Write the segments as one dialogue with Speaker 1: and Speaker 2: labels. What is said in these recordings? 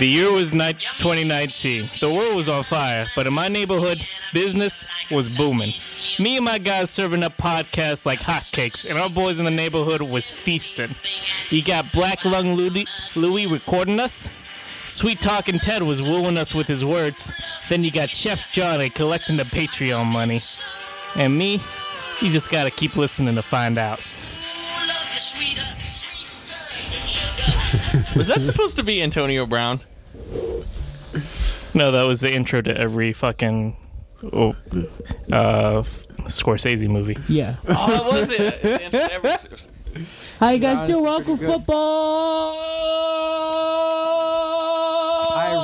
Speaker 1: The year was ni- 2019. The world was on fire, but in my neighborhood, business was booming. Me and my guys serving up podcasts like hotcakes, and our boys in the neighborhood was feasting. You got Black Lung Louie, Louie recording us. Sweet Talking Ted was wooing us with his words. Then you got Chef Johnny collecting the Patreon money. And me, you just gotta keep listening to find out.
Speaker 2: Was that supposed to be Antonio Brown?
Speaker 1: No, that was the intro to every fucking oh, uh, Scorsese movie.
Speaker 3: Yeah.
Speaker 2: Oh, that was it.
Speaker 3: Hi, you guys
Speaker 4: honestly
Speaker 3: doing? Welcome
Speaker 4: pretty good. I,
Speaker 3: football.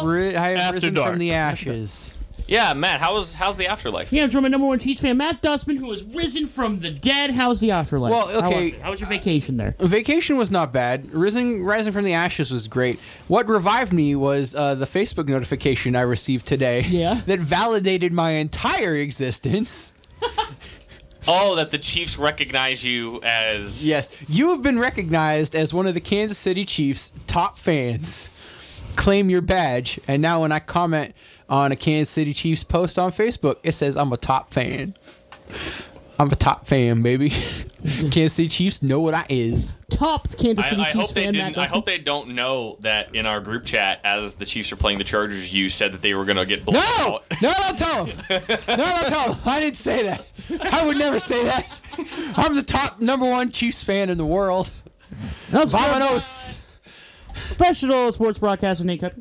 Speaker 4: ri- I have
Speaker 1: After
Speaker 4: risen
Speaker 1: dark.
Speaker 4: from the ashes.
Speaker 2: yeah, Matt. How's how's the afterlife?
Speaker 3: Yeah, I'm joined by number one Teach fan, Matt Dustman, who has risen from the dead. How's the afterlife?
Speaker 4: Well,
Speaker 3: How
Speaker 4: okay.
Speaker 3: was, it? How was your vacation there?
Speaker 4: Vacation was not bad. Rising, rising from the ashes was great. What revived me was uh, the Facebook notification I received today.
Speaker 3: Yeah.
Speaker 4: That validated my entire existence.
Speaker 2: Oh, that the Chiefs recognize you as
Speaker 4: Yes, you have been recognized as one of the Kansas City Chiefs' top fans. Claim your badge, and now when I comment on a Kansas City Chiefs post on Facebook, it says I'm a top fan. I'm a top fan, baby. Kansas City Chiefs know what I is.
Speaker 3: Top Kansas City
Speaker 2: I, I
Speaker 3: Chiefs
Speaker 2: hope they
Speaker 3: fan, Matt
Speaker 2: didn't. I
Speaker 3: Dustman.
Speaker 2: hope they don't know that in our group chat, as the Chiefs are playing the Chargers, you said that they were going to get blown
Speaker 4: No,
Speaker 2: out.
Speaker 4: no, don't tell them. No, don't tell them. I didn't say that. I would never say that. I'm the top number one Chiefs fan in the world.
Speaker 3: That's
Speaker 4: Vamanos.
Speaker 3: Professional sports broadcaster Nate Kuiper.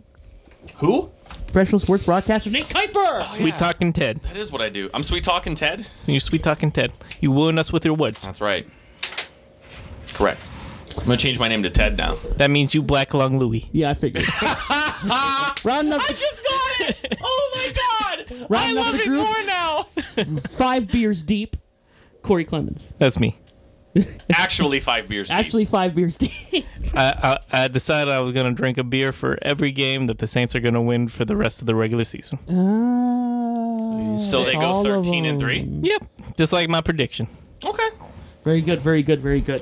Speaker 2: Who?
Speaker 3: Professional sports broadcaster Nate Kuiper.
Speaker 1: Sweet Talking Ted.
Speaker 2: That is what I do. I'm sweet talking Ted.
Speaker 1: You Sweet Talking Ted. You wooing us with your words.
Speaker 2: That's right. Correct. I'm gonna change my name to Ted now.
Speaker 1: That means you Black Lung Louie.
Speaker 3: Yeah, I figured. Round up
Speaker 2: just got it. Oh my god.
Speaker 3: Round I up love the it group. more
Speaker 2: now.
Speaker 3: five beers deep. Corey Clemens.
Speaker 1: That's me.
Speaker 2: Actually, five beers. deep.
Speaker 3: Actually, five beers deep.
Speaker 1: I, I, I decided I was going to drink a beer for every game that the Saints are going to win for the rest of the regular season.
Speaker 2: so they go
Speaker 3: all of
Speaker 2: 13 and three.
Speaker 1: Yep. Just like my prediction.
Speaker 2: Okay.
Speaker 3: Very good, very good, very good.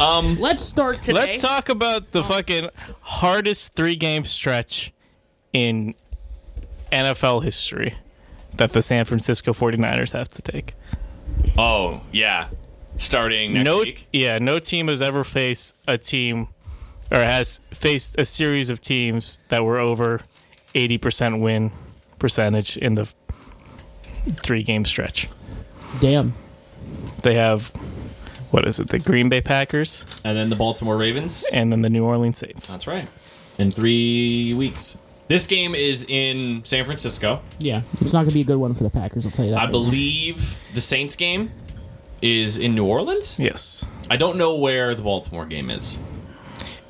Speaker 2: Um,
Speaker 3: Let's start today.
Speaker 1: Let's talk about the fucking hardest three game stretch in NFL history that the San Francisco 49ers have to take.
Speaker 2: Oh yeah. Starting next
Speaker 1: no,
Speaker 2: week.
Speaker 1: yeah, no team has ever faced a team or has faced a series of teams that were over 80% win percentage in the three game stretch.
Speaker 3: Damn.
Speaker 1: They have what is it? The Green Bay Packers
Speaker 5: and then the Baltimore Ravens.
Speaker 1: and then the New Orleans Saints.
Speaker 5: That's right. In three weeks. This game is in San Francisco.
Speaker 3: Yeah, it's not gonna be a good one for the Packers. I'll tell you that.
Speaker 5: I
Speaker 3: right
Speaker 5: believe the Saints game is in New Orleans.
Speaker 1: Yes.
Speaker 5: I don't know where the Baltimore game is.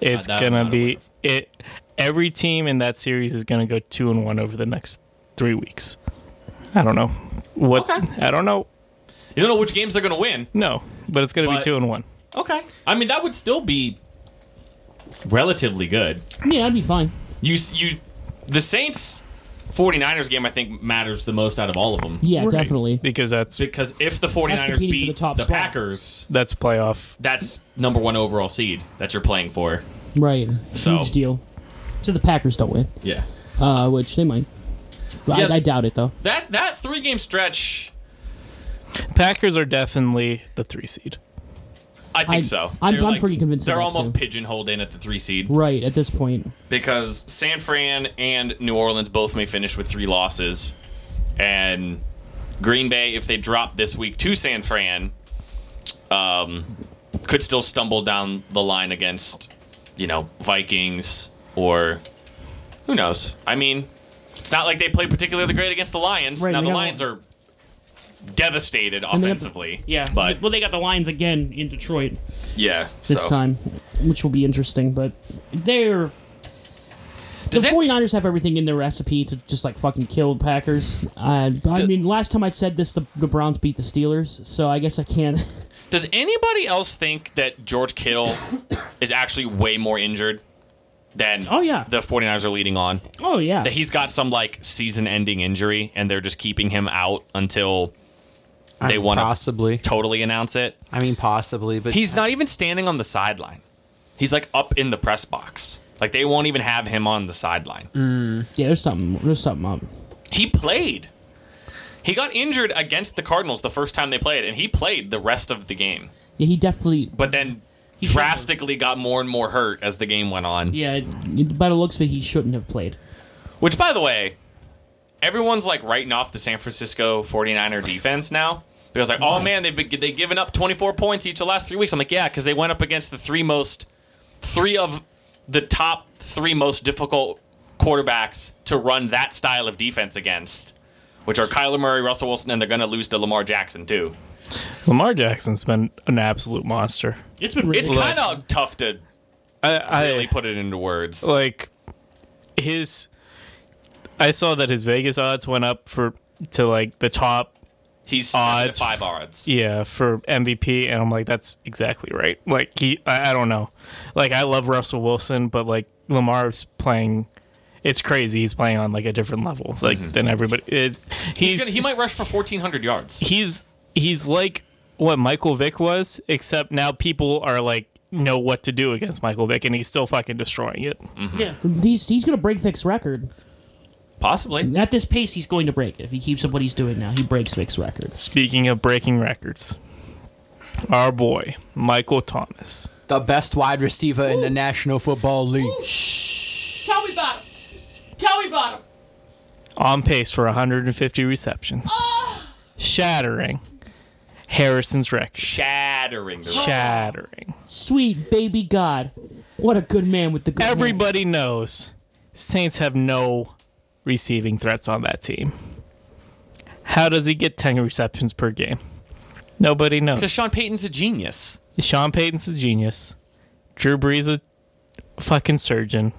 Speaker 1: It's
Speaker 5: that I'm
Speaker 1: going to
Speaker 5: not
Speaker 1: be it every team in that series is going to go 2 and 1 over the next 3 weeks. I don't know. What
Speaker 5: Okay.
Speaker 1: I don't know.
Speaker 5: You don't know which games they're going to win.
Speaker 1: No, but it's going to be
Speaker 5: But-
Speaker 1: 2 and 1.
Speaker 5: Okay. I mean, that would still be relatively good.
Speaker 3: now. Yeah, I'd be fine.
Speaker 5: You you the Saints 49ers game I think matters the most out of all of them.
Speaker 3: Yeah,
Speaker 1: Right.
Speaker 3: definitely.
Speaker 1: Because that's
Speaker 5: Because if the 49ers
Speaker 3: competing for
Speaker 5: beat
Speaker 3: the top
Speaker 5: the
Speaker 3: spot.
Speaker 5: Packers,
Speaker 1: that's playoff
Speaker 5: that's number 1 overall seed that you're playing for.
Speaker 3: Right.
Speaker 5: So-
Speaker 3: Huge deal. So the Packers don't win,
Speaker 5: Yeah.
Speaker 3: uh, which they might. But
Speaker 5: Yeah.
Speaker 3: I, I doubt it though.
Speaker 5: That that three game stretch,
Speaker 1: Packers are definitely the three seed.
Speaker 5: I think
Speaker 3: I-
Speaker 5: so.
Speaker 3: I'm-
Speaker 5: They're,
Speaker 3: I'm pretty convinced of
Speaker 5: They're
Speaker 3: that,
Speaker 5: almost
Speaker 3: too.
Speaker 5: pigeonholed in at the three seed
Speaker 3: Right at this point.
Speaker 5: because San Fran and New Orleans both may finish with three losses, and Green Bay, if they drop this week to San Fran, um, could still stumble down the line against you know Vikings or who knows. I mean, it's not like they played particularly great against the Lions.
Speaker 3: Right,
Speaker 5: now
Speaker 3: they
Speaker 5: the
Speaker 3: got-
Speaker 5: Lions are devastated
Speaker 3: they got-
Speaker 5: offensively. but
Speaker 3: well, they got the Lions again in Detroit
Speaker 5: yeah,
Speaker 3: this
Speaker 5: so.
Speaker 3: time, which will be interesting. But they're
Speaker 5: Does
Speaker 3: the
Speaker 5: that-
Speaker 3: 49ers have everything in their recipe to just like fucking kill the Packers. Uh, but I mean, last time I said this, the, the Browns beat the Steelers, so I guess I can't.
Speaker 5: Does anybody else think that George Kittle is actually way more injured than
Speaker 3: Oh, yeah.
Speaker 5: the 49ers are leading on?
Speaker 3: Oh yeah,
Speaker 5: That he's got some like season ending injury and they're just keeping him out until They wanna-
Speaker 4: possibly.
Speaker 5: totally announce it.
Speaker 4: I mean, possibly, but
Speaker 5: He's not even standing on the sideline. He's like up in the press box. Like they won't even have him on the sideline.
Speaker 3: Mm.
Speaker 6: Yeah, there's something. There's something up.
Speaker 5: He played. He got injured against the Cardinals the first time they played, and he played the rest of the game.
Speaker 6: Yeah, he definitely.
Speaker 5: But then
Speaker 6: should've.
Speaker 5: drastically got more and more hurt as the game went on.
Speaker 6: Yeah, it- by the looks of it, he shouldn't have played.
Speaker 5: Which, by the way, everyone's like writing off the San Francisco 49er defense now. Because, like, oh man, they've, been, they've given up 24 points each of the last three weeks. I'm like, yeah, because they went up against the three most, three of the top three most difficult quarterbacks to run that style of defense against, which are Kyler Murray, Russell Wilson, and they're going to lose to Lamar Jackson, too.
Speaker 1: Lamar Jackson's been an absolute monster.
Speaker 6: It's been really
Speaker 5: It's kind of tough to
Speaker 1: I, I
Speaker 5: really put it into words.
Speaker 1: like his I saw that his Vegas odds went up for to like the top
Speaker 5: He's
Speaker 1: Odds.
Speaker 5: five odds.
Speaker 1: yeah for MVP and I'm like that's exactly right. Like he I, I don't know. Like I love Russell Wilson but like Lamar's playing it's crazy he's playing on like a different level like than everybody it, he's
Speaker 5: Mm-hmm. He's gonna, he might rush for 1,400 yards.
Speaker 1: he's he's like what Michael Vick was, except now people are like know what to do against Michael Vick, and he's still fucking destroying it.
Speaker 3: Yeah.
Speaker 6: He's he's gonna break Vic's record
Speaker 5: Possibly.
Speaker 3: At this pace, he's going to break it. If he keeps up what he's doing now, he breaks Vic's record.
Speaker 1: Speaking of breaking records, our boy Michael Thomas.
Speaker 4: The best wide receiver in the National Football League.
Speaker 3: Tell me about him. Tell me about him.
Speaker 1: on pace for 150 receptions, shattering Harrison's record.
Speaker 5: Shattering the
Speaker 1: Shattering.
Speaker 6: Sweet baby God, what a good man with the good
Speaker 1: Everybody knows Saints have no receiving threats on that team. How does he get 10 receptions per game? Nobody
Speaker 5: Because
Speaker 1: knows.
Speaker 5: Sean Payton's a genius.
Speaker 1: Sean Payton's a genius. Drew Brees a fucking surgeon.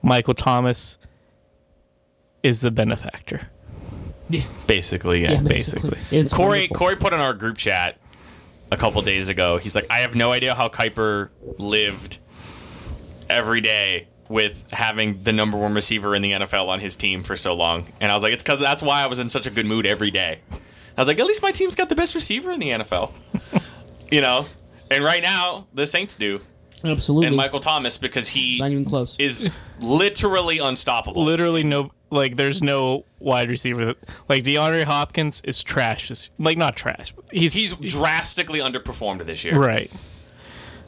Speaker 1: Michael Thomas is the benefactor.
Speaker 5: Basically, yeah.
Speaker 6: hands. Yeah,
Speaker 1: basically.
Speaker 6: It's
Speaker 5: Corey
Speaker 6: wonderful.
Speaker 5: Corey put in our group chat a couple days ago. He's like, I have no idea how Kuiper lived every day with having the number one receiver in the NFL on his team for so long. And I was like, it's because that's why I was in such a good mood every day. I was like, at least my team's got the best receiver in the NFL. you know? And right now, the Saints do.
Speaker 6: absolutely
Speaker 5: And Michael Thomas, because
Speaker 6: not
Speaker 5: he
Speaker 6: even close.
Speaker 5: is literally unstoppable.
Speaker 1: literally no like there's no wide receiver that like DeAndre Hopkins is trash this like not trash. but He's
Speaker 5: He's drastically underperformed this year.
Speaker 1: right.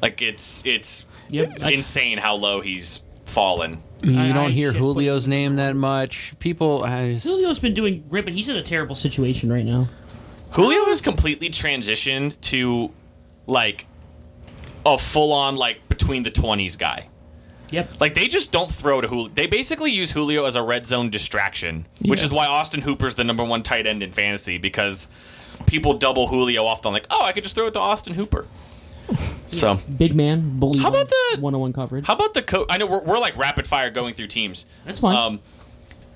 Speaker 5: Like it's it's
Speaker 3: Yep. I-
Speaker 5: insane how low he's fallen.
Speaker 4: You
Speaker 3: I-
Speaker 4: don't
Speaker 3: I
Speaker 4: hear
Speaker 3: shit put-
Speaker 4: Julio's name that much. People, uh, I just-
Speaker 3: Julio's been doing great, but he's in a terrible situation right now.
Speaker 5: Julio has completely transitioned to like a full on like between the twenties guy.
Speaker 3: Yep.
Speaker 5: Like they just don't throw to Julio. They basically use Julio as a red zone distraction, which
Speaker 1: Yeah.
Speaker 5: is why Austin Hooper's the number one tight end in fantasy because people double Julio often. Like, oh, I could just throw it to Austin Hooper. So
Speaker 6: Big man, bully.
Speaker 5: How about the-
Speaker 6: one on one coverage?
Speaker 5: How about the coach? I know we're, we're like rapid fire going through teams.
Speaker 6: That's fine.
Speaker 5: Um,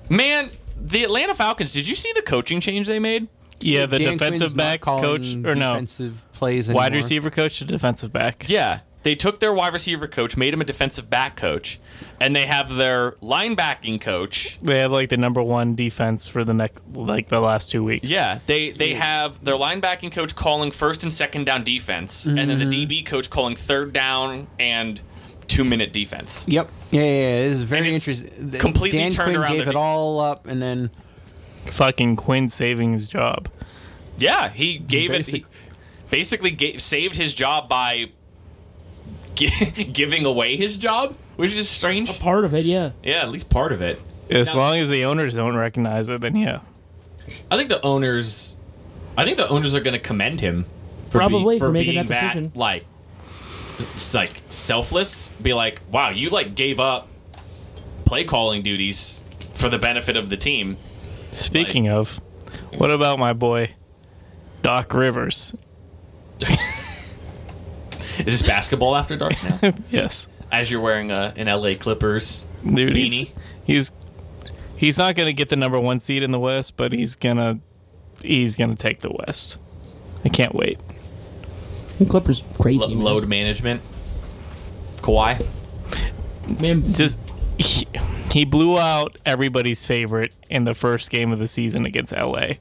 Speaker 5: man, the Atlanta Falcons. Did you see the coaching change they made?
Speaker 1: Yeah, the
Speaker 4: Dan Quinn's
Speaker 1: defensive
Speaker 4: not
Speaker 1: back
Speaker 4: calling
Speaker 1: coach or no
Speaker 4: defensive plays
Speaker 1: wide
Speaker 4: anymore.
Speaker 1: receiver coach to defensive back.
Speaker 5: Yeah, they took their wide receiver coach, made him a defensive back coach, and they have their linebacking coach.
Speaker 1: They had like the number one defense for the next like the last two weeks.
Speaker 5: Yeah, they they have their linebacking coach calling first and second down defense, and then the DB coach calling third down and two minute defense.
Speaker 4: Yep. Yeah, yeah, yeah. It is very
Speaker 5: it's
Speaker 4: interesting. Th-
Speaker 5: completely
Speaker 4: Dan
Speaker 5: turned
Speaker 4: Quinn
Speaker 5: around
Speaker 4: gave
Speaker 5: the-
Speaker 4: it all up, and then
Speaker 1: Fucking Quinn saving his job.
Speaker 5: Yeah, he gave
Speaker 4: Basic-
Speaker 5: it. He basically gave, saved his job by gi- giving away his job, which is strange.
Speaker 6: Part of it, yeah.
Speaker 5: Yeah, at least part of it.
Speaker 1: As
Speaker 5: Now-
Speaker 1: long as the owners don't recognize it, then yeah.
Speaker 5: I think the owners, I think the owners are going to commend him, for
Speaker 6: Probably,
Speaker 5: be-
Speaker 6: for making
Speaker 5: being
Speaker 6: that decision.
Speaker 5: like, s- like selfless. Be like, wow, you like gave up play calling duties for the benefit of the team.
Speaker 1: Speaking of, what about my boy Doc Rivers?
Speaker 5: Is this basketball after dark now?
Speaker 1: Yes.
Speaker 5: As you're wearing a, an LA Clippers
Speaker 1: Dude,
Speaker 5: Beanie.
Speaker 1: he's, he's he's not gonna get the number one seed in the West, but he's gonna he's gonna take the West. I can't wait.
Speaker 6: The Clippers crazy.
Speaker 5: lo-
Speaker 6: man.
Speaker 5: load management, Kawhi.
Speaker 6: man.
Speaker 1: Just he, He blew out everybody's favorite in the first game of the season against LA.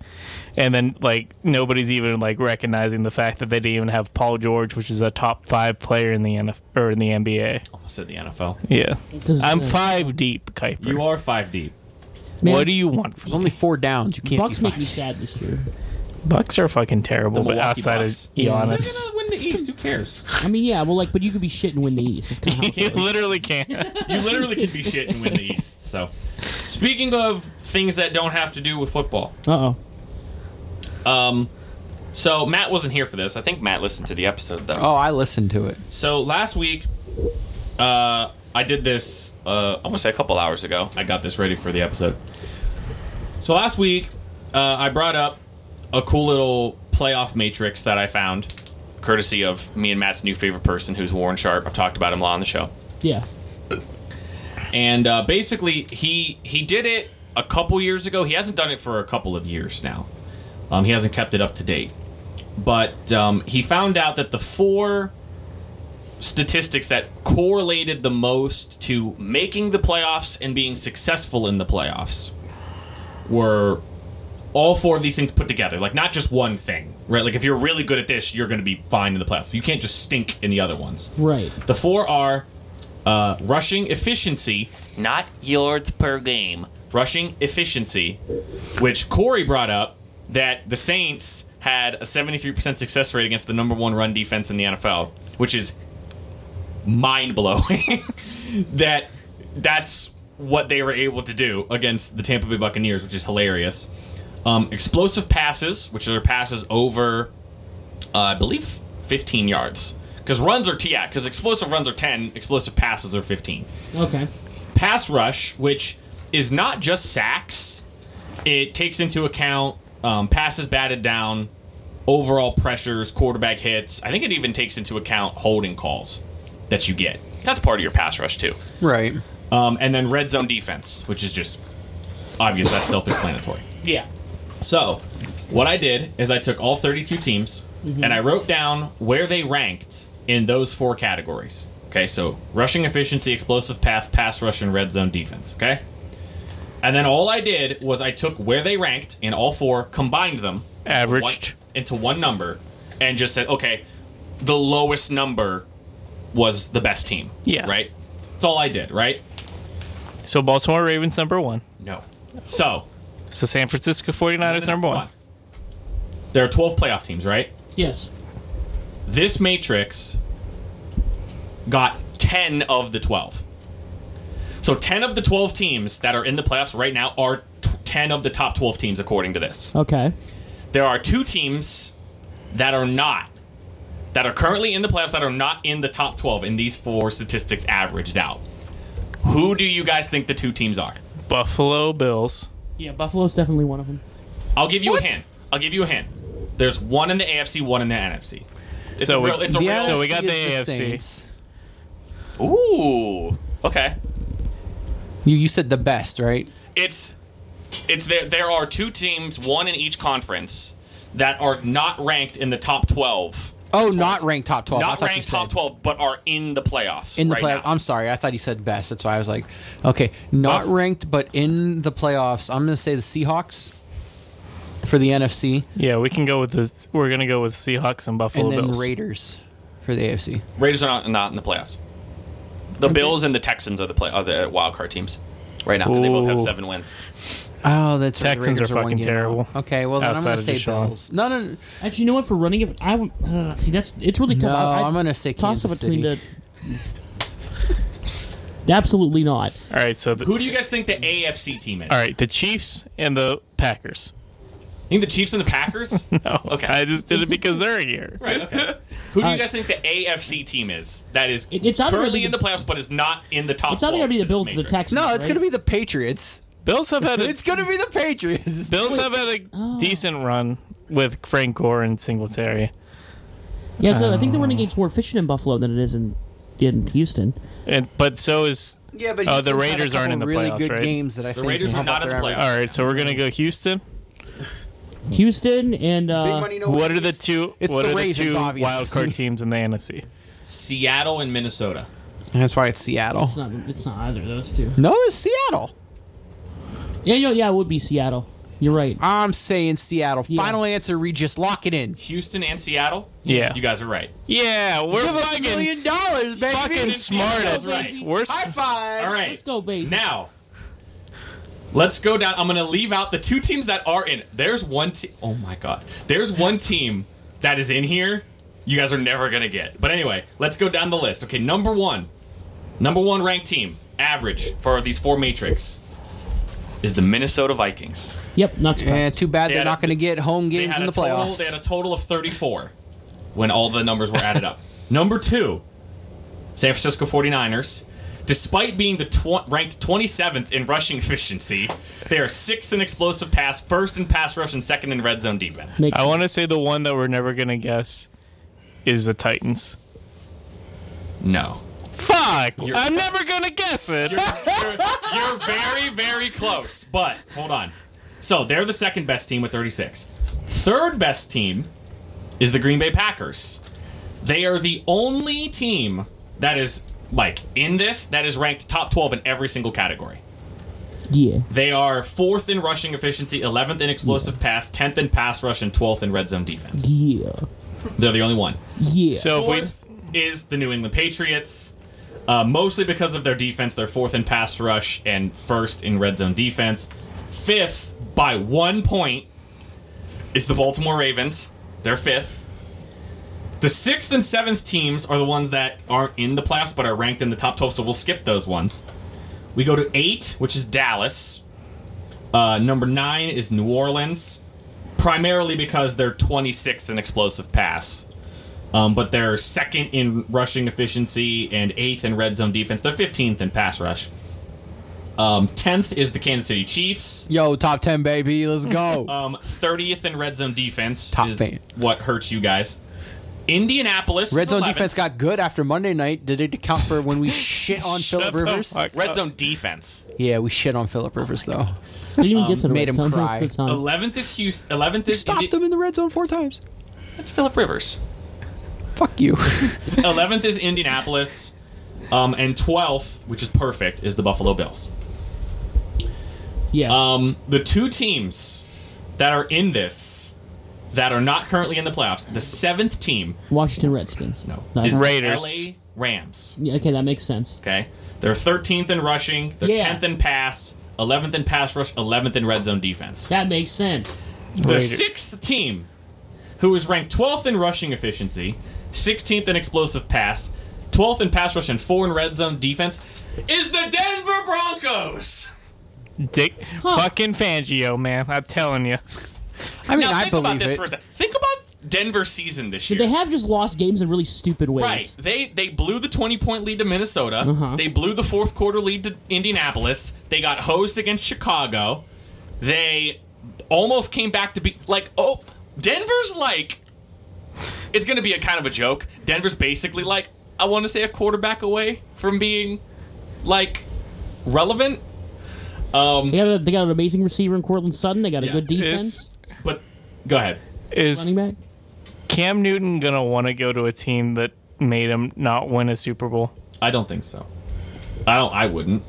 Speaker 1: And then like nobody's even like recognizing the fact that they didn't even have Paul George, which is a top 5 player in the NF- or in the NBA.
Speaker 5: Almost said the NFL.
Speaker 1: Yeah.
Speaker 6: 'Cause,
Speaker 1: I'm
Speaker 6: uh,
Speaker 1: 5 deep, Kuiper.
Speaker 5: You are five deep.
Speaker 6: Man,
Speaker 1: what do you want
Speaker 4: There's
Speaker 1: from
Speaker 4: only four downs. You can't.
Speaker 6: Bucks
Speaker 4: be
Speaker 6: make me sad this year.
Speaker 1: Bucks are fucking terrible,
Speaker 5: The
Speaker 1: but
Speaker 5: Milwaukee
Speaker 1: outside
Speaker 5: Bucks.
Speaker 1: of
Speaker 5: They're
Speaker 1: Giannis,
Speaker 5: gonna win the East. Who cares?
Speaker 6: I mean, yeah, well, like, but you could be shit and win the East. It's kind of
Speaker 1: you literally can't.
Speaker 5: You literally can be shit and win the East. So, speaking of things that don't have to do with football,
Speaker 6: uh oh.
Speaker 5: um, so Matt wasn't here for this. I think Matt listened to the episode though.
Speaker 4: Oh, I listened to it.
Speaker 5: So last week, uh, I did this. Uh, I want to say a couple hours ago. I got this ready for the episode. So last week, uh, I brought up a cool little playoff matrix that I found, courtesy of me and Matt's new favorite person, who's Warren Sharp. I've talked about him a lot on the show
Speaker 6: Yeah.
Speaker 5: and uh, basically he he did it a couple years ago. He hasn't done it for a couple of years now. Um, he hasn't kept it up to date, but um, he found out that the four statistics that correlated the most to making the playoffs and being successful in the playoffs were all four of these things put together like not just one thing right like if you're really good at this you're going to be fine in the playoffs you can't just stink in the other ones
Speaker 6: Right.
Speaker 5: the four are uh, rushing efficiency, not yards per game. Rushing efficiency, which Corey brought up that the Saints had a 73% success rate against the number one run defense in the NFL, which is mind blowing. that that's what they were able to do against the Tampa Bay Buccaneers, which is hilarious. Um, explosive passes, which are passes over uh, I believe 15 yards. Because runs are yeah, because explosive runs are 10, explosive passes are 15.
Speaker 6: Okay.
Speaker 5: Pass rush, which is not just sacks, it takes into account um, passes batted down, overall pressures, quarterback hits. I think it even takes into account holding calls that you get. That's part of your pass rush too.
Speaker 4: Right.
Speaker 5: Um, and then red zone defense, which is just obvious. That's self-explanatory.
Speaker 3: Yeah.
Speaker 5: So, what I did is I took all 32 teams and I wrote down where they ranked in those four categories. Okay, so rushing efficiency, explosive pass, pass rush, and red zone defense. Okay? And then all I did was I took where they ranked in all four, combined them one,
Speaker 1: Averaged.
Speaker 5: into one number, and just said, okay, the lowest number was the best team.
Speaker 1: Yeah.
Speaker 5: Right? That's all I did, right?
Speaker 1: So Baltimore Ravens number one.
Speaker 5: No. So,
Speaker 1: So San Francisco 49ers number one.
Speaker 5: There are 12 playoff teams, right?
Speaker 6: Yes.
Speaker 5: this matrix got 10 of the 12 so 10 of the 12 teams that are in the playoffs right now are t- 10 of the top 12 teams according to this
Speaker 6: Okay.
Speaker 5: there are two teams that are not that are currently in the playoffs that are not in the top 12 in these four statistics averaged out who do you guys think the two teams are
Speaker 1: Buffalo Bills.
Speaker 3: Yeah, Buffalo.
Speaker 6: Buffalo's definitely one of them.
Speaker 5: i'll give you a hint i'll give you a hint there's one in the afc one in the nfc it's
Speaker 1: So
Speaker 5: a
Speaker 1: we-
Speaker 5: real, it's a
Speaker 1: the
Speaker 5: real
Speaker 1: So we got
Speaker 4: is
Speaker 1: the AFC.
Speaker 4: Saints.
Speaker 5: ooh okay
Speaker 4: You you said the best, right?
Speaker 5: it's it's there there are two teams one in each conference that are not ranked in the top 12
Speaker 4: Oh, not ranked top twelve. I
Speaker 5: not
Speaker 4: thought you
Speaker 5: ranked
Speaker 4: said
Speaker 5: top 12 but are in the playoffs
Speaker 4: in the
Speaker 5: right
Speaker 4: playoff.
Speaker 5: now.
Speaker 4: I'm sorry, I thought you said best. That's why I was like, okay, not
Speaker 5: Buff-
Speaker 4: ranked, but in the playoffs. I'm gonna say the Seahawks for the NFC,
Speaker 1: Yeah, we can go with this. We're gonna go with Seahawks and Buffalo
Speaker 4: and then
Speaker 1: Bills.
Speaker 4: Raiders for the AFC.
Speaker 5: Raiders are not, not in the playoffs the Bills and the Texans are the play are the wild card teams right now because they both have
Speaker 1: Ooh.
Speaker 5: seven wins
Speaker 4: Oh, that's right.
Speaker 1: Texans
Speaker 4: Raiders
Speaker 1: are
Speaker 4: one
Speaker 1: fucking
Speaker 4: game
Speaker 1: terrible.
Speaker 4: out. Okay, well then
Speaker 1: Outside
Speaker 4: I'm
Speaker 1: of
Speaker 4: gonna say
Speaker 1: Deshaun.
Speaker 4: Bills. No, no, no,
Speaker 3: Actually, you know what? For running, if I would- uh, see that's it's really tough.
Speaker 4: no
Speaker 3: I,
Speaker 4: I'm gonna say
Speaker 3: toss up
Speaker 4: Kansas
Speaker 3: between
Speaker 4: City.
Speaker 6: the. Absolutely not.
Speaker 1: All right, so the,
Speaker 5: who do you guys think the AFC team is
Speaker 1: all right, the Chiefs and the Packers.
Speaker 5: you think the Chiefs and the Packers
Speaker 1: No,
Speaker 5: Okay.
Speaker 1: I just did it because they're here.
Speaker 5: right okay who do
Speaker 6: All
Speaker 5: you
Speaker 6: right.
Speaker 5: guys think the AFC team is that is
Speaker 6: It- it's either gonna
Speaker 5: currently
Speaker 6: be
Speaker 5: in the playoffs but is not in the top
Speaker 6: It's either
Speaker 5: 12
Speaker 6: gonna be the
Speaker 5: in this
Speaker 6: Bills or the
Speaker 5: matrix?
Speaker 6: Texans.
Speaker 4: No, it's
Speaker 6: right?
Speaker 4: gonna be the Patriots.
Speaker 1: Bills have had a
Speaker 4: It's gonna be the Patriots.
Speaker 1: Bills have had a
Speaker 5: oh.
Speaker 1: decent run with Frank Gore and Singletary.
Speaker 3: Yeah,
Speaker 6: So I think the running game's more efficient in Buffalo than it is in in Houston.
Speaker 1: And but so is
Speaker 4: Yeah, but
Speaker 1: Oh, Houston's the had a Raiders couple aren't in the
Speaker 4: really
Speaker 1: playoffs,
Speaker 4: good
Speaker 1: right?
Speaker 4: games that I think
Speaker 5: Raiders
Speaker 4: will
Speaker 5: are
Speaker 4: help
Speaker 5: not
Speaker 4: out
Speaker 5: in
Speaker 4: their
Speaker 5: the
Speaker 4: average.
Speaker 5: playoffs.
Speaker 1: all right. So we're gonna go Houston.
Speaker 6: Houston and uh,
Speaker 4: Big money, no
Speaker 1: What are the
Speaker 4: worries.
Speaker 1: two?
Speaker 4: It's
Speaker 1: what
Speaker 4: the
Speaker 1: are
Speaker 4: Ravens,
Speaker 1: the two
Speaker 4: obviously.
Speaker 1: wild card teams in the NFC?
Speaker 5: Seattle and Minnesota
Speaker 4: That's why it's Seattle.
Speaker 6: It's not. It's not either of those two.
Speaker 4: No, it's Seattle.
Speaker 6: Yeah, you know, yeah, it would be Seattle. You're right.
Speaker 4: I'm saying Seattle.
Speaker 6: Yeah.
Speaker 4: Final answer, Regis. Lock it in.
Speaker 5: Houston and Seattle.
Speaker 1: Yeah.
Speaker 5: you guys are right.
Speaker 1: Yeah, we're
Speaker 4: Give us a
Speaker 1: fucking
Speaker 4: million dollars, baby.
Speaker 1: fucking smart.
Speaker 5: That's
Speaker 1: as-
Speaker 5: right.
Speaker 1: We're s-
Speaker 4: High five.
Speaker 5: All right.
Speaker 6: Let's go, baby.
Speaker 5: Now, let's go down. I'm going to leave out the two teams that are in. it. There's one team. Oh my god. There's one team that is in here. You guys are never going to get. But anyway, let's go down the list. Okay, number one, number one ranked team, average for these four matrix, is the Minnesota Vikings.
Speaker 6: Yep, not
Speaker 4: Yeah,
Speaker 6: surprised.
Speaker 4: too bad
Speaker 5: They
Speaker 4: they're
Speaker 5: had a-
Speaker 4: not going to get home
Speaker 5: They
Speaker 4: games
Speaker 5: had,
Speaker 4: in
Speaker 5: a
Speaker 4: the
Speaker 5: total,
Speaker 4: playoffs.
Speaker 5: they had a total of 34 when all the numbers were added up. Number two, San Francisco 49ers. Despite being the tw- ranked 27th in rushing efficiency, they are sixth in explosive pass, first in pass rush, and second in red zone defense.
Speaker 6: Makes
Speaker 1: I want to say the one that we're never gonna guess is the Titans.
Speaker 5: no.
Speaker 1: Fuck!
Speaker 5: You're-
Speaker 1: I'm never gonna guess it.
Speaker 5: You're, you're very, very close, but hold on. So they're the second best team with 36. Third best team is the Green Bay Packers. They are the only team that is like in this that is ranked top 12 in every single category.
Speaker 6: yeah.
Speaker 5: They are fourth in rushing efficiency, 11th in explosive pass, 10th in pass rush, and 12th in red zone defense.
Speaker 6: Yeah.
Speaker 5: They're the only one.
Speaker 6: Yeah.
Speaker 1: So if we
Speaker 5: Fourth is the New England Patriots, uh, mostly because of their defense. They're fourth in pass rush and first in red zone defense. Fifth by one point is the Baltimore Ravens. They're fifth. The sixth and seventh teams are the ones that aren't in the playoffs but are ranked in the top twelve, so we'll skip those ones. We go to eight, which is Dallas. Uh, number nine is New Orleans, primarily because they're 26th in explosive pass um, but they're second in rushing efficiency and eighth in red zone defense. They're 15th in pass rush. Um, 10th is the Kansas City Chiefs.
Speaker 4: Yo, top ten, baby. Let's go.
Speaker 5: Um, 30th in red zone defense
Speaker 4: Top
Speaker 5: is
Speaker 4: fan.
Speaker 5: what hurts you guys. Indianapolis.
Speaker 4: Red
Speaker 5: is
Speaker 4: zone
Speaker 5: 11th.
Speaker 4: defense got good after Monday night. Did it account for when we shit on Philip Rivers?
Speaker 1: fuck
Speaker 5: Red
Speaker 1: up.
Speaker 5: zone defense.
Speaker 4: Yeah, we shit on Philip Rivers though.
Speaker 6: Didn't even get to the
Speaker 4: um, made
Speaker 6: red
Speaker 4: him
Speaker 6: zone.
Speaker 4: cry.
Speaker 6: That's the time.
Speaker 5: 11th is Houston. 11th is
Speaker 4: Stopped them in the red zone four times.
Speaker 5: That's Philip Rivers.
Speaker 4: Fuck you.
Speaker 5: 11th is Indianapolis. Um, and 12th, which is perfect, is the Buffalo Bills.
Speaker 6: Yeah.
Speaker 5: Um, the two teams that are in this that are not currently in the playoffs, the seventh team
Speaker 6: Washington Redskins.
Speaker 5: no,
Speaker 6: Nice.
Speaker 5: is the
Speaker 1: Raiders.
Speaker 5: LA Rams.
Speaker 6: Yeah, okay, that makes sense.
Speaker 5: Okay, they're thirteenth in rushing, they're
Speaker 6: Yeah.
Speaker 5: tenth in pass, eleventh in pass rush, eleventh in red zone defense.
Speaker 6: That makes sense.
Speaker 5: The
Speaker 1: Raiders.
Speaker 5: sixth team, who is ranked twelfth in rushing efficiency, sixteenth in explosive pass, twelfth in pass rush, and four in red zone defense, is the Denver Broncos.
Speaker 1: Dick fucking Fangio, man, I'm telling you.
Speaker 4: I mean,
Speaker 5: Now
Speaker 4: I
Speaker 5: think about
Speaker 4: believe
Speaker 5: this
Speaker 4: it.
Speaker 5: for a second. Think about Denver's season this year.
Speaker 6: They have just lost games in really stupid ways.
Speaker 5: Right. They they blew the 20 point lead to Minnesota.
Speaker 6: Uh-huh.
Speaker 5: They blew the fourth quarter lead to Indianapolis. They got hosed against Chicago. They almost came back to be like, oh, Denver's like, it's going to be a kind of a joke. Denver's basically like, I want to say a quarterback away from being like relevant.
Speaker 6: They got, a, they got an amazing receiver in Cortland Sutton. They got a
Speaker 5: Yeah.
Speaker 6: good
Speaker 1: Is
Speaker 6: defense.
Speaker 5: But go ahead.
Speaker 1: is
Speaker 6: Running back.
Speaker 1: Cam Newton gonna want to go to a team that made him not win a Super Bowl?
Speaker 5: I don't think so. I don't. I wouldn't.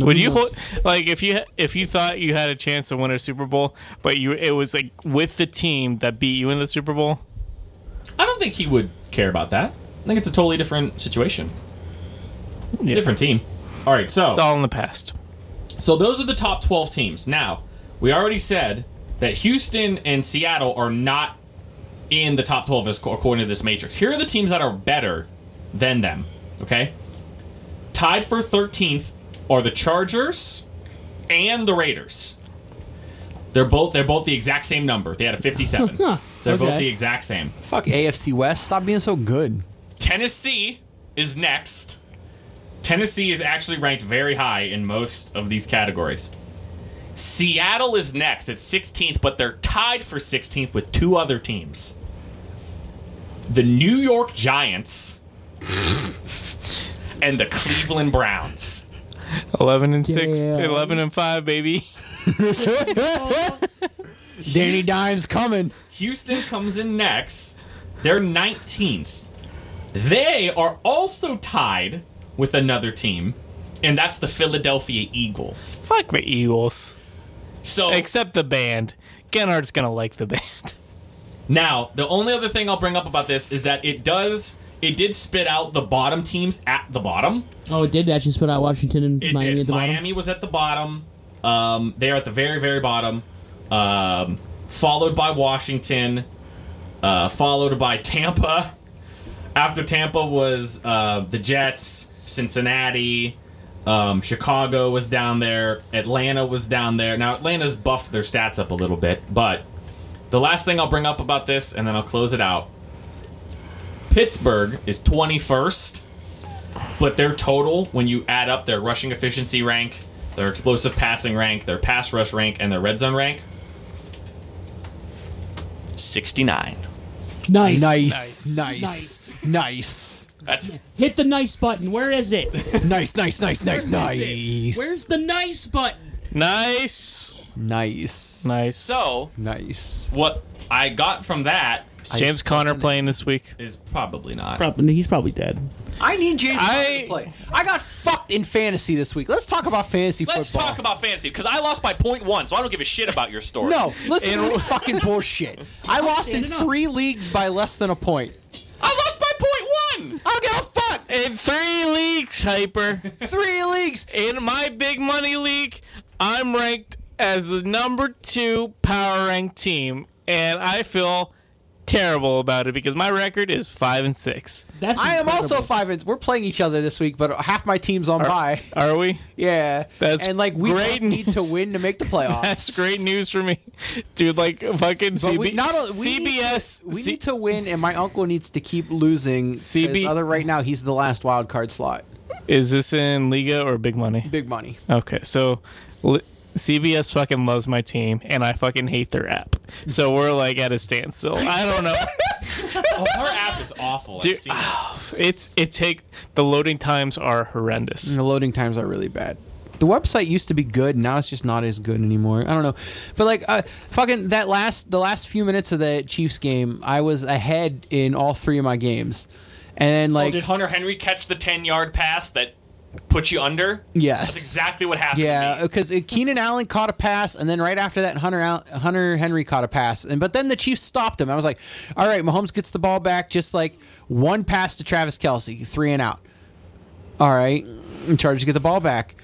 Speaker 1: Would you
Speaker 6: knows?
Speaker 1: hold, like if you if you thought you had a chance to win a Super Bowl, but you it was like with the team that beat you in the Super Bowl?
Speaker 5: I don't think he would care about that. I think it's a totally different situation.
Speaker 1: Yeah.
Speaker 5: Different team. All right, so
Speaker 1: It's all in the past.
Speaker 5: so those are the top 12 teams. Now, we already said that Houston and Seattle are not in the top 12 as- according to this matrix. Here are the teams that are better than them, okay? Tied for 13th are the Chargers and the Raiders. They're both they're both the exact same number. They had a 57.
Speaker 6: Huh,
Speaker 5: They're both
Speaker 6: okay.
Speaker 5: the exact same.
Speaker 4: Fuck AFC West. Stop being so good.
Speaker 5: Tennessee is next. Tennessee is actually ranked very high in most of these categories. Seattle is next at 16th, but they're tied for 16th with two other teams. The New York Giants and the Cleveland Browns.
Speaker 1: Eleven and six,
Speaker 6: Damn.
Speaker 1: eleven and five, baby.
Speaker 4: Danny Dimes coming.
Speaker 5: Houston comes in next. They're 19th. They are also tied with another team, and that's the Philadelphia Eagles.
Speaker 1: Fuck the Eagles.
Speaker 5: So
Speaker 1: Except the band. Gennard's gonna like the band.
Speaker 5: Now, the only other thing I'll bring up about this is that it does it did spit out the bottom teams at the bottom.
Speaker 6: Oh, it did actually spit out Washington and
Speaker 5: It
Speaker 6: Miami
Speaker 5: did.
Speaker 6: at the bottom.
Speaker 5: Miami was at the bottom. Um, they are at the very very bottom, um, followed by Washington, uh, followed by Tampa. After Tampa was uh, the Jets, Cincinnati, um, Chicago was down there, Atlanta was down there. Now Atlanta's buffed their stats up a little bit, but the last thing I'll bring up about this, and then I'll close it out. Pittsburgh is 21st, but their total, when you add up their rushing efficiency rank, their explosive passing rank, their pass rush rank, and their red zone rank, 69.
Speaker 3: Nice.
Speaker 4: Nice, nice,
Speaker 3: Nice.
Speaker 4: nice, nice,
Speaker 5: That's
Speaker 3: Hit the nice button. Where is it?
Speaker 4: nice, nice, nice, nice, nice,
Speaker 3: Where's the nice button?
Speaker 1: Nice.
Speaker 4: nice,
Speaker 1: Nice.
Speaker 5: so
Speaker 4: nice.
Speaker 5: what I got from that
Speaker 1: Is James Conner playing this week?
Speaker 5: is probably not.
Speaker 3: Probably, he's probably dead.
Speaker 4: I need James
Speaker 1: I-
Speaker 4: Conner to play. I got fucked in fantasy this week. Let's talk about fantasy
Speaker 2: Let's
Speaker 4: football.
Speaker 2: talk about fantasy because I lost by point one, so I don't give a shit about your story.
Speaker 4: No, listen to this fucking bullshit. I lost in
Speaker 3: standing up.
Speaker 4: three leagues by less than a point.
Speaker 2: I lost by point one.
Speaker 4: I don't give a fuck.
Speaker 1: In three leagues, Hyper.
Speaker 4: Three leagues.
Speaker 1: In my big money league, I'm ranked as the number two power ranked team, and I feel terrible about it because my record is five and six.
Speaker 3: That's
Speaker 4: I am
Speaker 3: incredible.
Speaker 4: also five and we're playing each other this week, but half my team's on bye.
Speaker 1: Are we?
Speaker 4: Yeah,
Speaker 1: That's
Speaker 4: and like we
Speaker 1: great
Speaker 4: both need to
Speaker 1: news.
Speaker 4: win to make the playoffs.
Speaker 1: That's great news for me, dude. Like fucking
Speaker 4: But
Speaker 1: CB-
Speaker 4: we, not only, we
Speaker 1: CBS.
Speaker 4: Need to, we
Speaker 1: C-
Speaker 4: need to win, and my uncle needs to keep losing. 'cause
Speaker 1: CB
Speaker 4: other right now, he's the last wild card slot.
Speaker 1: is this in Liga or Big Money?
Speaker 4: Big money.
Speaker 1: Okay, so li- CBS fucking loves my team, and I fucking hate their app. So we're like at a standstill. I don't know.
Speaker 5: Her app is awful. I've
Speaker 1: Dude,
Speaker 5: seen it.
Speaker 1: It's it take the loading times are horrendous.
Speaker 4: The loading times are really bad. The website used to be good, now it's just not as good anymore. I don't know, but like, uh, fucking that last the last few minutes of the Chiefs game, I was ahead in all three of my games, and then
Speaker 2: Oh,
Speaker 4: like,
Speaker 2: did Hunter Henry catch the ten yard pass that put you under?
Speaker 4: yes,
Speaker 2: That's exactly what happened.
Speaker 4: Yeah,
Speaker 2: To me.
Speaker 4: because Keenan Allen caught a pass, and then right after that, Hunter Al- Hunter Henry caught a pass, and but then the Chiefs stopped him. I was like, all right, Mahomes gets the ball back, just like one pass to Travis Kelsey, three and out. All right, and Chargers get the ball back.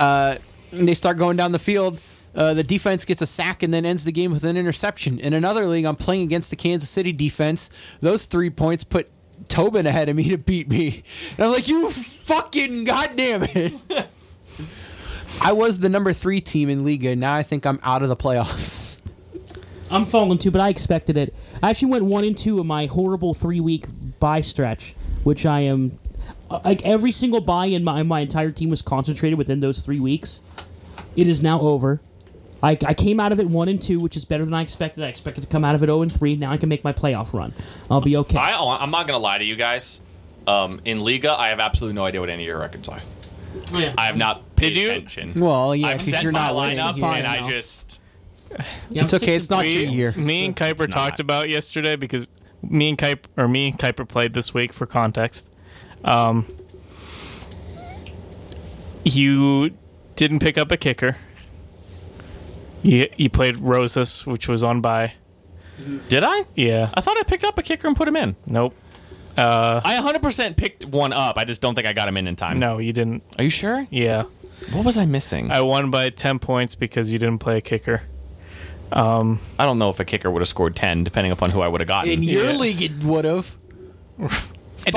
Speaker 4: Uh, and they start going down the field. Uh, the defense gets a sack and then ends the game with an interception. In another league, I'm playing against the Kansas City defense. Those three points put Tobin ahead of me to beat me. And I'm like, you fucking goddamn it. I was the number three team in Liga. Now I think I'm out of the playoffs.
Speaker 3: I'm falling too, but I expected it. I actually went one and two in my horrible three week buy stretch, which I am uh, like every single buy in my my entire team was concentrated within those three weeks. It is now over. I, I came out of it one and two, which is better than I expected. I expected to come out of it zero and three. Now I can make my playoff run. I'll be okay.
Speaker 2: I, oh, I'm not gonna lie to you guys. Um, in Liga, I have absolutely no idea what any of your records are.
Speaker 3: yeah.
Speaker 2: I have not paid
Speaker 1: Did you-
Speaker 2: attention.
Speaker 4: Well, yeah,
Speaker 2: I've
Speaker 4: because
Speaker 2: set
Speaker 4: you're
Speaker 2: my
Speaker 4: not
Speaker 2: line
Speaker 4: listening.
Speaker 2: up,
Speaker 3: here.
Speaker 2: and I
Speaker 3: Fine.
Speaker 2: just
Speaker 3: Yeah, I'm
Speaker 4: It's okay,
Speaker 3: six
Speaker 4: it's
Speaker 3: and
Speaker 4: not
Speaker 3: three.
Speaker 4: your year.
Speaker 1: Me and Kuiper
Speaker 2: not.
Speaker 1: talked about yesterday because me and Kuiper or me and Kuiper played this week for context. Um, you didn't pick up a kicker. You you played Rosas, which was on by.
Speaker 5: Did I?
Speaker 1: Yeah.
Speaker 5: I thought I picked up a kicker and put him in.
Speaker 1: Nope.
Speaker 5: I 100% picked one up. I just don't think I got him in in time.
Speaker 1: No, you didn't.
Speaker 5: Are you sure?
Speaker 1: Yeah.
Speaker 5: What was I missing?
Speaker 1: I won by ten points because you didn't play a kicker.
Speaker 5: I don't know if a kicker would have scored 10, depending upon who I would have gotten.
Speaker 4: In your
Speaker 1: Yeah.
Speaker 4: league, it would have. Fucking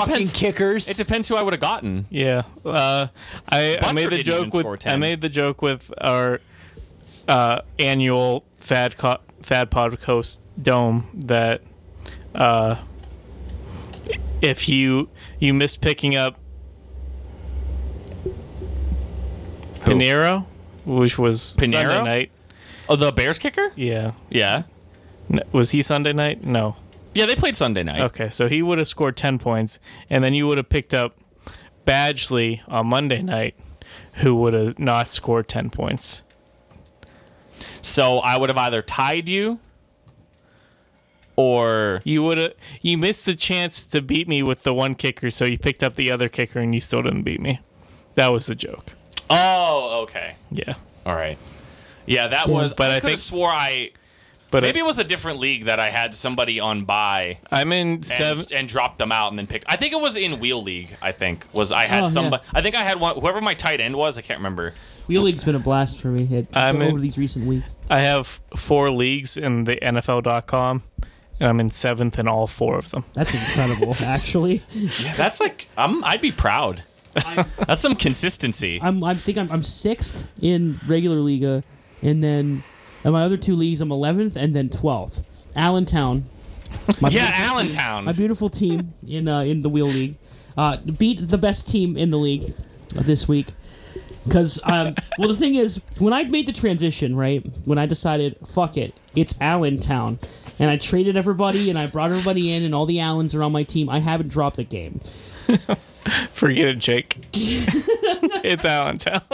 Speaker 5: depends.
Speaker 4: kickers.
Speaker 5: It depends who I would have gotten.
Speaker 1: Yeah, uh, I, I
Speaker 5: Butker
Speaker 1: made the
Speaker 5: didn't even
Speaker 1: joke
Speaker 5: score
Speaker 1: with
Speaker 5: 10.
Speaker 1: I made the joke with our uh, annual fad co- fad podcast dome that uh, if you you missed picking up Pinero, which was
Speaker 5: Pinero?
Speaker 1: Sunday night.
Speaker 5: Oh, the Bears kicker?
Speaker 1: Yeah,
Speaker 5: Yeah.
Speaker 1: N- was he Sunday night? No.
Speaker 5: Yeah, they played Sunday night.
Speaker 1: Okay, so he would have scored 10 points, and then you would have picked up Badgley on Monday night, who would have not scored 10 points.
Speaker 5: So I would have either tied you or
Speaker 1: You would have. You missed the chance to beat me with the one kicker, so you picked up the other kicker, and you still didn't beat me. That was the joke.
Speaker 5: oh, okay,
Speaker 1: Yeah,
Speaker 5: all right, yeah, that was.
Speaker 1: But I
Speaker 5: I, could
Speaker 1: think-
Speaker 5: have swore I
Speaker 1: but
Speaker 5: maybe
Speaker 1: I,
Speaker 5: it was a different league that I had somebody on buy
Speaker 1: I'm in
Speaker 5: and,
Speaker 1: seven.
Speaker 5: and dropped them out and then picked. I think it was in wheel league. I think was I had
Speaker 3: Oh,
Speaker 5: somebody. I think I had one. Whoever my tight end was, I can't remember.
Speaker 3: Wheel League's been a blast for me it,
Speaker 1: I'm
Speaker 3: over
Speaker 1: in-
Speaker 3: these recent weeks.
Speaker 1: I have four leagues in the NFL.com, and I'm in seventh in all four of them.
Speaker 3: That's incredible, actually.
Speaker 5: Yeah, that's like I'm. I'd be proud. that's some consistency.
Speaker 3: I'm, I think I'm, I'm sixth in regular Liga, and then in my other two leagues, I'm 11th and then 12th. Allentown. My
Speaker 5: Yeah,
Speaker 3: beautiful team-
Speaker 5: Allentown.
Speaker 3: my beautiful team in uh, in the Wheel League uh, beat the best team in the league this week. Because, um, well, the thing is, when I made the transition, right, when I decided, fuck it, it's Allentown, and I traded everybody and I brought everybody in, and all the Allens are on my team, I haven't dropped a game.
Speaker 1: Forget it, Jake. it's Allentown.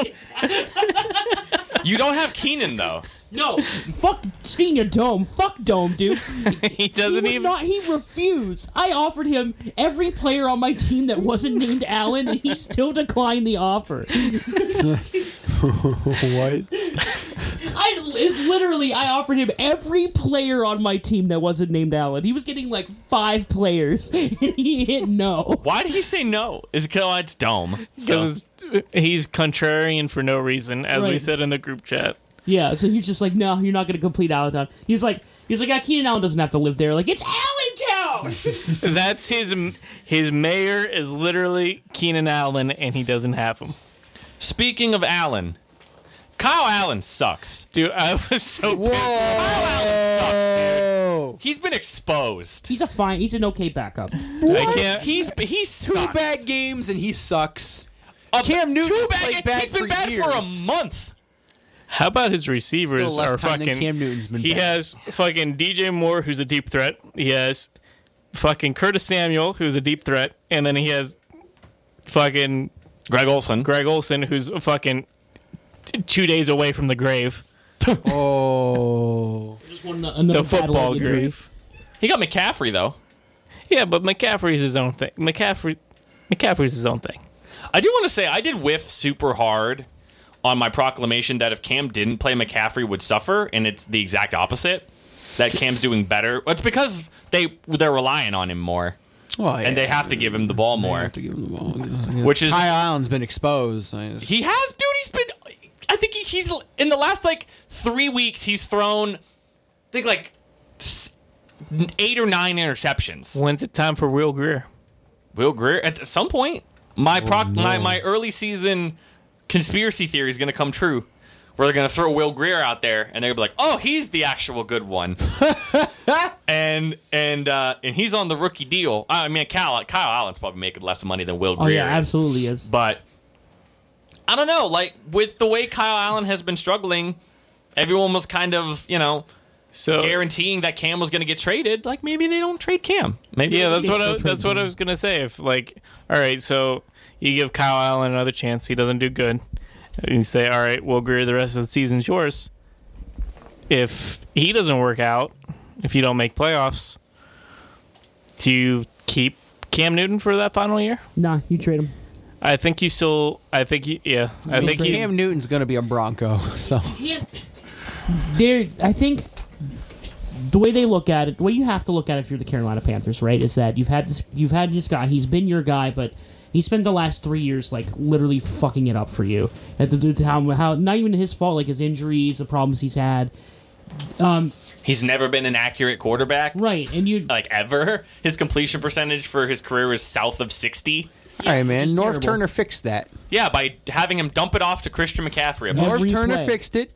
Speaker 5: You don't have Keenan though.
Speaker 3: No, fuck. Speaking of Dome, fuck Dome, dude.
Speaker 1: He
Speaker 3: He
Speaker 1: doesn't
Speaker 3: would
Speaker 1: even.
Speaker 3: not. He refused. I offered him every player on my team that wasn't named Allen, and he still declined the offer.
Speaker 4: What?
Speaker 3: I is literally. I offered him every player on my team that wasn't named Allen. He was getting like five players, and he hit no.
Speaker 5: Why did he say no? Is it 'cause it's dome? So,
Speaker 1: Because he's contrarian for no reason, as we
Speaker 3: Right.
Speaker 1: said in the group chat.
Speaker 3: Yeah, so he's just like, no, you're not going to complete Allentown. He's like, he's like, ah, Keenan Allen doesn't have to live there. Like, it's Allentown.
Speaker 1: That's his his mayor is literally Keenan Allen, and he doesn't have him.
Speaker 5: speaking of Allen, Kyle Allen sucks.
Speaker 1: Dude, I was so
Speaker 5: Kyle Allen sucks, dude.
Speaker 4: Oh,
Speaker 5: He's been exposed.
Speaker 3: he's a fine. He's an okay backup.
Speaker 1: I can't.
Speaker 5: He's he
Speaker 4: two
Speaker 5: sucks.
Speaker 4: bad games and he sucks.
Speaker 5: A-
Speaker 4: Cam Newton's
Speaker 5: two bad,
Speaker 4: played bad
Speaker 5: He's been
Speaker 4: for
Speaker 5: bad for a
Speaker 4: years.
Speaker 5: month.
Speaker 1: How about his receivers
Speaker 4: Still less
Speaker 1: are
Speaker 4: time than
Speaker 1: fucking?
Speaker 4: Cam Newton's been
Speaker 1: he
Speaker 4: bad.
Speaker 1: has fucking DJ Moore, who's a deep threat. He has fucking Curtis Samuel, who's a deep threat, and then he has fucking
Speaker 5: Greg Olson.
Speaker 1: Greg Olson, who's fucking two days away from the grave,
Speaker 4: Oh,
Speaker 3: Just one another
Speaker 1: the
Speaker 3: bad leg
Speaker 1: football
Speaker 3: injury.
Speaker 1: grave.
Speaker 5: He got McCaffrey though.
Speaker 1: Yeah, but McCaffrey's his own thing. McCaffrey, McCaffrey's his own thing.
Speaker 5: I do want to say I did whiff super hard on my proclamation that if Cam didn't play, McCaffrey would suffer, and it's the exact opposite. That Cam's doing better. It's because they they're relying on him more,
Speaker 4: well, yeah.
Speaker 5: and they have to give him the ball more,
Speaker 4: to give him the ball.
Speaker 5: which is
Speaker 4: High Island's been exposed.
Speaker 5: he has, dude. He's been. I think he, he's in the last like three weeks. He's thrown, I think like s- eight or nine interceptions.
Speaker 1: When's it time for Will Greer?
Speaker 5: Will Greer at some point. My
Speaker 3: Oh,
Speaker 5: proc, my, my early season conspiracy theory is going to come true. Where they're going to throw Will Greer out there, and they're going to be like, "Oh, he's the actual good one," and and uh, and he's on the rookie deal. I mean, Kyle Kyle Allen's probably making less money than Will
Speaker 3: Oh
Speaker 5: Greer.
Speaker 3: yeah,
Speaker 5: is.
Speaker 3: absolutely is.
Speaker 5: But I don't know. Like with the way Kyle Allen has been struggling, everyone was kind of you know
Speaker 1: So
Speaker 5: guaranteeing that Cam was going to get traded. Like maybe they don't trade Cam. Maybe
Speaker 1: Yeah,
Speaker 5: they-
Speaker 1: that's what I
Speaker 3: still
Speaker 1: was,
Speaker 3: trade
Speaker 1: that's what I
Speaker 3: him.
Speaker 1: was gonna say. If like, all right, so you give Kyle Allen another chance, he doesn't do good, and you say, all right, Will Greer, the rest of the season's yours. If he doesn't work out, if you don't make playoffs, do you keep Cam Newton for that final year?
Speaker 3: Nah, you trade him.
Speaker 1: I think you still. I think you. Yeah, I think
Speaker 3: trade
Speaker 1: he's.
Speaker 4: Cam Newton's gonna be a Bronco. So
Speaker 3: There, I think the way they look at it, the way you have to look at it if you're the Carolina Panthers, right, is that you've had this, you've had this guy. He's been your guy, but he spent the last three years like literally fucking it up for you. At the to how, how not even his fault, like his injuries, the problems he's had.
Speaker 5: He's never been an accurate quarterback.
Speaker 3: Right, and you
Speaker 5: Like ever, his completion percentage for his career is south of sixty.
Speaker 4: all right, man.
Speaker 3: just
Speaker 4: North
Speaker 3: terrible.
Speaker 4: Turner fixed that.
Speaker 5: Yeah, by having him dump it off to Christian McCaffrey. above
Speaker 4: North
Speaker 3: Every
Speaker 4: Turner
Speaker 3: play.
Speaker 4: fixed it.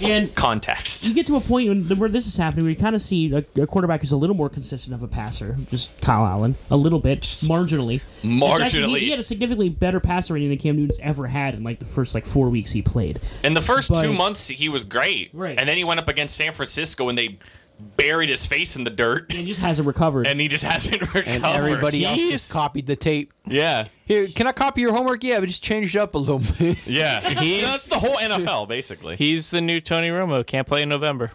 Speaker 3: and
Speaker 5: Context.
Speaker 3: you get to a point when, where this is happening where you kind of see a, a quarterback who's a little more consistent of a passer, just Kyle Allen, a little bit, marginally. It's actually-
Speaker 5: Marginally.
Speaker 3: he, he had a significantly better passer rating than Cam Newton's ever had in like the first like four weeks he played.
Speaker 5: In the first
Speaker 3: But-
Speaker 5: two months, he was great.
Speaker 3: Right.
Speaker 5: And then he went up against San Francisco, and they buried his face in the dirt,
Speaker 3: And just hasn't recovered.
Speaker 5: and he just hasn't recovered.
Speaker 4: And everybody else
Speaker 5: He's-
Speaker 4: just copied the tape.
Speaker 5: yeah,
Speaker 4: Here, can I copy your homework? Yeah, but just changed it up a little bit.
Speaker 5: yeah. That's the whole NFL, basically.
Speaker 1: He's the new Tony Romo. Can't play in November.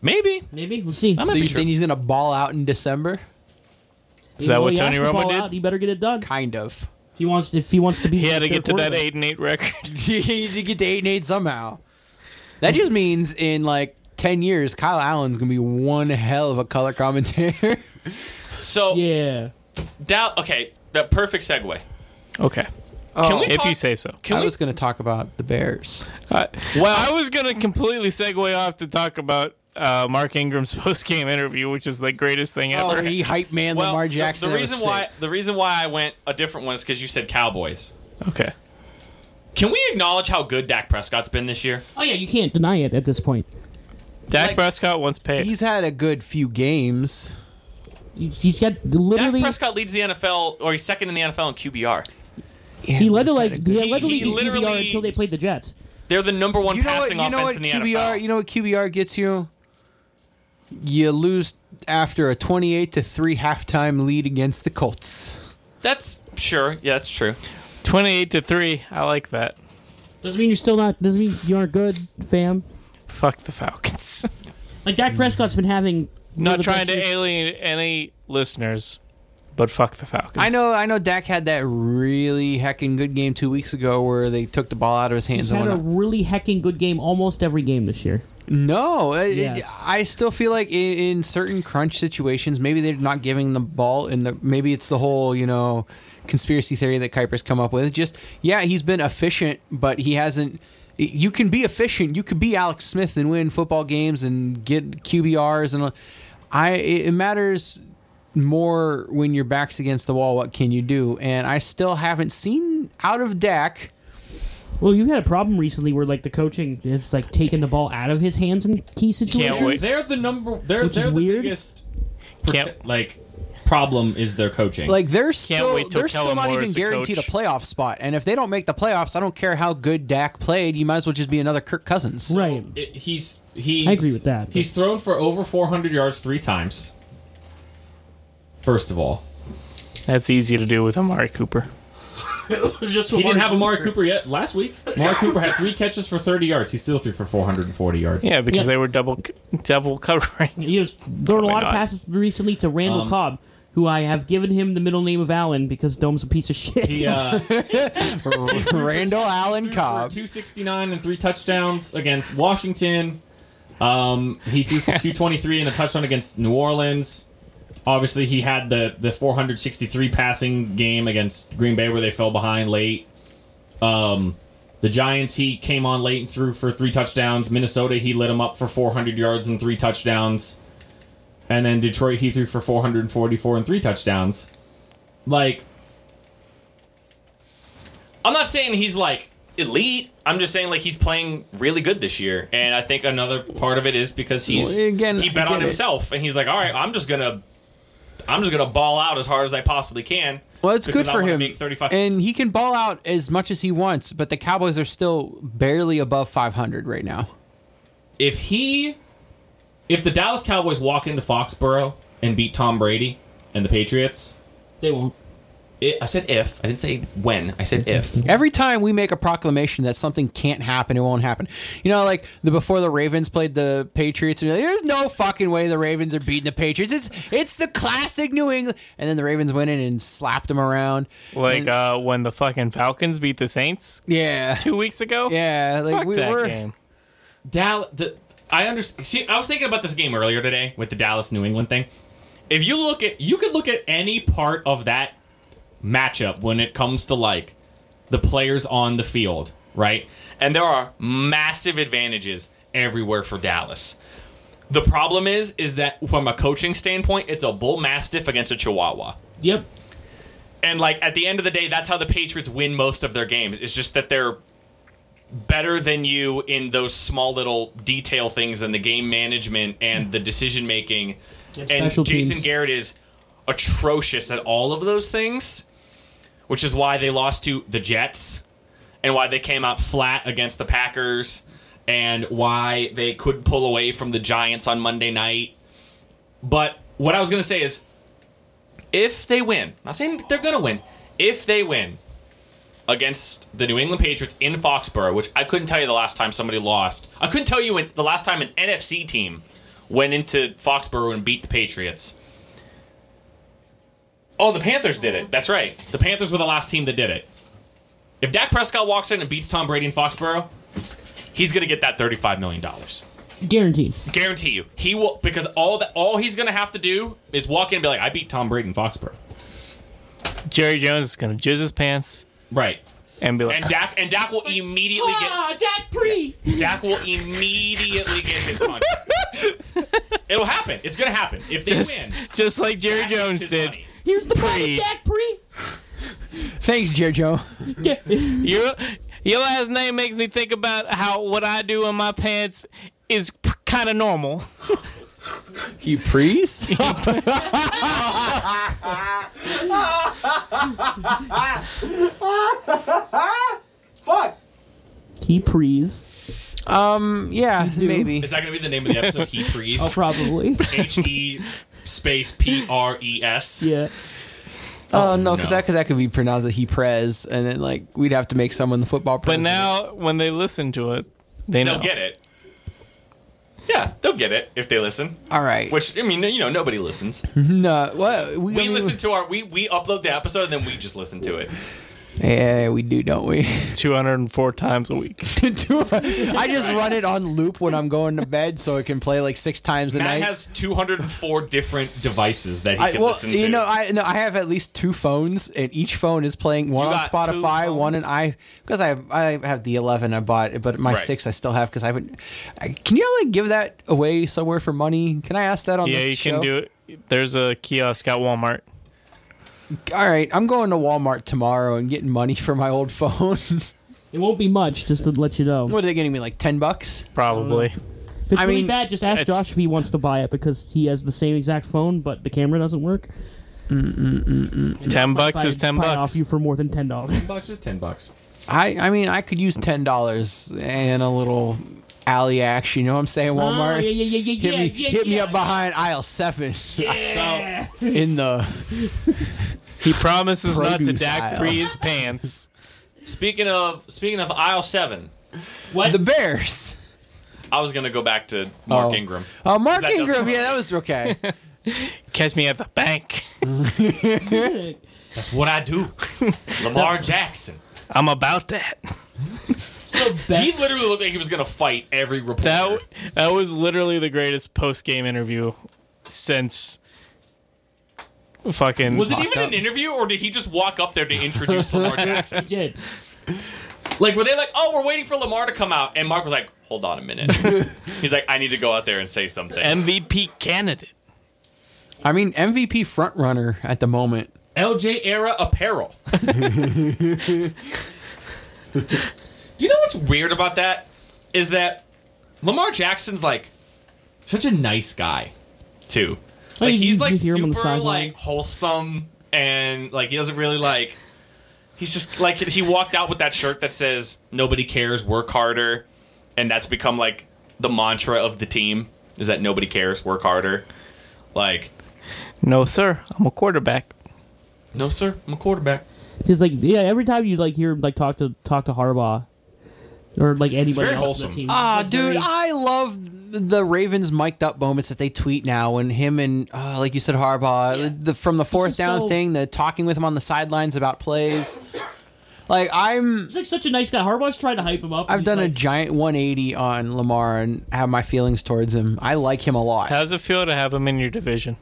Speaker 5: Maybe.
Speaker 3: Maybe we'll see.
Speaker 5: That
Speaker 4: So
Speaker 5: might
Speaker 4: you're
Speaker 5: be true.
Speaker 4: saying he's gonna ball out in December?
Speaker 1: Is that what Tony Romo did?
Speaker 3: Out, he better get it done.
Speaker 4: Kind of.
Speaker 3: If he wants, if he wants to be,
Speaker 1: He had to
Speaker 3: their
Speaker 1: get to that
Speaker 3: quarterback.
Speaker 1: eight and eight record.
Speaker 4: you get to eight and eight somehow. That just means in like ten years, Kyle Allen's gonna be one hell of a color commentator.
Speaker 5: So
Speaker 3: Yeah,
Speaker 5: Dow- Okay, that perfect segue.
Speaker 1: Okay,
Speaker 4: Oh.
Speaker 5: Can we
Speaker 1: if
Speaker 5: talk-
Speaker 1: you say so.
Speaker 5: Can
Speaker 4: I
Speaker 5: we?
Speaker 4: was gonna talk about the Bears.
Speaker 1: I, Uh, well, I was gonna completely segue off to talk about uh, Mark Ingram's post game interview, which is the greatest thing ever.
Speaker 4: Oh, he hype man
Speaker 5: well,
Speaker 4: Lamar
Speaker 5: the-
Speaker 4: Jackson.
Speaker 5: The,
Speaker 4: that was
Speaker 5: reason
Speaker 4: sick.
Speaker 5: why the reason why I went a different one is because you said Cowboys.
Speaker 4: Oh.
Speaker 1: Okay.
Speaker 5: Can we acknowledge how good Dak Prescott's been this year?
Speaker 3: oh yeah, you can't deny it at this point.
Speaker 1: Dak
Speaker 5: Like-
Speaker 1: Prescott once paid.
Speaker 4: he's had a good few games.
Speaker 3: He's, he's got
Speaker 5: Dak
Speaker 3: literally.
Speaker 5: Prescott leads the NFL, or he's second in the NFL in QBR.
Speaker 3: He led the like
Speaker 4: He's
Speaker 3: he
Speaker 4: had a good-
Speaker 3: led the
Speaker 5: He-
Speaker 3: league
Speaker 5: he
Speaker 3: in QBR
Speaker 5: literally-
Speaker 3: until they played the Jets.
Speaker 5: They're the number one
Speaker 4: you know what?
Speaker 5: passing
Speaker 4: You know what
Speaker 5: offense in the
Speaker 4: QBR.
Speaker 5: NFL.
Speaker 4: You know what QBR gets you. You lose after a twenty-eight to three halftime lead against the Colts.
Speaker 5: That's sure. Yeah, that's true.
Speaker 1: Twenty-eight to three. I like that.
Speaker 3: Doesn't mean you're still not. Doesn't mean you aren't good, fam.
Speaker 1: Fuck the Falcons.
Speaker 3: Like Dak Prescott's been having. one of
Speaker 1: Not
Speaker 3: the
Speaker 1: trying
Speaker 3: best
Speaker 1: to
Speaker 3: years-
Speaker 1: alienate any listeners, but fuck the Falcons.
Speaker 4: I know. I know. Dak had that really heckin' good game two weeks ago where they took the ball out of his
Speaker 3: He's
Speaker 4: hands. and
Speaker 3: had a
Speaker 4: whatnot.
Speaker 3: really hecking good game almost every game this year.
Speaker 4: No, it- it-
Speaker 3: Yes.
Speaker 4: I still feel like in, in certain crunch situations, maybe they're not giving the ball, and the maybe it's the whole you know conspiracy theory that Kuiper's come up with. Just yeah, he's been efficient, but he hasn't. You can be efficient. You could be Alex Smith and win football games and get QBRs, and I. It it matters more when your back's against the wall. What can you do? And I still haven't seen out of Dak.
Speaker 3: Well, you've had a problem recently where like the coaching is like taking the ball out of his hands in key situations.
Speaker 1: wait.
Speaker 5: They're the number. They're
Speaker 3: Which is
Speaker 5: they're the
Speaker 3: weird.
Speaker 5: biggest.
Speaker 1: Can't-
Speaker 5: like problem is their coaching.
Speaker 4: Like they're still
Speaker 1: wait till
Speaker 4: they're still
Speaker 1: Kellen
Speaker 4: not
Speaker 1: Moore
Speaker 4: even
Speaker 1: is the
Speaker 4: guaranteed
Speaker 1: coach.
Speaker 4: a playoff spot. And if they don't make the playoffs, I don't care how good Dak played. You might as well just be another Kirk Cousins.
Speaker 3: Right.
Speaker 5: It- he's he's.
Speaker 3: I agree with that,
Speaker 5: He's
Speaker 3: but-
Speaker 5: thrown for over 400 yards three times. First of all,
Speaker 1: That's easy to do with Amari Cooper.
Speaker 3: just
Speaker 5: he didn't have Amari Cooper yet last week. Amari Cooper had three catches for 30 yards. He still threw for 440 yards.
Speaker 1: Yeah, because
Speaker 3: Yeah.
Speaker 1: they were double double covering.
Speaker 3: He was throwing a lot of
Speaker 1: not? Um,
Speaker 3: passes recently to Randall Cobb, who I have given him the middle name of Allen because Dome's a piece of shit.
Speaker 5: He, uh,
Speaker 4: Randall Allen
Speaker 5: threw for
Speaker 4: Cobb.
Speaker 5: 269 and three touchdowns against Washington. Um, he threw for 223 and a touchdown against New Orleans. Obviously, he had the, the 463 passing game against Green Bay where they fell behind late. Um, the Giants, he came on late and threw for three touchdowns. Minnesota, he lit him up for 400 yards and three touchdowns. And then Detroit, he threw for 444 and three touchdowns. Like, I'm not saying he's like elite. I'm just saying like he's playing really good this year, and I think another part of it is because he's
Speaker 4: Well, again,
Speaker 5: he
Speaker 4: I
Speaker 5: bet
Speaker 4: get
Speaker 5: on
Speaker 4: it.
Speaker 5: himself, and he's like, all right, I'm just gonna, I'm just gonna ball out as hard as I possibly can.
Speaker 4: Well, it's
Speaker 5: because
Speaker 4: good
Speaker 5: I
Speaker 4: for
Speaker 5: wanna
Speaker 4: him.
Speaker 5: Make 35.
Speaker 4: And he can ball out as much as he wants, but the Cowboys are still barely above 500 right now.
Speaker 5: if he, if the Dallas Cowboys walk into Foxborough and beat Tom Brady and the Patriots,
Speaker 3: they won't.
Speaker 5: it, I said if, I didn't say when, I said if.
Speaker 4: Every time we make a proclamation that something can't happen, it won't happen. You know, like the before the Ravens played the Patriots, and you're like, there's no fucking way the Ravens are beating the Patriots. It's it's the classic New England. And then the Ravens went in and slapped them around.
Speaker 1: Like
Speaker 4: And-
Speaker 1: uh, when the fucking Falcons beat the Saints
Speaker 4: yeah,
Speaker 1: two weeks ago.
Speaker 4: yeah. Like
Speaker 1: Fuck
Speaker 4: we
Speaker 1: that
Speaker 4: were.
Speaker 1: game.
Speaker 5: Dallas. The, I understand. See, I was thinking about this game earlier today with the Dallas New England thing. If you look at, you could look at any part of that matchup when it comes to like the players on the field, right? And there are massive advantages everywhere for Dallas. The problem is, is that from a coaching standpoint, it's a bull mastiff against a chihuahua.
Speaker 3: Yep.
Speaker 5: And like at the end of the day, that's how the Patriots win most of their games. It's just that they're better than you in those small little detail things and the game management and the decision making. And,
Speaker 3: special
Speaker 5: Jason
Speaker 3: teams.
Speaker 5: Garrett is atrocious at all of those things, which is why they lost to the Jets and why they came out flat against the Packers and why they could pull away from the Giants on Monday night. But what I was going to say is if they win, not saying they're going to win, if they win against the New England Patriots in Foxborough, which I couldn't tell you the last time somebody lost. I couldn't tell you when, the last time an NFC team went into Foxborough and beat the Patriots. Oh, the Panthers did it. That's right. The Panthers were the last team that did it. If Dak Prescott walks in and beats Tom Brady in Foxborough, he's going to get that $35 million.
Speaker 3: Guaranteed.
Speaker 5: Guarantee you. He will because all that all he's going to have to do is walk in and be like, "I beat Tom Brady in Foxborough."
Speaker 1: Jerry Jones is gonna jizz his pants
Speaker 5: Right.
Speaker 1: and be like,
Speaker 5: And Dak and Dak will immediately get
Speaker 3: Ah, Dak Pre!
Speaker 5: Dak will immediately get his contract. It'll happen. It's going to happen. If they
Speaker 1: just,
Speaker 5: win,
Speaker 1: just like Jerry
Speaker 5: Dak gets
Speaker 1: Jones
Speaker 5: his
Speaker 1: did.
Speaker 5: money.
Speaker 3: Here's the
Speaker 1: Pre.
Speaker 3: pre. Dak Pre!
Speaker 4: Thanks, Jojo.
Speaker 1: Your your last name makes me think about how what I do in my pants is p- kind of normal.
Speaker 4: He prees? Fuck.
Speaker 3: he prees.
Speaker 4: Um. Yeah. Maybe.
Speaker 5: Is that going to be the name of the episode? He freeze.
Speaker 3: Oh, probably.
Speaker 5: H E space P R E S.
Speaker 3: yeah.
Speaker 4: Oh no, because
Speaker 5: no.
Speaker 4: that, 'cause that could be pronounced as he prez, and then like we'd have to make someone the football.
Speaker 1: But
Speaker 4: president.
Speaker 1: now when they listen to it, they know.
Speaker 5: They'll get it. Yeah, they'll get it if they listen.
Speaker 4: all right.
Speaker 5: Which I mean, you know, nobody listens.
Speaker 4: no, what we,
Speaker 5: We
Speaker 4: I mean,
Speaker 5: listen to our we we upload the episode and then we just listen to it.
Speaker 4: Yeah, we do, don't we?
Speaker 1: 204 times a week.
Speaker 4: Do I I just run it on loop when I'm going to bed, so it can play like six times a
Speaker 5: Matt
Speaker 4: night.
Speaker 5: has 204 different devices that he
Speaker 4: I,
Speaker 5: can
Speaker 4: well,
Speaker 5: listen to.
Speaker 4: you know, I no, I have at least two phones, and each phone is playing one
Speaker 5: You got
Speaker 4: on
Speaker 5: two
Speaker 4: Spotify, one in i because I have, I have the eleven I bought, but my
Speaker 5: Right.
Speaker 4: six I still have because I haven't. I, can you like give that away somewhere for money? Can I ask that on
Speaker 1: yeah,
Speaker 4: this
Speaker 1: you
Speaker 4: show?
Speaker 1: can do it. There's a kiosk at Walmart.
Speaker 4: All right, I'm going to Walmart tomorrow and getting money for my old phone.
Speaker 3: It won't be much, just to let you know.
Speaker 4: what are they getting me? Like ten bucks?
Speaker 1: Probably.
Speaker 3: If it's
Speaker 4: I
Speaker 3: really
Speaker 4: mean,
Speaker 3: bad, just ask
Speaker 1: it's-
Speaker 3: Josh if he wants to buy it because he has the same exact phone, but the camera doesn't work.
Speaker 1: 10 bucks
Speaker 3: Buy-
Speaker 1: is 10
Speaker 3: buy it
Speaker 1: bucks.
Speaker 3: off you for more than ten dollars.
Speaker 5: 10 bucks is 10 bucks.
Speaker 4: I I mean, I could use ten dollars and a little alley action. You know what I'm saying? Walmart.
Speaker 3: Oh, yeah, yeah, yeah, yeah,
Speaker 4: Hit me,
Speaker 3: yeah,
Speaker 4: hit me
Speaker 3: yeah.
Speaker 4: up behind aisle seven
Speaker 5: So
Speaker 4: in the.
Speaker 1: He promises not to
Speaker 4: Produce
Speaker 1: Dak
Speaker 4: aisle.
Speaker 1: pre his pants.
Speaker 5: speaking of speaking of aisle 7,
Speaker 4: The Bears.
Speaker 5: I was going to go back to Mark
Speaker 4: Oh.
Speaker 5: Ingram.
Speaker 4: Oh, Mark
Speaker 5: That doesn't
Speaker 4: Ingram.
Speaker 5: work.
Speaker 4: Yeah, that was okay.
Speaker 1: Catch me at the bank.
Speaker 5: That's what I do. Lamar Jackson.
Speaker 1: I'm about that.
Speaker 5: He literally looked like he was going to fight every reporter.
Speaker 1: That w- that was literally the greatest post game interview since fucking
Speaker 5: was it even an interview, or did he just walk up there to introduce Lamar Jackson?
Speaker 3: Did
Speaker 5: Like, were they like, "Oh, we're waiting for Lamar to come out," and Mark was like, "Hold on a minute." He's like, "I need to go out there and say something."
Speaker 1: MVP candidate.
Speaker 4: I mean, MVP front runner at the moment.
Speaker 5: LJ era apparel. Do you know what's weird about that? Is that Lamar Jackson's like such a nice guy, too. Like
Speaker 3: Oh, you-
Speaker 5: he's
Speaker 3: you
Speaker 5: like
Speaker 3: hear him on the
Speaker 5: super
Speaker 3: sideline.
Speaker 5: like wholesome and like he doesn't really like. He's just like he walked out with that shirt that says "Nobody cares, work harder," and that's become like the mantra of the team. Is that nobody cares, work harder? Like,
Speaker 1: No, sir. I'm a quarterback.
Speaker 5: no, sir, I'm a quarterback.
Speaker 3: it's like yeah. Every time you like hear him, like talk to talk to Harbaugh or like anybody
Speaker 5: very
Speaker 3: else
Speaker 5: wholesome.
Speaker 3: on the team.
Speaker 4: Ah,
Speaker 3: It's
Speaker 4: dude,
Speaker 3: very-
Speaker 4: I love the Ravens mic'd up moments that they tweet now. When him and, uh, like you said, Harbaugh, the, from the fourth
Speaker 3: just
Speaker 4: down
Speaker 3: so-
Speaker 4: thing, the talking with him on the sidelines about plays. Like I'm,
Speaker 3: He's like such a nice guy. Harbaugh's trying to hype him up.
Speaker 4: I've
Speaker 3: He's
Speaker 4: done a
Speaker 3: like,
Speaker 4: giant 180 on Lamar and have my feelings towards him. I like him a lot.
Speaker 1: How's it feel to have him in your division?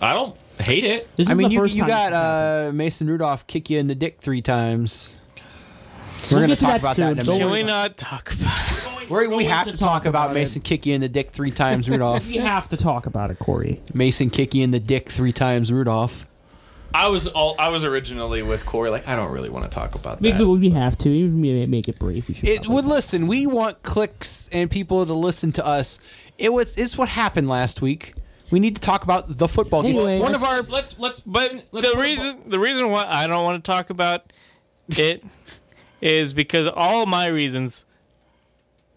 Speaker 5: I don't hate it.
Speaker 3: This is
Speaker 4: I mean,
Speaker 3: the
Speaker 4: you,
Speaker 3: first
Speaker 4: you
Speaker 3: time
Speaker 4: got
Speaker 3: this happened.
Speaker 4: uh, Mason Rudolph kick you in the dick three times. We're
Speaker 3: We'll
Speaker 4: gonna
Speaker 3: get to
Speaker 4: talk
Speaker 3: that
Speaker 4: about
Speaker 3: soon.
Speaker 4: that in a
Speaker 3: Don't
Speaker 1: Can
Speaker 4: minute.
Speaker 3: worry
Speaker 1: we
Speaker 3: about
Speaker 1: not talk about
Speaker 4: We're, we
Speaker 3: We'll
Speaker 4: have
Speaker 3: have
Speaker 4: to
Speaker 3: to
Speaker 4: talk
Speaker 3: talk
Speaker 4: about
Speaker 3: about
Speaker 4: Mason kick you in the dick three times, Rudolph.
Speaker 3: we have to talk about it, Corey.
Speaker 4: Mason kick you in the dick three times, Rudolph.
Speaker 5: I was all I was originally with Corey. Like I don't really want to talk about
Speaker 3: We,
Speaker 5: that.
Speaker 3: we have to. Even if we make it brief. We should.
Speaker 4: It
Speaker 3: probably.
Speaker 4: would listen. We want clicks and people to listen to us. It was. It's what happened last week. We need to talk about the football game.
Speaker 3: Anyway,
Speaker 4: One
Speaker 3: let's-
Speaker 4: of our
Speaker 5: Let's let's.
Speaker 1: But
Speaker 5: Let's
Speaker 1: the
Speaker 5: talk
Speaker 1: reason the reason why I don't want to talk about it is because all my reasons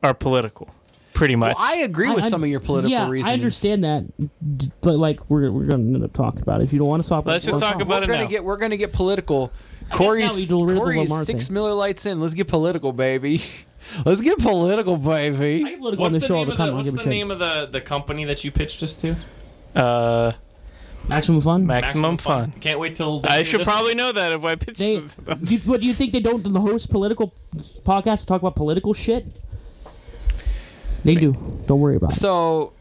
Speaker 1: are political, pretty much.
Speaker 4: I agree with
Speaker 3: I-
Speaker 4: some of your political
Speaker 3: yeah,
Speaker 4: reasons.
Speaker 3: I understand that. D- but, Like we're, we're going to end up talking about it. If you don't want to talk about
Speaker 1: Let's
Speaker 3: it,
Speaker 1: just
Speaker 3: we're
Speaker 1: talk
Speaker 3: fine.
Speaker 1: about
Speaker 4: Oh, We're
Speaker 1: it
Speaker 4: gonna
Speaker 1: now.
Speaker 4: get. We're gonna get political.
Speaker 3: now
Speaker 4: Corey's,
Speaker 3: we do a little
Speaker 4: Corey's
Speaker 3: Lamar
Speaker 4: six
Speaker 3: thing.
Speaker 4: Miller Lights in. Let's get political, baby. Let's get political, baby.
Speaker 3: I have political on
Speaker 5: What's
Speaker 3: the,
Speaker 5: the,
Speaker 3: show all
Speaker 5: name,
Speaker 3: the
Speaker 5: of the,
Speaker 3: time. I don't
Speaker 5: what's
Speaker 3: give a
Speaker 5: the
Speaker 3: shit.
Speaker 5: name of the, the company that you pitched us to?
Speaker 1: Uh,
Speaker 3: Maximum Fun.
Speaker 1: maximum fun.
Speaker 5: Can't wait till. they
Speaker 1: I
Speaker 5: hear
Speaker 1: should
Speaker 5: this.
Speaker 1: probably know that if I pitched
Speaker 3: They,
Speaker 1: them.
Speaker 3: you, what do you think they don't host political podcasts to talk about political shit? They do. Don't worry about it.
Speaker 4: So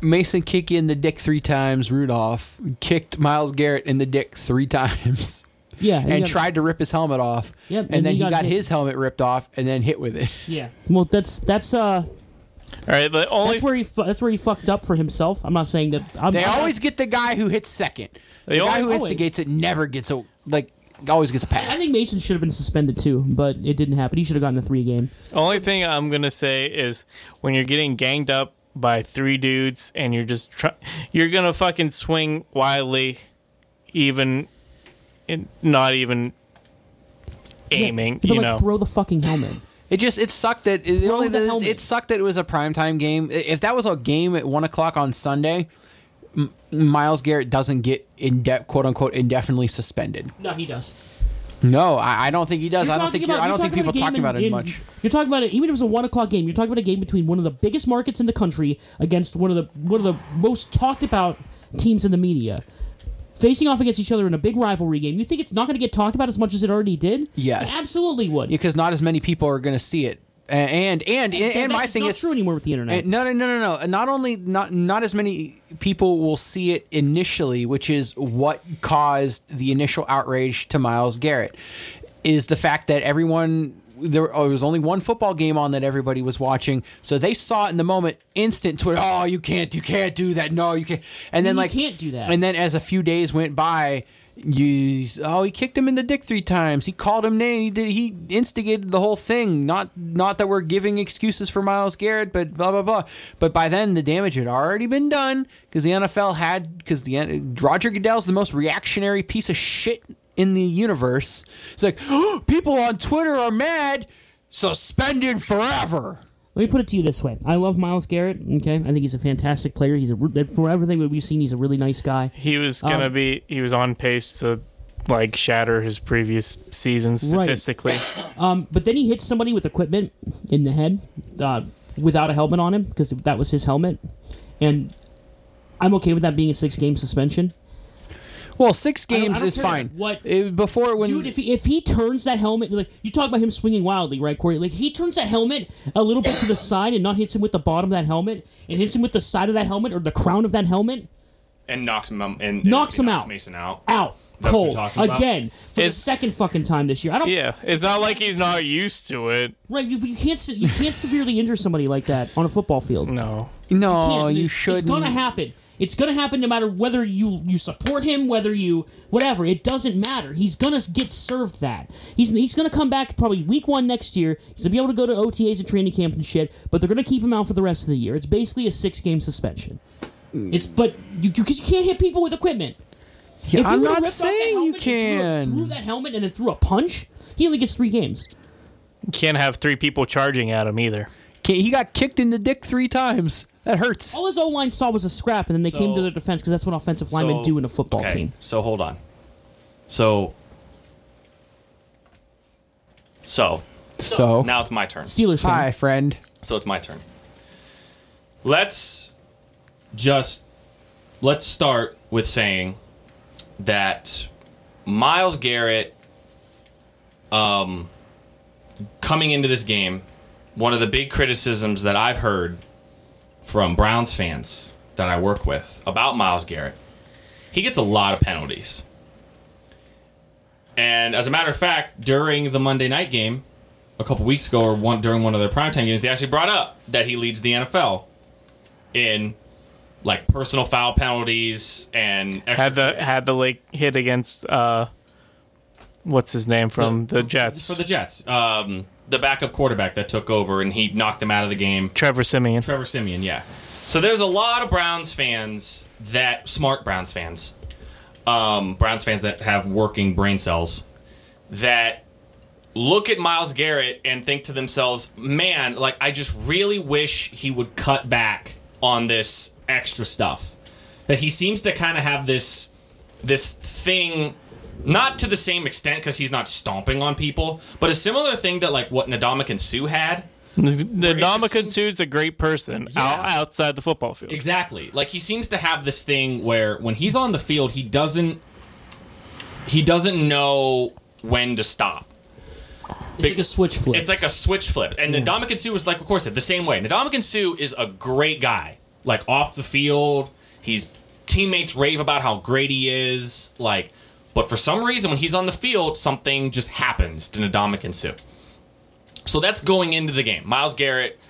Speaker 4: Mason kicked you in the dick three times. Rudolph kicked Miles Garrett in the dick three times
Speaker 3: Yeah,
Speaker 4: and,
Speaker 3: you gotta-
Speaker 4: tried to rip his helmet off.
Speaker 3: Yep,
Speaker 4: and, then he got,
Speaker 3: hit.
Speaker 4: his helmet ripped off and then hit with it.
Speaker 3: Yeah. Well, that's that's uh
Speaker 1: All right, the only
Speaker 3: that's where he fu- that's where he fucked up for himself. I'm not saying that. I'm,
Speaker 4: They
Speaker 3: I'm-
Speaker 4: always get the guy who hits second. The,
Speaker 1: They
Speaker 4: guy
Speaker 1: always-
Speaker 4: who instigates it never gets a like always gets a
Speaker 3: I
Speaker 4: pass.
Speaker 3: think Mason should have been suspended too, but it didn't happen. He should have gotten a three game.
Speaker 1: only thing I'm gonna say is when you're getting ganged up by three dudes and you're just try- you're gonna fucking swing wildly, even, in, not even aiming.
Speaker 3: But
Speaker 1: you
Speaker 3: like,
Speaker 1: know.
Speaker 3: throw the fucking helmet.
Speaker 4: It just it sucked that it, only
Speaker 3: the
Speaker 4: that-
Speaker 3: helmet.
Speaker 4: it sucked that it was a primetime game. I- If that was a game at one o'clock on Sunday, M- Miles Garrett doesn't get in de- quote unquote indefinitely suspended.
Speaker 3: no, he does.
Speaker 4: No, I, I don't think he does.
Speaker 3: You're
Speaker 4: I don't
Speaker 3: talking
Speaker 4: think you're-
Speaker 3: about-
Speaker 4: I
Speaker 3: you're
Speaker 4: don't think
Speaker 3: talking
Speaker 4: people
Speaker 3: a
Speaker 4: talk
Speaker 3: game
Speaker 4: about
Speaker 3: in-
Speaker 4: it
Speaker 3: in-
Speaker 4: much.
Speaker 3: You're talking about it, even if it was a one o'clock game. You're talking about a game between one of the biggest markets in the country against one of the one of the most talked about teams in the media, facing off against each other in a big rivalry game. You think it's not going to get talked about as much as it already did?
Speaker 4: Yes.
Speaker 3: it absolutely would.
Speaker 4: because not as many people are going to see it. A- And and and,
Speaker 3: Th-
Speaker 4: and
Speaker 3: that
Speaker 4: my
Speaker 3: is
Speaker 4: thing
Speaker 3: not
Speaker 4: is
Speaker 3: true anymore with the internet.
Speaker 4: and no no no no no. Not only not not as many people will see it initially, which is what caused the initial outrage to Miles Garrett, is the fact that everyone. There oh, there was only one football game on that everybody was watching, so they saw it in the moment. Instant Twitter, oh, you can't, you can't do that. No, you can't. And then
Speaker 3: You
Speaker 4: like,
Speaker 3: can't do that.
Speaker 4: And then as a few days went by, you oh he kicked him in the dick three times. He called him name. He did, he instigated the whole thing. Not not that we're giving excuses for Miles Garrett, but blah blah blah. But by then the damage had already been done because the NFL had because the N- Roger Goodell's the most reactionary piece of shit in the universe. It's like people on Twitter are mad, suspended forever.
Speaker 3: Let me put it to you this way: I love Miles Garrett. Okay, I think he's a fantastic player. He's a re- for everything that we've seen, he's a really nice guy.
Speaker 1: he was gonna
Speaker 3: Um,
Speaker 1: be he was on pace to like shatter his previous season statistically.
Speaker 3: Um, but then he hits somebody with equipment in the head uh, without a helmet on him because that was his helmet, and I'm okay with that being a six game suspension.
Speaker 4: Well, six
Speaker 3: don't- I
Speaker 4: games
Speaker 3: don't
Speaker 4: is
Speaker 3: care
Speaker 4: fine.
Speaker 3: what-
Speaker 4: Uh, before when
Speaker 3: Dude, if he, if he turns that helmet, like you talk about him swinging wildly, right, Corey? Like he turns that helmet a little bit to the side and not hits him with the bottom of that helmet, and hits him with the side of that helmet or the crown of that helmet,
Speaker 5: And knocks him out. And,
Speaker 3: Knocks
Speaker 5: and
Speaker 3: him
Speaker 5: knocks
Speaker 3: out.
Speaker 5: Mason out.
Speaker 3: out
Speaker 5: That's what you're
Speaker 3: cold
Speaker 5: talking about?
Speaker 3: again for the
Speaker 1: It's-
Speaker 3: second fucking time this year. I don't
Speaker 1: yeah, it's not like he's not used to it.
Speaker 3: Right, you, but you can't se- you can't severely injure somebody like that on a football field.
Speaker 1: No,
Speaker 4: no,
Speaker 3: Can't.
Speaker 4: Oh, you
Speaker 3: It's-
Speaker 4: shouldn't.
Speaker 3: It's gonna happen. It's gonna happen no matter whether you you support him, whether you whatever. It doesn't matter. He's gonna get served that. He's he's gonna come back probably week one next year. He's gonna be able to go to OTAs and training camp and shit. But they're gonna keep him out for the rest of the year. It's basically a six game suspension. It's but you because you, can't hit people with equipment. if
Speaker 4: I'm
Speaker 3: would've
Speaker 4: not
Speaker 3: ripped off that
Speaker 4: saying you
Speaker 3: helmet and threw a-
Speaker 4: can.
Speaker 3: Threw that helmet and then threw a punch. He only gets three games.
Speaker 1: can't have three people charging at him either.
Speaker 4: Can't- He got kicked in the dick three times. That hurts.
Speaker 3: All his O line saw was a scrap, and then they
Speaker 5: So-
Speaker 3: came to their defense because that's what offensive linemen
Speaker 5: So-
Speaker 3: do in a football
Speaker 5: okay,
Speaker 3: team.
Speaker 5: So hold on. So. So
Speaker 4: So,
Speaker 5: now it's my turn.
Speaker 3: Steelers fan.
Speaker 4: hi, friend.
Speaker 5: So it's my turn. Let's just let's start with saying that Miles Garrett um coming into this game, one of the big criticisms that I've heard from Browns fans that I work with about Miles Garrett, he gets a lot of penalties. And as a matter of fact, during the Monday night game, a couple weeks ago or one during one of their primetime games, they actually brought up that he leads the NFL in like personal foul penalties and extra-
Speaker 1: Had the had the like hit against uh, what's his name from the, Jets?
Speaker 5: for the Jets. Um, the backup quarterback that took over and he knocked him out of the game.
Speaker 1: Trevor Simeon.
Speaker 5: Trevor Simeon, yeah. So there's a lot of Browns fans that smart Browns fans, um, Browns fans that have working brain cells that look at Miles Garrett and think to themselves, "Man, like I just really wish he would cut back on this extra stuff." That he seems to kind of have this this thing not to the same extent because he's not stomping on people, but a similar thing to like what Nadamik and Sue had
Speaker 1: The Dominican
Speaker 5: interesting-
Speaker 1: Sue's a great person out,
Speaker 5: Yeah.
Speaker 1: outside the football field.
Speaker 5: Exactly. Like he seems to have this thing where when he's on the field, he doesn't he doesn't know when to stop.
Speaker 3: It's like a switch flip.
Speaker 5: It's like a switch flip. And Ndamukong Suh was like, of course, the same way. Ndamukong Suh is a great guy. Like off the field, he's teammates rave about how great he is. Like, but for some reason, when he's on the field, something just happens to Ndamukong Suh. So that's going into the game. Miles Garrett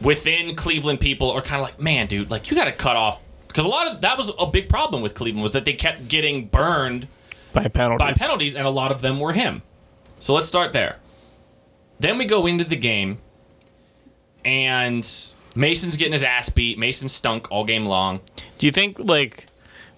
Speaker 5: within Cleveland people are kind of like, man, dude, like you got to cut off because a lot of that was a big problem with Cleveland was that they kept getting burned
Speaker 1: By penalties.
Speaker 5: by penalties, and a lot of them were him. So let's start there. Then we go into the game, and Mason's getting his ass beat. Mason stunk all game long.
Speaker 1: Do you think like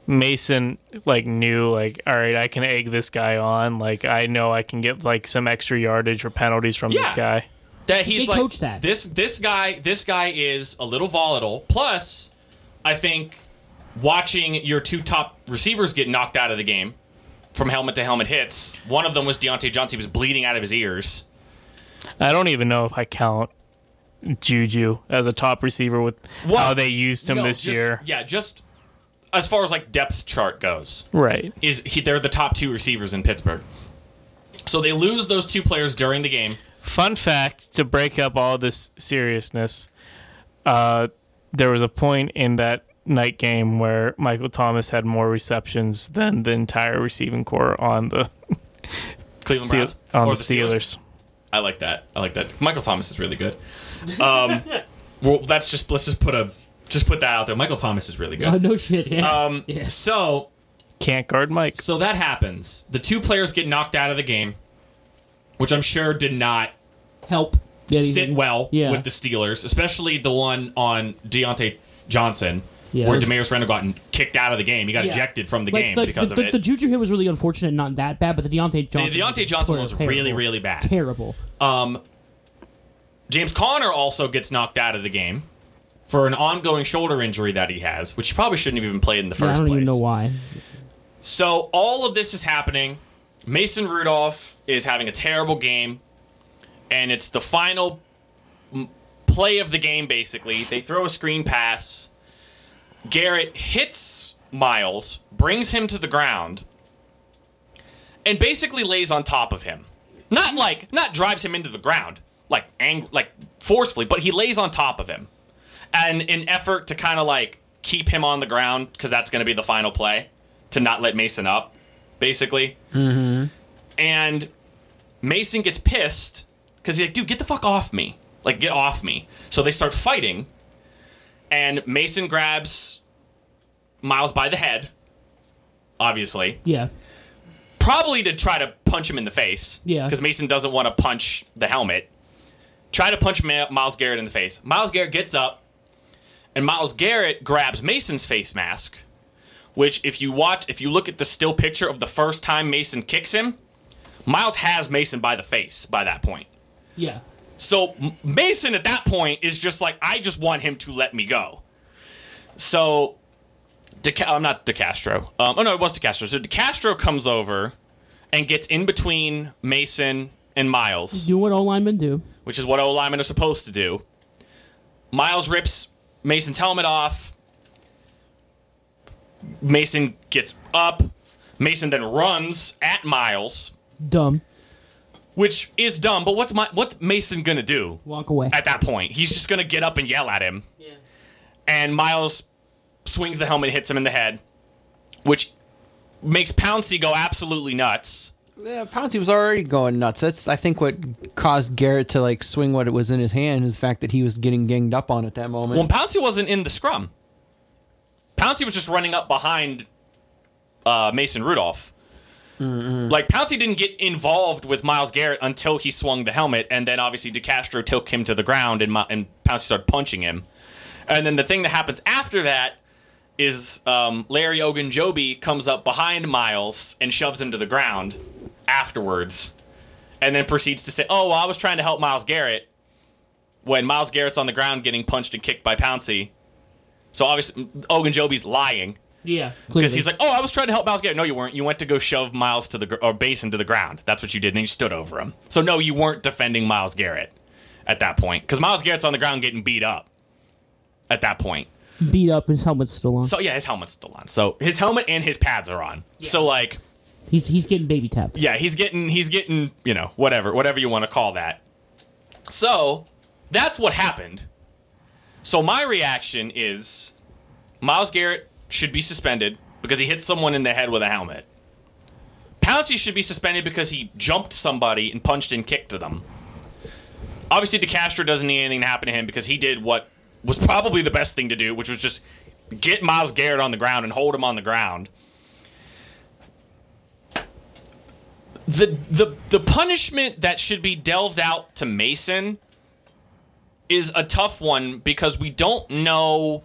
Speaker 1: Mason like knew like all right, I can egg this guy on. Like I know I can get like some extra yardage or penalties from this
Speaker 5: Yeah.
Speaker 1: guy.
Speaker 5: That he's
Speaker 3: They
Speaker 5: like
Speaker 3: coached that.
Speaker 5: this this guy this guy is a little volatile. Plus, I think watching your two top receivers get knocked out of the game from helmet to helmet hits. One of them was Deontay Johnson. He was bleeding out of his ears.
Speaker 1: I don't even know if I count Juju as a top receiver with how they used him
Speaker 5: No,
Speaker 1: this
Speaker 5: just-
Speaker 1: year.
Speaker 5: Yeah, just as far as like depth chart goes.
Speaker 1: Right.
Speaker 5: is he, they're the top two receivers in Pittsburgh. So they lose those two players during the game.
Speaker 1: Fun fact to break up all this seriousness, uh, there was a point in that night game where Michael Thomas had more receptions than the entire receiving core on the
Speaker 5: Cleveland
Speaker 1: Steel-
Speaker 5: Browns
Speaker 1: on
Speaker 5: or
Speaker 1: the Steelers.
Speaker 5: I like that. I like that. Michael Thomas is really good. Um, well, that's just let's just put a just put that out there. Michael Thomas is really
Speaker 3: oh,
Speaker 5: good.
Speaker 3: no shit. Yeah.
Speaker 5: Um, so
Speaker 1: Can't guard Mike.
Speaker 5: so that happens. The two players get knocked out of the game, which I'm sure did not
Speaker 3: Help. Yeah, he-
Speaker 5: sit well
Speaker 3: Yeah.
Speaker 5: with the Steelers, especially the one on Deontay Johnson,
Speaker 3: Yeah.
Speaker 5: where Demaryius Randall got kicked out of the game. He got
Speaker 3: Yeah.
Speaker 5: ejected from the
Speaker 3: Like,
Speaker 5: game
Speaker 3: the,
Speaker 5: because
Speaker 3: the,
Speaker 5: of
Speaker 3: the,
Speaker 5: it.
Speaker 3: the Juju hit was really unfortunate, not that bad, but the Deontay Johnson.
Speaker 5: The Deontay Johnson was
Speaker 3: terrible.
Speaker 5: really, really bad.
Speaker 3: terrible.
Speaker 5: James Conner also gets knocked out of the game for an ongoing shoulder injury that he has, which he probably shouldn't have even played in the
Speaker 3: Yeah, I
Speaker 5: first
Speaker 3: don't
Speaker 5: place.
Speaker 3: even know why.
Speaker 5: So all of this is happening. Mason Rudolph is having a terrible game, and it's the final m- play of the game. Basically, they throw a screen pass. Garrett hits Miles, brings him to the ground, and basically lays on top of him. Not like not drives him into the ground, like ang- like forcefully, but he lays on top of him, and an effort to kind of like keep him on the ground because that's going to be the final play to not let Mason up, basically. Mm-hmm. And Mason gets pissed because he's like, dude, get the fuck off me. Like, get off me. So they start fighting, and Mason grabs Miles by the head, obviously,
Speaker 3: Yeah.
Speaker 5: probably to try to punch him in the face.
Speaker 3: Yeah.
Speaker 5: Because Mason doesn't want to punch the helmet. Try to punch Ma- Miles Garrett in the face. Miles Garrett gets up, and Miles Garrett grabs Mason's face mask, which, if you watch, if you look at the still picture of the first time Mason kicks him, Miles has Mason by the face by that point.
Speaker 3: Yeah.
Speaker 5: So M- Mason at that point is just like, I just want him to let me go. So, Deca- I'm not DeCastro. Um, oh no, it was DeCastro. So DeCastro comes over and gets in between Mason and Miles,
Speaker 3: Do what all linemen do.
Speaker 5: which is what O linemen are supposed to do. Miles rips Mason's helmet off. Mason gets up. Mason then runs at Miles,
Speaker 3: Dumb.
Speaker 5: which is dumb. But what's my what's Mason gonna do?
Speaker 3: Walk away.
Speaker 5: at that point. He's just gonna get up and yell at him. And Miles swings the helmet, hits him in the head, which makes Pouncy go absolutely nuts.
Speaker 4: Yeah, Pouncy was already going nuts. That's I think what caused Garrett to like swing what it was in his hand is the fact that he was getting ganged up on at that moment.
Speaker 5: Well, Pouncy wasn't in the scrum. Pouncy was just running up behind uh, Mason Rudolph. Like Pouncy didn't get involved with Miles Garrett until he swung the helmet, and then obviously DeCastro took him to the ground, and, Mi- and Pouncy started punching him. And then the thing that happens after that is um, Larry Ogunjobi comes up behind Miles and shoves him to the ground afterwards, and then proceeds to say, "Oh, well, I was trying to help Miles Garrett." When Miles Garrett's on the ground getting punched and kicked by Pouncy, so obviously Ogunjobi's lying
Speaker 3: Yeah.
Speaker 5: because he's like, "Oh, I was trying to help Miles Garrett." No, you weren't. You went to go shove Miles to the gr- or Basin to the ground. That's what you did, and you stood over him. So no, you weren't defending Miles Garrett. at that point because Miles Garrett's on the ground getting beat up at that point.
Speaker 3: Beat up, his helmet's still on.
Speaker 5: So yeah, his helmet's still on. So his helmet and his pads are on. So like
Speaker 3: he's he's getting baby tapped.
Speaker 5: yeah, he's getting he's getting, you know, whatever, whatever you want to call that. So, that's what happened. So my reaction is Miles Garrett should be suspended because he hit someone in the head with a helmet. Pouncey should be suspended because he jumped somebody and punched and kicked to them. Obviously, DeCastro doesn't need anything to happen to him because he did what was probably the best thing to do, which was just get Miles Garrett on the ground and hold him on the ground. the the the punishment that should be delved out to Mason is a tough one because we don't know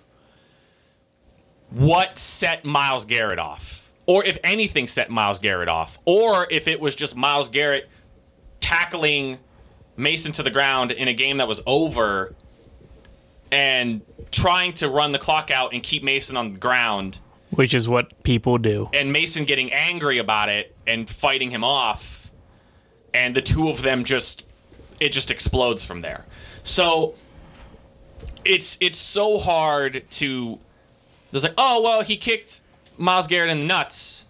Speaker 5: what set Miles Garrett off or if anything set Miles Garrett off or if it was just Miles Garrett tackling Mason to the ground in a game that was over and trying to run the clock out and keep Mason on the ground
Speaker 1: Which is what people do.
Speaker 5: and Mason getting angry about it and fighting him off, and the two of them just it just explodes from there. So it's it's so hard to there's like, oh well, he kicked Miles Garrett in the nuts.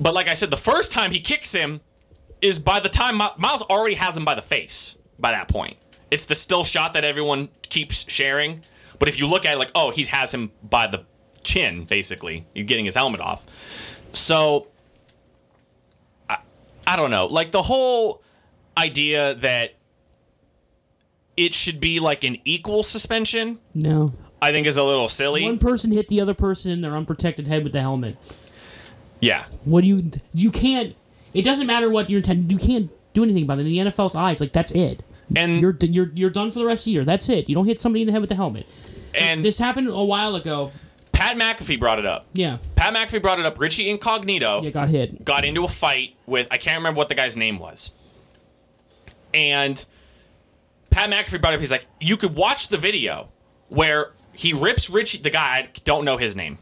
Speaker 5: But like I said, the first time he kicks him is by the time Mi- Miles already has him by the face by that point. It's the still shot that everyone keeps sharing. But if you look at it, like, oh, he has him by the chin, basically, You're getting his helmet off. So I, I don't know. Like the whole idea that it should be like an equal suspension,
Speaker 3: No,
Speaker 5: I think is a little silly.
Speaker 3: one person hit the other person in their unprotected head with the helmet.
Speaker 5: yeah.
Speaker 3: What do you you can't? It doesn't matter what your intent. You can't do anything about it. In the NFL's eyes, like that's it.
Speaker 5: And
Speaker 3: You're you're you're done for the rest of the year. That's it. You don't hit somebody in the head with the helmet.
Speaker 5: and
Speaker 3: This happened a while ago.
Speaker 5: Pat McAfee brought it up.
Speaker 3: Yeah,
Speaker 5: Pat McAfee brought it up. Richie Incognito
Speaker 3: yeah, got hit.
Speaker 5: got into a fight with I can't remember what the guy's name was. And Pat McAfee brought up he's like, you could watch the video where he rips Richie the guy, I don't know his name.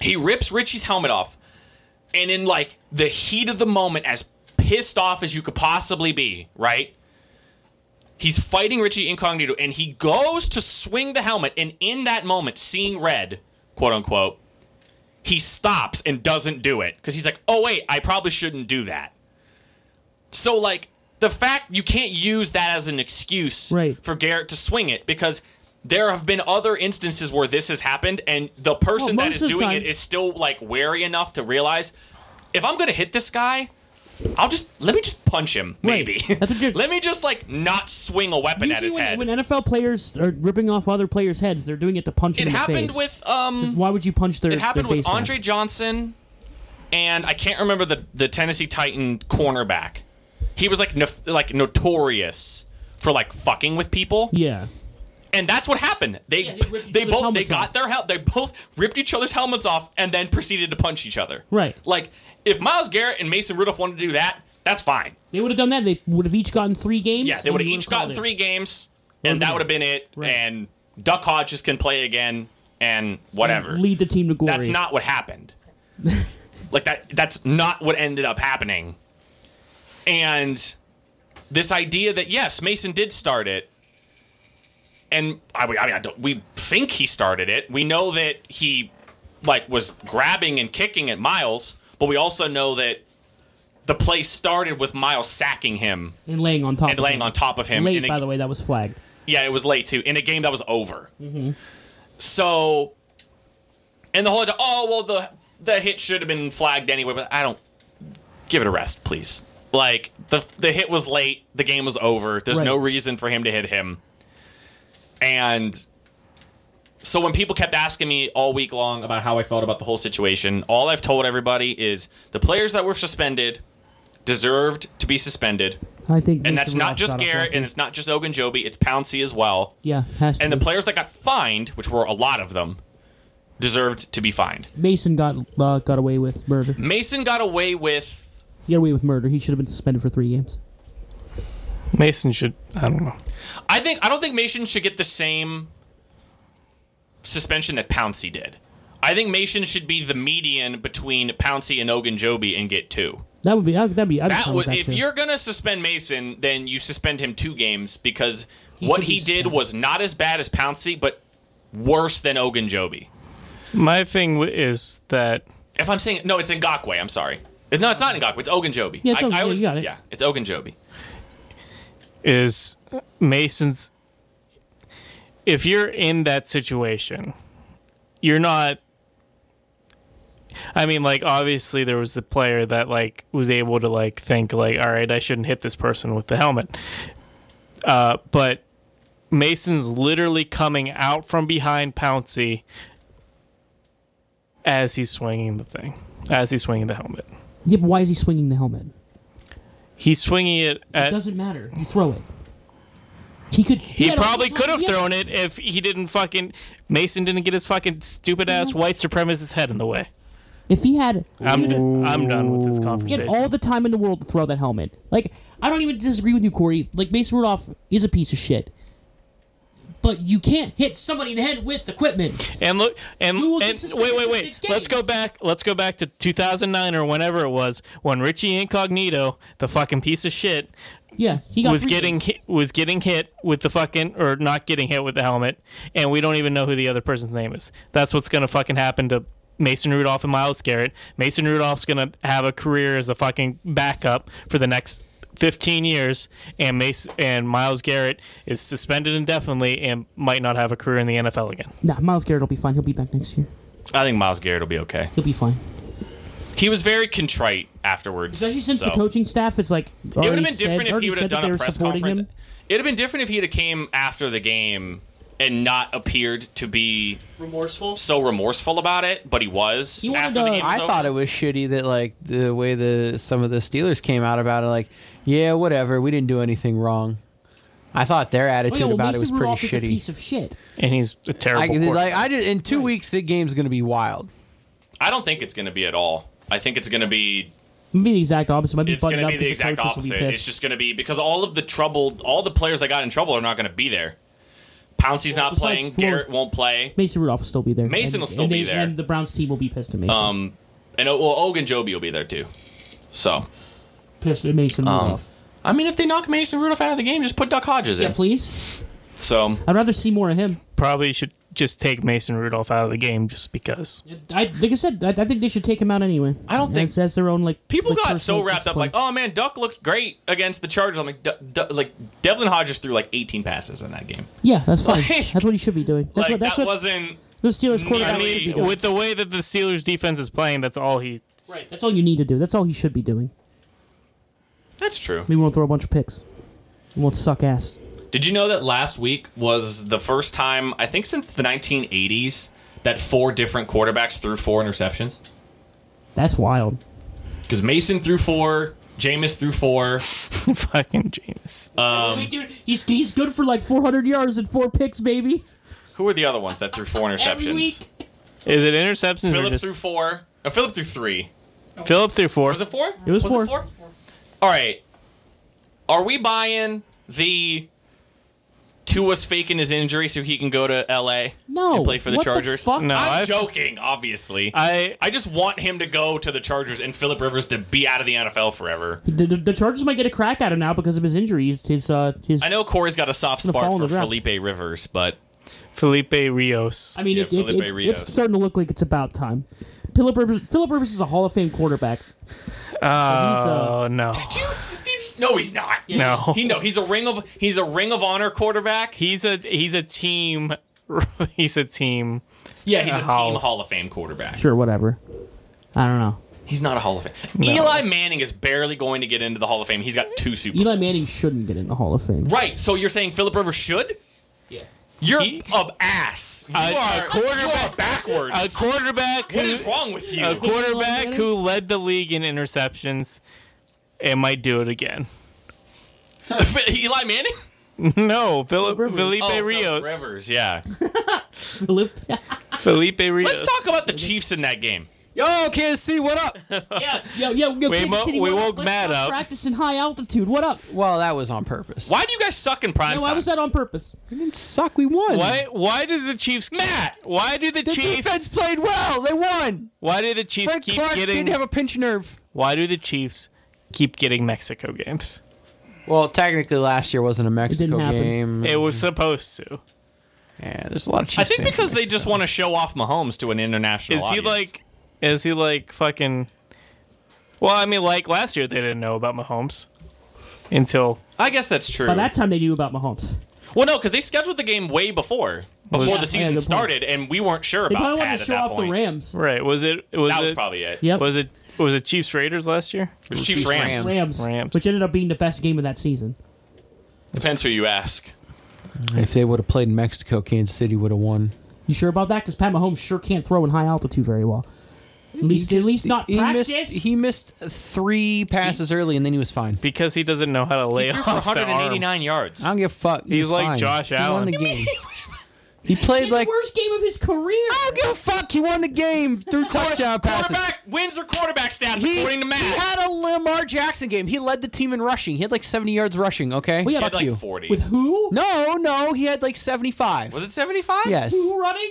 Speaker 5: He rips Richie's helmet off, and in like the heat of the moment, as pissed off as you could possibly be, right? He's fighting Richie incognito, and he goes to swing the helmet, and in that moment, seeing red, quote unquote, he stops and doesn't do it because he's like, oh, wait, I probably shouldn't do that. So, like, the fact you can't use that as an excuse
Speaker 3: Right.
Speaker 5: for Garrett to swing it because there have been other instances where this has happened and the person
Speaker 3: Well,
Speaker 5: that
Speaker 3: most
Speaker 5: is
Speaker 3: of the
Speaker 5: doing
Speaker 3: time-
Speaker 5: it is still like wary enough to realize if I'm going to hit this guy, I'll just let me just punch him,
Speaker 3: Right.
Speaker 5: maybe.
Speaker 3: That's what you're-
Speaker 5: let me just like not swing a weapon at
Speaker 3: Usually
Speaker 5: his
Speaker 3: when,
Speaker 5: head.
Speaker 3: when NFL players are ripping off other players' heads, they're doing it to punch
Speaker 5: it
Speaker 3: them in the face.
Speaker 5: happened with um
Speaker 3: Why would you punch their?
Speaker 5: it happened
Speaker 3: their
Speaker 5: with
Speaker 3: face
Speaker 5: Andre
Speaker 3: mask?
Speaker 5: Johnson and I can't remember the the Tennessee Titan cornerback. He was like nof- like notorious for like fucking with people.
Speaker 3: Yeah,
Speaker 5: and that's what happened. They
Speaker 3: they ripped each
Speaker 5: they,
Speaker 3: other's
Speaker 5: both they
Speaker 3: helmets
Speaker 5: got
Speaker 3: off.
Speaker 5: their help. They both ripped each other's helmets off and then proceeded to punch each other.
Speaker 3: Right.
Speaker 5: Like if Miles Garrett and Mason Rudolph wanted to do that, that's fine.
Speaker 3: they would have done that. They would have each gotten three games.
Speaker 5: Yeah, they
Speaker 3: and
Speaker 5: would have
Speaker 3: you
Speaker 5: each
Speaker 3: would've called
Speaker 5: gotten
Speaker 3: it.
Speaker 5: three games, and
Speaker 3: Would've
Speaker 5: that would have been it.
Speaker 3: Right.
Speaker 5: And Duck Hodges can play again, and whatever.
Speaker 3: Lead the team to glory.
Speaker 5: That's not what happened. like that that's not what ended up happening. And this idea that yes, Mason did start it. And I, I mean, I don't, we think he started it. We know that he like was grabbing and kicking at Miles, but we also know that the play started with Miles sacking him
Speaker 3: and laying on top.
Speaker 5: and
Speaker 3: of
Speaker 5: laying
Speaker 3: him.
Speaker 5: on top of him.
Speaker 3: Late,
Speaker 5: in a-
Speaker 3: by the way, that was flagged.
Speaker 5: yeah, it was late too in a game that was over. So, and the whole oh well the the hit should have been flagged anyway, but I don't give it a rest, please. Like the the hit was late, the game was over. There's
Speaker 3: Right.
Speaker 5: no reason for him to hit him. And so when people kept asking me all week long about how I felt about the whole situation, all I've told everybody is the players that were suspended deserved to be suspended.
Speaker 3: I think.
Speaker 5: And
Speaker 3: Mason
Speaker 5: that's not
Speaker 3: Rudolph
Speaker 5: just
Speaker 3: got a
Speaker 5: Garrett,
Speaker 3: flag.
Speaker 5: and it's not just Ogunjobi, it's Pouncey as well.
Speaker 3: yeah, has to
Speaker 5: And the
Speaker 3: be.
Speaker 5: players that got fined, which were a lot of them, deserved to be fined.
Speaker 3: Mason got uh, got away with murder.
Speaker 5: Mason got away with.
Speaker 3: He got away with murder. He should have been suspended for three games.
Speaker 1: Mason should. I don't know.
Speaker 5: I think I don't think Mason should get the same suspension that Pouncey did. I think Mason should be the median between Pouncey and Ogunjobi and get two.
Speaker 3: That would be that- that'd be. I'd be
Speaker 5: That
Speaker 3: fine
Speaker 5: would,
Speaker 3: with
Speaker 5: if
Speaker 3: too.
Speaker 5: you're gonna suspend Mason, then you suspend him two games because
Speaker 3: should
Speaker 5: what
Speaker 3: be
Speaker 5: he did
Speaker 3: suspended.
Speaker 5: was not as bad as Pouncey, but worse than Ogunjobi.
Speaker 1: My thing w- is that
Speaker 5: If I'm saying no, it's Ngakwe. I'm sorry. No, it's not Ngakwe. It's Ogunjobi.
Speaker 3: Yeah, it's Og-
Speaker 5: I, I
Speaker 3: yeah,
Speaker 5: always-
Speaker 3: you got it.
Speaker 5: yeah, it's Ogunjobi.
Speaker 1: is Mason's. If you're in that situation, you're not. I mean, like obviously there was the player that like was able to like think like, all right, I shouldn't hit this person with the helmet. Uh, but Mason's literally coming out from behind Pouncy as he's swinging the thing, as he's swinging the helmet.
Speaker 3: yeah, but why is he swinging the helmet?
Speaker 1: He's swinging it
Speaker 3: It
Speaker 1: at
Speaker 3: doesn't matter. You throw it. He could.
Speaker 1: He
Speaker 3: had a-
Speaker 1: probably could have
Speaker 3: he had-
Speaker 1: thrown it if he didn't fucking Mason didn't get his fucking stupid
Speaker 3: Mm-hmm.
Speaker 1: ass white supremacist head in the way.
Speaker 3: If he had,
Speaker 1: I'm I'm done with this
Speaker 3: he had
Speaker 1: conversation.
Speaker 3: all the time in the world to throw that helmet. Like I don't even disagree with you, Corey. Like Mason Rudolph is a piece of shit. But you can't hit somebody in the head with equipment.
Speaker 1: and look and,
Speaker 3: We will get
Speaker 1: and
Speaker 3: suspended
Speaker 1: wait wait
Speaker 3: for
Speaker 1: wait.
Speaker 3: six
Speaker 1: Let's go
Speaker 3: games.
Speaker 1: back. Let's go back to 2009 or whenever it was when Richie Incognito, the fucking piece of shit,
Speaker 3: Yeah, he got
Speaker 1: was
Speaker 3: three
Speaker 1: getting
Speaker 3: things.
Speaker 1: hit, was getting hit with the fucking or not getting hit with the helmet, and we don't even know who the other person's name is. That's what's gonna fucking happen to Mason Rudolph and Miles Garrett. Mason Rudolph's gonna have a career as a fucking backup for the next. 15 years and Mace and Miles Garrett is suspended indefinitely and might not have a career in the NFL again.
Speaker 3: Nah, Miles Garrett will be fine. He'll be back next year.
Speaker 5: I think Miles Garrett will be okay.
Speaker 3: He'll be fine.
Speaker 5: He was very contrite afterwards.
Speaker 3: Especially since
Speaker 5: so.
Speaker 3: the coaching staff is like it
Speaker 5: it would have been different if he would have done a press conference.
Speaker 3: Him.
Speaker 5: It'd have been different if he'd have came after the game and not appeared to be
Speaker 3: Remorseful.
Speaker 5: so remorseful about it, but he was.
Speaker 3: He wanted
Speaker 5: after
Speaker 3: to-
Speaker 5: the game
Speaker 4: I thought it was shitty that like the way the some of the Steelers came out about it, like, yeah, whatever, we didn't do anything wrong. I thought their attitude
Speaker 3: yeah, well,
Speaker 4: about
Speaker 3: Mason
Speaker 4: it was
Speaker 3: Rudolph is a
Speaker 4: pretty shitty.
Speaker 3: piece of shit.
Speaker 1: And he's a
Speaker 4: I,
Speaker 1: terrible quarterback.
Speaker 4: like I just, in two weeks the game's gonna be wild.
Speaker 5: I don't think it's going to be at all. I think it's going to be
Speaker 3: Maybe the exact opposite. Might be
Speaker 5: it's
Speaker 3: buttoned
Speaker 5: going to
Speaker 3: up
Speaker 5: be the
Speaker 3: because
Speaker 5: exact
Speaker 3: coaches will
Speaker 5: opposite.
Speaker 3: be
Speaker 5: It's
Speaker 3: pissed.
Speaker 5: just going to be because all of the trouble, all the players that got in trouble are not going to be there. Pouncey's not
Speaker 3: besides
Speaker 5: playing.
Speaker 3: Fuller.
Speaker 5: Garrett won't play.
Speaker 3: Mason Rudolph will still be there.
Speaker 5: Mason
Speaker 3: And-
Speaker 5: will still
Speaker 3: and
Speaker 5: be
Speaker 3: they-
Speaker 5: there.
Speaker 3: and the Browns team will be pissed at Mason.
Speaker 5: Um, and oh, well, Ogunjobi will be there too. So,
Speaker 3: pissed at Mason
Speaker 5: um,
Speaker 3: Rudolph.
Speaker 5: I mean, if they knock Mason Rudolph out of the game, just put Duck Hodges
Speaker 3: Yeah,
Speaker 5: in.
Speaker 3: please.
Speaker 5: So,
Speaker 3: I'd rather see more of him.
Speaker 1: Probably should just take Mason Rudolph out of the game just because.
Speaker 3: I like I said. I, I think they should take him out anyway.
Speaker 5: I don't think-
Speaker 3: that's, that's their own like.
Speaker 5: people
Speaker 3: like,
Speaker 5: got so
Speaker 3: personal
Speaker 5: wrapped up
Speaker 3: discipline.
Speaker 5: like oh man duck looked great against the chargers i'm like D- D- like devlin hodges threw like 18 passes in that game
Speaker 3: yeah, that's fine.
Speaker 5: oh, Like-
Speaker 3: that's what he should be doing. That's
Speaker 5: like
Speaker 3: what that's
Speaker 5: that
Speaker 3: what
Speaker 5: wasn't
Speaker 3: the Steelers quarterback
Speaker 5: I mean,
Speaker 3: should be doing.
Speaker 1: With the way that the Steelers defense is playing, that's all he
Speaker 3: right, that's all you need to do. That's all he should be doing.
Speaker 5: that's true
Speaker 3: Maybe we won't throw a bunch of picks. We won't suck ass.
Speaker 5: did you know that last week was the first time i think since the 1980s that four different quarterbacks threw four interceptions
Speaker 3: That's wild.
Speaker 5: because mason threw four Jameis threw four.
Speaker 1: fucking James.
Speaker 5: Um,
Speaker 3: Wait, dude, he's he's good for like 400 yards and four picks, baby.
Speaker 5: Who were the other ones that threw four
Speaker 3: Every
Speaker 5: interceptions?
Speaker 3: week.
Speaker 1: Is it interceptions or
Speaker 5: Philip
Speaker 1: just
Speaker 5: threw four. Uh, Philip threw three.
Speaker 1: Philip through four?
Speaker 5: Was it four? It
Speaker 3: was four.
Speaker 5: All right. Are we buying the Tua's faking his injury so he can go to LA
Speaker 3: No.
Speaker 5: and play for the
Speaker 3: what
Speaker 5: Chargers?
Speaker 3: fuck?
Speaker 1: No,
Speaker 5: I'm
Speaker 1: I've-
Speaker 5: joking, obviously. I,
Speaker 1: I
Speaker 5: just want him to go to the Chargers and Philip Rivers to be out of the NFL forever.
Speaker 3: The, the, the Chargers might get a crack at him now because of his injuries. His uh, his.
Speaker 5: I know Corey's got a soft
Speaker 3: Gonna fall
Speaker 5: spot
Speaker 3: in
Speaker 5: for
Speaker 3: the draft.
Speaker 5: Felipe Rivers, but
Speaker 1: Felipe Rios.
Speaker 3: I mean,
Speaker 5: Yeah,
Speaker 3: it, it,
Speaker 5: Felipe
Speaker 3: it's,
Speaker 5: Rios.
Speaker 3: it's starting to look like it's about time. Philip Rivers, Philip Rivers is a Hall of Fame quarterback.
Speaker 1: Oh
Speaker 3: uh,
Speaker 1: no,
Speaker 5: Did you, did you- no, he's not.
Speaker 1: no.
Speaker 5: He no, he's a ring of he's a ring of honor quarterback.
Speaker 1: he's a he's a team. He's a team.
Speaker 5: Yeah, he's a
Speaker 1: Hall.
Speaker 5: team Hall of Fame quarterback.
Speaker 3: Sure, whatever. I don't know.
Speaker 5: He's not a Hall of Fame. Eli Manning is barely going to get into the Hall of Fame. He's got two Super
Speaker 3: Eli
Speaker 5: Bowls.
Speaker 3: Manning shouldn't get in the Hall of Fame.
Speaker 5: Right. So you're saying Philip Rivers should?
Speaker 3: Yeah.
Speaker 5: You're
Speaker 1: He-
Speaker 5: a ass. You
Speaker 1: A- a
Speaker 5: are You are
Speaker 1: quarterback-
Speaker 5: backwards.
Speaker 1: A quarterback.
Speaker 5: what
Speaker 1: who-
Speaker 5: is wrong with you?
Speaker 1: A quarterback who led the league in interceptions and might do it again.
Speaker 5: Eli Manning?
Speaker 1: No, Philip
Speaker 3: Rivers.
Speaker 1: Felipe
Speaker 5: Oh, Philip
Speaker 1: Rios.
Speaker 5: Rivers, yeah.
Speaker 3: Philip.
Speaker 1: Felipe Rios.
Speaker 5: Let's talk about the Chiefs in that game.
Speaker 4: Yo, Kansas City, what up?
Speaker 3: yeah, yo, yo, yo, Kansas
Speaker 1: wo-
Speaker 3: City,
Speaker 1: we
Speaker 3: what
Speaker 1: woke
Speaker 3: Let's
Speaker 1: Matt
Speaker 3: stop
Speaker 1: up.
Speaker 3: Practicing high altitude. What up?
Speaker 4: Well, that was on purpose.
Speaker 5: Why do you guys suck in prime
Speaker 3: No,
Speaker 5: time?
Speaker 3: why was that on purpose?
Speaker 4: We didn't suck. We won.
Speaker 1: Why? Why does the Chiefs? Matt. Why do the,
Speaker 4: The
Speaker 1: Chiefs?
Speaker 4: defense played well. They won.
Speaker 1: Why do the Chiefs
Speaker 4: Frank
Speaker 1: keep
Speaker 4: Clark
Speaker 1: getting?
Speaker 4: didn't have a pinch nerve.
Speaker 1: why do the Chiefs keep getting Mexico games.
Speaker 4: Well, technically, last year wasn't a Mexico
Speaker 3: happen.
Speaker 4: game.
Speaker 1: It
Speaker 5: Mm-hmm.
Speaker 1: was supposed to.
Speaker 4: yeah, there's a lot of. Chiefs
Speaker 5: I think
Speaker 4: fans
Speaker 5: because
Speaker 4: in
Speaker 5: they just want to show off Mahomes to an international.
Speaker 1: Is he
Speaker 5: audience.
Speaker 1: like? Is he like fucking? Well, I mean, like last year they didn't know about Mahomes until
Speaker 5: I guess that's true.
Speaker 3: By that time, they knew about Mahomes.
Speaker 5: well, no, because they scheduled the game way before before
Speaker 1: Yeah,
Speaker 5: the
Speaker 3: yeah,
Speaker 5: season
Speaker 3: good point.
Speaker 5: started, and we weren't sure
Speaker 3: They
Speaker 5: about
Speaker 3: probably
Speaker 5: Pat
Speaker 3: wanted
Speaker 5: at
Speaker 3: to show
Speaker 5: that
Speaker 3: off
Speaker 5: point.
Speaker 3: the Rams.
Speaker 1: right. Was it? Was
Speaker 5: That was
Speaker 1: it-
Speaker 5: probably it.
Speaker 3: Yep.
Speaker 1: Was it? Was it Chiefs Raiders last year?
Speaker 5: It was Chiefs Rams.
Speaker 4: Rams.
Speaker 3: Rams,
Speaker 1: Rams.
Speaker 3: which ended up being the best game of that season.
Speaker 5: Depends who you ask.
Speaker 4: If they would have played in Mexico, Kansas City would have won.
Speaker 3: You sure about that? Because Pat Mahomes sure can't throw in high altitude very well. At least, at least not
Speaker 4: he
Speaker 3: practice.
Speaker 4: missed. He missed three passes early, and then he was fine.
Speaker 1: Because he doesn't know how to lay
Speaker 5: He threw for
Speaker 1: off the arm.
Speaker 5: 189 yards.
Speaker 4: I don't give a fuck. He
Speaker 1: He's
Speaker 4: was
Speaker 1: like
Speaker 4: fine.
Speaker 1: Josh
Speaker 4: he
Speaker 1: Allen.
Speaker 4: Won the
Speaker 1: You mean
Speaker 4: game. he played like. Ah!
Speaker 3: the worst game of his career.
Speaker 4: I don't give a fuck. He won the game through touchdown passes.
Speaker 5: Quarterback wins their quarterback stats
Speaker 4: He,
Speaker 5: according to Matt.
Speaker 4: he had a Lamar Jackson game. He led the team in rushing. He had like 70 yards rushing. Okay.
Speaker 3: We
Speaker 5: He
Speaker 3: had
Speaker 5: had
Speaker 3: fuck
Speaker 5: like
Speaker 4: you.
Speaker 5: 40.
Speaker 3: With who?
Speaker 4: no, no, he had like 75.
Speaker 5: was it 75?
Speaker 4: yes.
Speaker 3: Who running?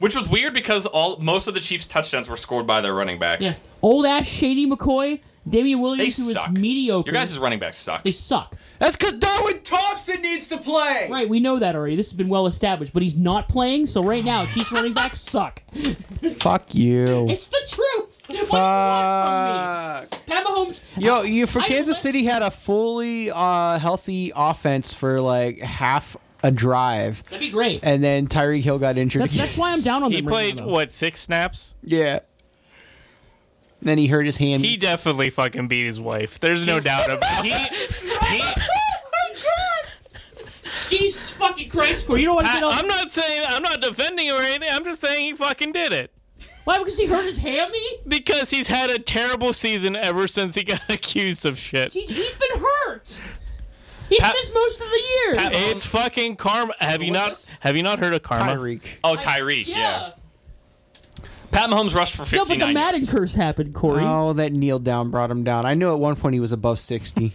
Speaker 5: Which was weird because all most of the Chiefs' touchdowns were scored by their running backs.
Speaker 3: Yeah. Old ass Shady McCoy, Damian
Speaker 5: They
Speaker 3: Williams, who is
Speaker 5: suck.
Speaker 3: mediocre.
Speaker 5: Your guys' running backs suck.
Speaker 3: they suck.
Speaker 4: That's because Darwin Thompson needs to play.
Speaker 3: Right, we know that already. This has been well established, but he's not playing, so right now, Chiefs running backs suck.
Speaker 4: Fuck you.
Speaker 3: It's the truth. What do you want from me? Pat Mahomes.
Speaker 4: Yo, you for
Speaker 3: I
Speaker 4: Kansas
Speaker 3: list-
Speaker 4: City had a fully uh, healthy offense for like half a drive,
Speaker 3: That'd be great.
Speaker 4: and then Tyreek Hill got injured.
Speaker 3: That-
Speaker 4: again.
Speaker 3: that's why I'm down on
Speaker 1: He
Speaker 3: them.
Speaker 1: played
Speaker 3: right now, though.
Speaker 1: what six snaps?
Speaker 4: yeah. Then he hurt his hand.
Speaker 1: He definitely fucking beat his wife. There's no doubt about it. He, he,
Speaker 3: Jesus fucking Christ, score. You don't want to
Speaker 1: I,
Speaker 3: get on.
Speaker 1: I'm not saying I'm not defending him or anything. I'm just saying he fucking did it
Speaker 3: Why? Because he hurt his hammy?
Speaker 1: because he's had a terrible season ever since he got accused of shit.
Speaker 3: Jeez, he's been hurt. He's
Speaker 5: Pat-
Speaker 3: missed most of the year.
Speaker 1: It's fucking karma. Have you not?
Speaker 3: Witness?
Speaker 1: Have you not heard of karma?
Speaker 4: Tyreek.
Speaker 5: Oh, Tyreek, yeah.
Speaker 3: yeah.
Speaker 5: Pat Mahomes rushed for 59
Speaker 3: No, but the Madden
Speaker 5: yards.
Speaker 3: curse happened, Corey.
Speaker 4: Oh, that kneel down brought him down. I knew at one point he was above 60.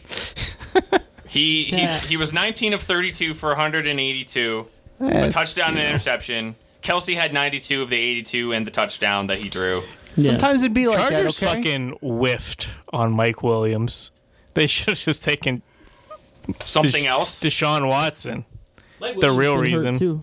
Speaker 5: He, he,
Speaker 3: Yeah.
Speaker 5: he was 19 of 32 for 182, a
Speaker 4: That's-
Speaker 5: touchdown and interception. Kelsey had 92 of the 82 and the touchdown that he drew.
Speaker 4: Sometimes it'd be like
Speaker 1: Chargers
Speaker 4: that, okay?
Speaker 1: fucking whiffed on Mike Williams. They should have just taken
Speaker 5: Something else.
Speaker 1: Deshaun Watson. The real
Speaker 3: Been hurt,
Speaker 1: reason.
Speaker 3: too.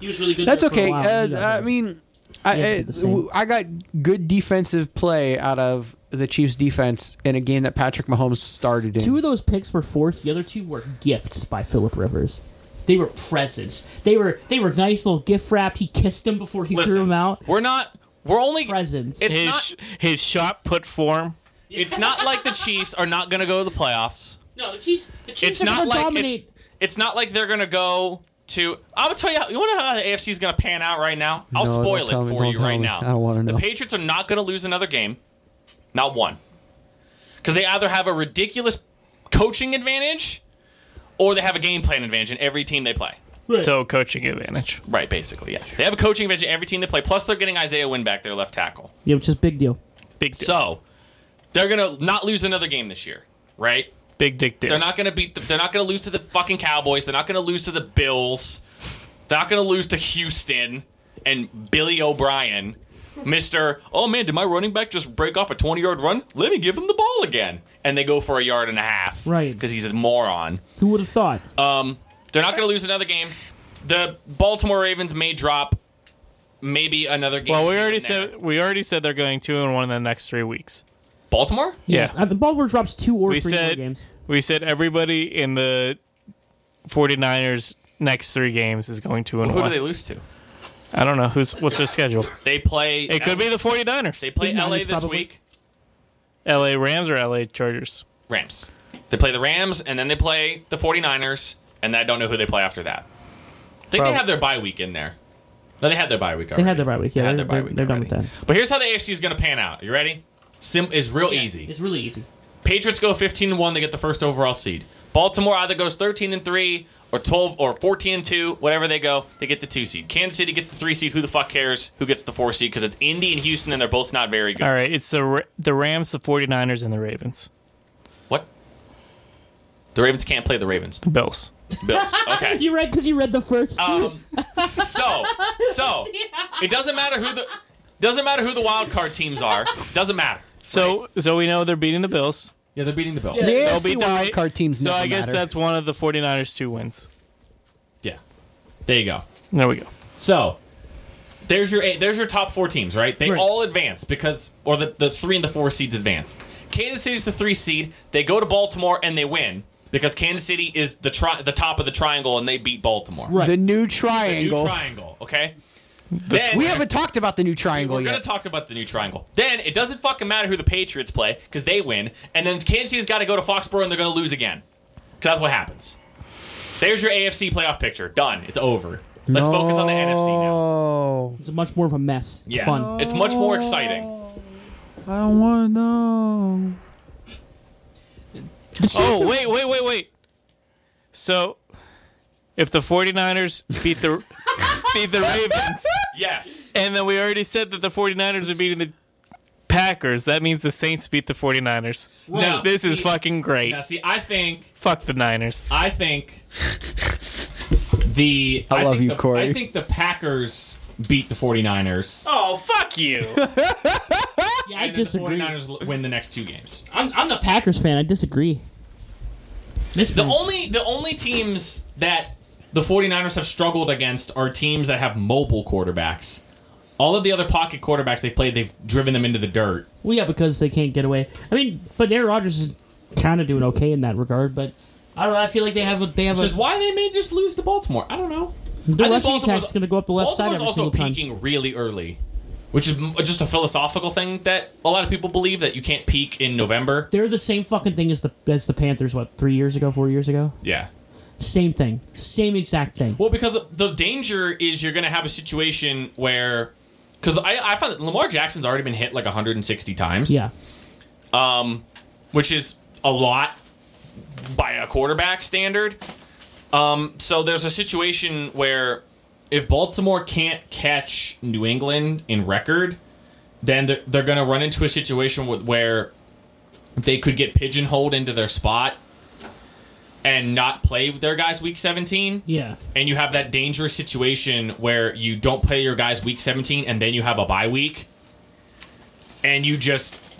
Speaker 3: He was really good.
Speaker 4: That's
Speaker 3: there for a
Speaker 4: okay.
Speaker 3: while. He
Speaker 4: Uh,
Speaker 3: got
Speaker 4: I
Speaker 3: hurt.
Speaker 4: mean, I,
Speaker 3: Yeah,
Speaker 4: I-
Speaker 3: the same.
Speaker 4: w- I got good defensive play out of the Chiefs' defense in a game that Patrick Mahomes started in.
Speaker 3: two of those picks were forced. The other two were gifts by Philip Rivers. They were presents. They were they were nice little gift wrapped. He kissed him before he threw
Speaker 5: Listen,
Speaker 3: him out.
Speaker 5: We're not. We're only.
Speaker 3: Presents.
Speaker 5: It's
Speaker 1: His
Speaker 5: not.
Speaker 1: his shot put form.
Speaker 5: It's not like the Chiefs are not going to go to the playoffs.
Speaker 3: no, the Chiefs. The Chiefs
Speaker 5: It's
Speaker 3: are
Speaker 5: not
Speaker 3: gonna
Speaker 5: like
Speaker 3: dominate.
Speaker 5: it's. It's not like they're going to go to. I'm gonna tell you. How, you want to know how the AFC is going to pan out right now? I'll
Speaker 4: No, don't
Speaker 5: spoil
Speaker 4: tell
Speaker 5: it
Speaker 4: me,
Speaker 5: for
Speaker 4: don't
Speaker 5: you
Speaker 4: tell
Speaker 5: right
Speaker 4: me.
Speaker 5: now.
Speaker 4: I don't wanna know.
Speaker 5: The Patriots are not going to lose another game. Not one. Because they either have a ridiculous coaching advantage, or they have a game plan advantage in every team they play.
Speaker 1: So coaching advantage.
Speaker 5: Right, basically, yeah. They have a coaching advantage in every team they play. Plus, they're getting Isaiah Wynn back, their left tackle.
Speaker 3: yeah, which is a big deal.
Speaker 1: Big dick.
Speaker 5: So they're gonna not lose another game this year, right?
Speaker 1: big dick dick.
Speaker 5: They're not gonna beat. The, they're not gonna lose to the fucking Cowboys. They're not gonna lose to the Bills. They're not gonna lose to Houston and Billy O'Brien, Mister. Oh man, did my running back just break off a twenty-yard run? Let me give him the ball again. And they go for a yard and a half,
Speaker 3: Right.
Speaker 5: Because he's a moron.
Speaker 3: Who would have thought?
Speaker 5: They're not gonna lose another game. The Baltimore Ravens may drop. Maybe another game.
Speaker 1: well, we
Speaker 5: here
Speaker 1: already
Speaker 5: and there.
Speaker 1: said we already said they're going two and one in the next three weeks.
Speaker 5: Baltimore.
Speaker 1: Yeah.
Speaker 3: Uh, the Baltimore drops two or
Speaker 1: we
Speaker 3: three more
Speaker 1: said
Speaker 3: games.
Speaker 1: we said everybody in the 49ers next three games is going two and
Speaker 5: Who do
Speaker 1: one.
Speaker 5: they lose to?
Speaker 1: I don't know who's what's their schedule.
Speaker 5: They play.
Speaker 1: It could be the 49ers.
Speaker 5: They play
Speaker 3: Big
Speaker 5: LA
Speaker 3: Niners,
Speaker 5: this
Speaker 3: probably.
Speaker 5: week.
Speaker 1: LA Rams or LA Chargers.
Speaker 5: Rams. They play the Rams and then they play the 49ers, and I don't know who they play after that. I think
Speaker 1: Probably.
Speaker 5: they have their bye week in there. No, they had their bye week already.
Speaker 3: They had their bye week. Yeah,
Speaker 5: They
Speaker 3: they're,
Speaker 5: had their bye
Speaker 3: they're-
Speaker 5: week
Speaker 3: they're done with
Speaker 5: already.
Speaker 3: that.
Speaker 5: But here's how the AFC is going to pan out. You ready? Sim is real easy.
Speaker 3: It's really easy.
Speaker 5: Patriots go 15 and 1, they get the first overall seed. Baltimore either goes 13 and 3 or 12 or 14 and 2, whatever they go, they get the 2 seed. Kansas City gets the 3 seed, who the fuck cares who gets the 4 seed cuz it's Indy and Houston and they're both not very good.
Speaker 1: All right, it's the Ra- the Rams, the 49ers and the Ravens.
Speaker 5: What? The Ravens can't play the Ravens.
Speaker 1: The Bills.
Speaker 5: Bills. Okay.
Speaker 3: You read because you read the first.
Speaker 5: Um, so, so it doesn't matter who the doesn't matter who the wild card teams are. Doesn't matter.
Speaker 1: So so we know they're beating the Bills.
Speaker 5: Yeah, they're beating the Bills.
Speaker 4: The
Speaker 1: They'll
Speaker 4: AFC
Speaker 1: beat the
Speaker 4: wild card teams
Speaker 1: So
Speaker 4: never
Speaker 1: I guess
Speaker 4: matter.
Speaker 1: that's one of the 49ers two wins.
Speaker 5: Yeah. There you go.
Speaker 1: There we go.
Speaker 5: So there's your eight, there's your top four teams, right? They
Speaker 3: Right.
Speaker 5: all advance because or the, the three and the four seeds advance. Kansas City's the three seed. They go to Baltimore and they win because Kansas City is the tri- the top of the triangle and they beat Baltimore.
Speaker 3: Right.
Speaker 4: the new
Speaker 5: New
Speaker 4: triangle.
Speaker 5: triangle, okay? Then-
Speaker 4: we haven't talked about the new triangle
Speaker 5: we're
Speaker 4: yet.
Speaker 5: gonna talk about the new triangle. Then it doesn't fucking matter who the Patriots play because they win, and then Kansas City's got to go to Foxborough and they're gonna lose again. 'Cause that's what happens. There's your AFC playoff picture. Done. It's over. Let's focus on the NFC now.
Speaker 4: Oh,
Speaker 3: It's much more of a mess. It's
Speaker 5: Yeah, Oh.
Speaker 3: fun.
Speaker 5: it's much more
Speaker 3: Oh.
Speaker 5: exciting.
Speaker 4: I don't want to know.
Speaker 3: The Chiefs
Speaker 1: Oh,
Speaker 3: are-
Speaker 1: wait, wait, wait, wait. So if the 49ers beat the beat the Ravens
Speaker 5: Yes.
Speaker 1: and then we already said that the 49ers are beating the Packers, that means the Saints beat the 49ers.
Speaker 5: Now,
Speaker 1: This is
Speaker 5: see-
Speaker 1: fucking great.
Speaker 5: Now, see, I think,
Speaker 1: Fuck the Niners.
Speaker 5: I think the.
Speaker 4: I love
Speaker 5: think
Speaker 4: you,
Speaker 5: the-
Speaker 4: Corey.
Speaker 5: I think the Packers beat the 49ers.
Speaker 1: Oh, fuck you.
Speaker 3: yeah, I
Speaker 5: and then
Speaker 3: disagree.
Speaker 5: The 49ers l- win the next two games.
Speaker 3: I'm, I'm the Packers fan. I disagree. This
Speaker 5: The
Speaker 3: man-
Speaker 5: only the only teams that the 49ers have struggled against are teams that have mobile quarterbacks. All of the other pocket quarterbacks they've played, they've driven them into the dirt.
Speaker 3: Well, yeah, because they can't get away. I mean, but Aaron Rodgers is kind of doing okay in that regard. But I don't know. I feel like they have a they have
Speaker 5: Which is
Speaker 3: a
Speaker 5: why they may just lose to Baltimore. I don't know.
Speaker 3: their
Speaker 5: I think
Speaker 3: rushing attack
Speaker 5: Baltimore's-
Speaker 3: is going to go up the left side
Speaker 5: Baltimore's
Speaker 3: every
Speaker 5: also
Speaker 3: single time.
Speaker 5: peaking really early, which is m- just a philosophical thing that a lot of people believe that you can't peak in November.
Speaker 3: They're the same fucking thing as the as the Panthers. What three years ago, four years ago?
Speaker 5: Yeah.
Speaker 3: Same thing. Same exact thing.
Speaker 5: Well, because the danger is you're going to have a situation where, because I, I found that Lamar Jackson's already been hit like 160 times.
Speaker 3: Yeah.
Speaker 5: which is a lot by a quarterback standard. Um, so there's a situation where if Baltimore can't catch New England in record, then they're, they're going to run into a situation with, where they could get pigeonholed into their spot and not play their guys week 17.
Speaker 3: Yeah.
Speaker 5: And you have that dangerous situation where you don't play your guys week 17 and then you have a bye week and you just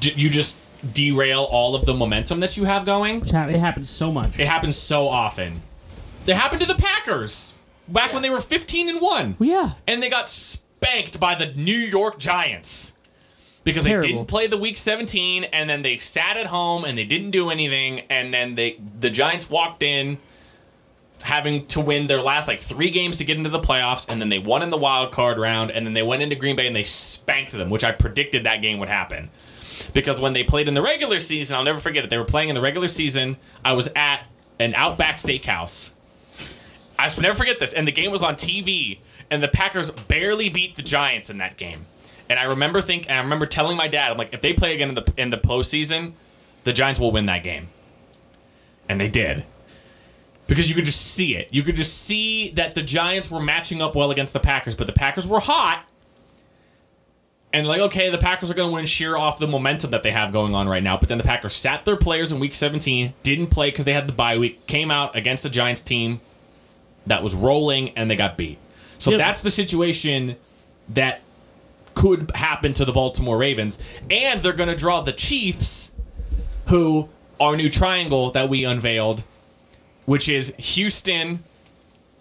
Speaker 5: d- you just derail all of the momentum that you have going.
Speaker 3: It's hap- It happens so much.
Speaker 5: It happens so often. It happened to the Packers back when they were 15 and 1
Speaker 3: Well, yeah.
Speaker 5: and they got spanked by the New York Giants because they
Speaker 3: Terrible.
Speaker 5: didn't play the week 17 and then they sat at home and they didn't do anything and then they the Giants walked in having to win their last like 3 games to get into the playoffs and then they won in the wild card round and then they went into Green Bay and they spanked them which I predicted that game would happen because when they played in the regular season I'll never forget it they were playing in the regular season I was at an Outback Steakhouse I should never forget this. And the game was on TV, and the Packers barely beat the Giants in that game. And I remember think, and I remember telling my dad, I'm like, if they play again in the in the postseason, the Giants will win that game. And they did. Because you could just see it. You could just see that the Giants were matching up well against the Packers, but the Packers were hot. And like, okay, the Packers are going to win sheer off the momentum that they have going on right now. But then the Packers sat their players in Week 17, didn't play because they had the bye week, came out against the Giants team that was rolling, and they got beat. So
Speaker 3: Yep.
Speaker 5: that's the situation that could happen to the Baltimore Ravens, and they're going to draw the Chiefs, who our new triangle that we unveiled, which is Houston,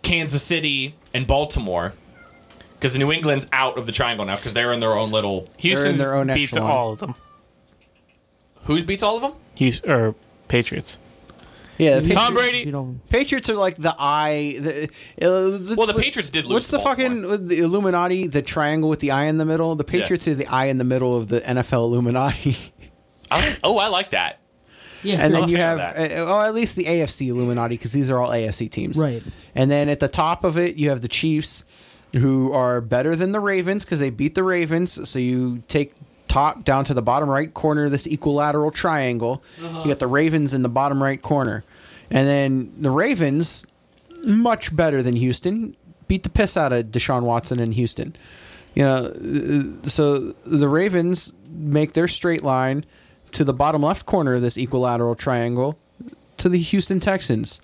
Speaker 5: Kansas City, and Baltimore. Because the New England's out of the triangle now because they're in their own little.
Speaker 1: Houston
Speaker 4: their own
Speaker 1: beats
Speaker 4: echelon.
Speaker 1: all of them.
Speaker 5: Who's beats all of them?
Speaker 1: Houston, or Patriots.
Speaker 4: Yeah, the
Speaker 1: Tom
Speaker 4: Patri-
Speaker 1: Brady.
Speaker 3: You know,
Speaker 4: Patriots are like the eye. The, uh, the-
Speaker 5: Well, the Patriots did lose.
Speaker 4: What's
Speaker 5: to
Speaker 4: the
Speaker 5: Baltimore.
Speaker 4: fucking uh, the Illuminati? The triangle with the eye in the middle. The Patriots are the eye in the middle of the NFL Illuminati,
Speaker 5: I like- oh, I like that.
Speaker 3: yeah.
Speaker 4: and
Speaker 3: sure.
Speaker 4: then you have,
Speaker 5: that.
Speaker 4: uh, or at least the AFC Illuminati, because these are all AFC teams,
Speaker 3: Right.
Speaker 4: And then at the top of it, you have the Chiefs, who are better than the Ravens because they beat the Ravens. So you take top down to the bottom right corner of this equilateral triangle. You
Speaker 3: Uh-huh.
Speaker 4: got the Ravens in the bottom right corner, and then the Ravens much better than Houston. Beat the piss out of Deshaun Watson in Houston. You know, uh, so the Ravens make their straight line to the bottom left corner of this equilateral triangle to the Houston Texans.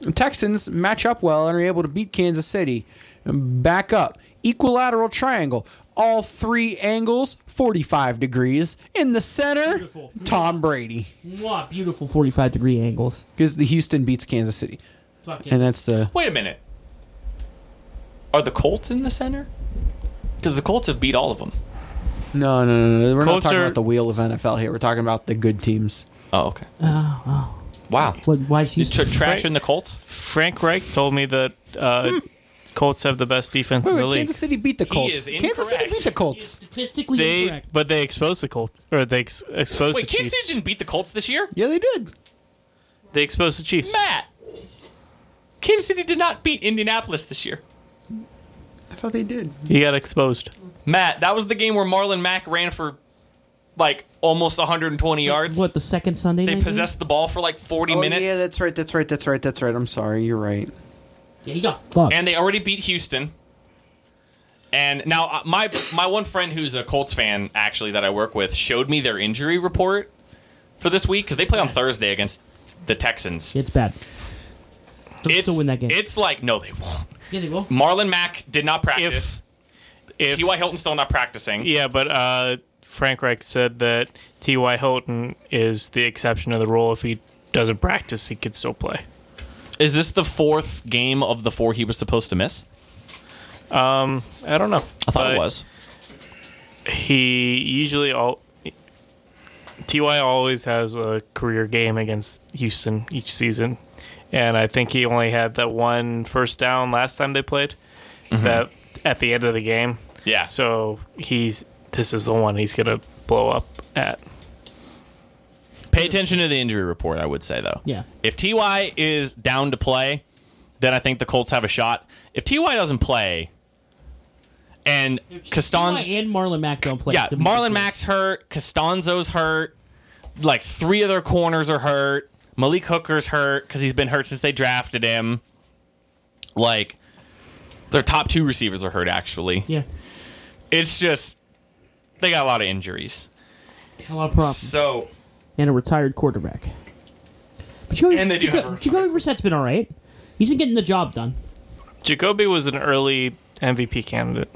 Speaker 4: The Texans match up well and are able to beat Kansas City. And Back up. Equilateral triangle. all three angles, 45 degrees. In the center,
Speaker 3: Beautiful.
Speaker 4: Tom Brady.
Speaker 3: Mwah, beautiful 45 degree angles.
Speaker 4: Because the Houston beats Kansas City.
Speaker 3: Fuck
Speaker 4: And that's the.
Speaker 5: Wait a minute. Are the Colts in the center? Because the Colts have beat all of them.
Speaker 4: No, no, no, no. We're not
Speaker 5: Colts
Speaker 4: talking
Speaker 5: are-
Speaker 4: about the wheel of NFL here. We're talking about the good teams.
Speaker 5: Oh, okay.
Speaker 4: oh.
Speaker 5: Wow.
Speaker 3: what, why is
Speaker 5: You
Speaker 3: Houston?
Speaker 5: tra- trash in the Colts?
Speaker 1: Frank Reich told me that uh, Colts have the best defense
Speaker 4: Hmm. Wait,
Speaker 1: in the
Speaker 4: wait,
Speaker 1: league.
Speaker 4: Kansas City beat the Colts.
Speaker 5: is
Speaker 4: Kansas City
Speaker 5: incorrect.
Speaker 4: beat the Colts.
Speaker 3: Statistically
Speaker 1: they,
Speaker 3: incorrect.
Speaker 1: but they exposed the Colts, or they ex- exposed
Speaker 5: Wait,
Speaker 1: the
Speaker 5: Kansas
Speaker 1: Chiefs.
Speaker 5: City didn't beat the Colts this year?
Speaker 4: Yeah, they did.
Speaker 1: They exposed the Chiefs.
Speaker 5: Matt! Kansas City did not beat Indianapolis this year.
Speaker 4: I thought they did.
Speaker 1: He got exposed.
Speaker 5: Matt, that was the game where Marlon Mack ran for like almost 120 yards.
Speaker 3: What, the second Sunday night
Speaker 5: They
Speaker 3: game?
Speaker 5: possessed the ball for like 40
Speaker 4: Oh,
Speaker 5: minutes.
Speaker 4: yeah, that's right. That's right. That's right. That's right. I'm sorry. You're right.
Speaker 3: Yeah, he got fucked.
Speaker 5: and they already beat Houston. And now uh, my my one friend who's a Colts fan actually that I work with showed me their injury report for this week because they play on Thursday against the Texans.
Speaker 3: it's bad. They'll
Speaker 5: It's
Speaker 3: still win that game.
Speaker 5: It's like no, they won't.
Speaker 3: yeah, they will.
Speaker 5: Marlon Mack did not practice.
Speaker 1: If,
Speaker 5: T.Y. Hilton's still not practicing.
Speaker 1: yeah, but uh, Frank Reich said that T.Y. Hilton is the exception to the rule. If he doesn't practice, he could still play.
Speaker 5: Is this the fourth game of the four he was supposed to miss?
Speaker 1: I don't know.
Speaker 5: I thought
Speaker 1: But
Speaker 5: it was.
Speaker 1: He usually all. Ty always has a career game against Houston each season, and I think he only had that one first down last time they played. That at the end of the game,
Speaker 5: Yeah. So
Speaker 1: so he's this is the one he's gonna blow up at.
Speaker 5: pay attention to the injury report. I would say though.
Speaker 3: Yeah.
Speaker 5: If Ty is down to play, then I think the Colts have a shot. If Ty doesn't play, and
Speaker 3: Ty
Speaker 5: Castan,
Speaker 3: and Marlon Mack don't play.
Speaker 5: yeah,
Speaker 3: It's gonna be
Speaker 5: Marlon
Speaker 3: good.
Speaker 5: Mack's hurt, Costanzo's hurt, like three of their corners are hurt. Malik Hooker's hurt because he's been hurt since they drafted him. Like their top two receivers are hurt. Actually,
Speaker 3: Yeah,
Speaker 5: it's just they got a lot of injuries.
Speaker 3: a lot of problems.
Speaker 5: So
Speaker 3: And a retired quarterback. But Jacoby,
Speaker 5: And they do
Speaker 3: Jaco-
Speaker 5: have a-
Speaker 3: Jacoby Brissett's been all right. He's been getting the job done.
Speaker 1: Jacoby was an early MVP candidate,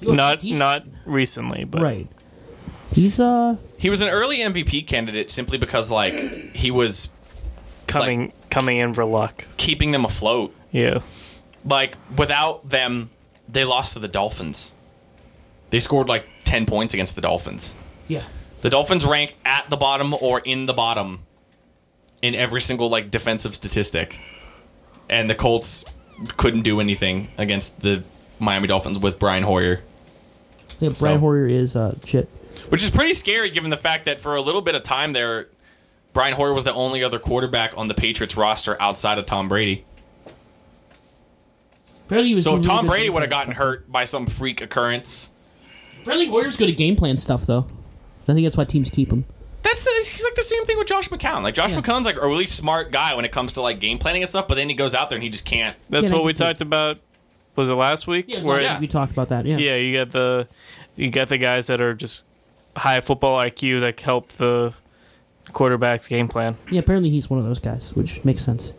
Speaker 3: He was-
Speaker 1: not
Speaker 3: he's-
Speaker 1: not recently, but
Speaker 3: right. He's uh
Speaker 5: he was an early MVP candidate simply because like he was
Speaker 1: coming coming in for luck.
Speaker 5: keeping them afloat.
Speaker 1: Yeah,
Speaker 5: like without them, they lost to the Dolphins. They scored like ten points against the Dolphins.
Speaker 3: yeah.
Speaker 5: The Dolphins rank at the bottom or in the bottom in every single like defensive statistic, and the Colts couldn't do anything against the Miami Dolphins with Brian Hoyer,
Speaker 3: Yeah, Brian
Speaker 5: So-
Speaker 3: Hoyer is uh shit.
Speaker 5: which is pretty scary given the fact that for a little bit of time there, Brian Hoyer was the only other quarterback on the Patriots roster outside of Tom Brady.
Speaker 3: Apparently he was.
Speaker 5: So
Speaker 3: doing
Speaker 5: if
Speaker 3: really
Speaker 5: Tom
Speaker 3: good
Speaker 5: Brady
Speaker 3: game
Speaker 5: would have
Speaker 3: plan
Speaker 5: gotten
Speaker 3: stuff.
Speaker 5: hurt by some freak occurrence,
Speaker 3: Apparently Hoyer's good at game plan stuff though. I think that's why teams keep him.
Speaker 5: That's the, he's like the same thing with Josh McCown. Like Josh
Speaker 3: Yeah.
Speaker 5: McCown's like a really smart guy when it comes to like game planning and stuff, but then he goes out there and he just can't.
Speaker 1: that's
Speaker 3: Yeah,
Speaker 1: what we
Speaker 3: Jacoby.
Speaker 1: talked about. Was it last week?
Speaker 3: Yeah,
Speaker 1: Where-
Speaker 5: yeah.
Speaker 3: we talked about that. Yeah,
Speaker 1: Yeah, you got the you got the guys that are just high football IQ that help the quarterback's game plan.
Speaker 3: Yeah, apparently he's one of those guys, which makes sense.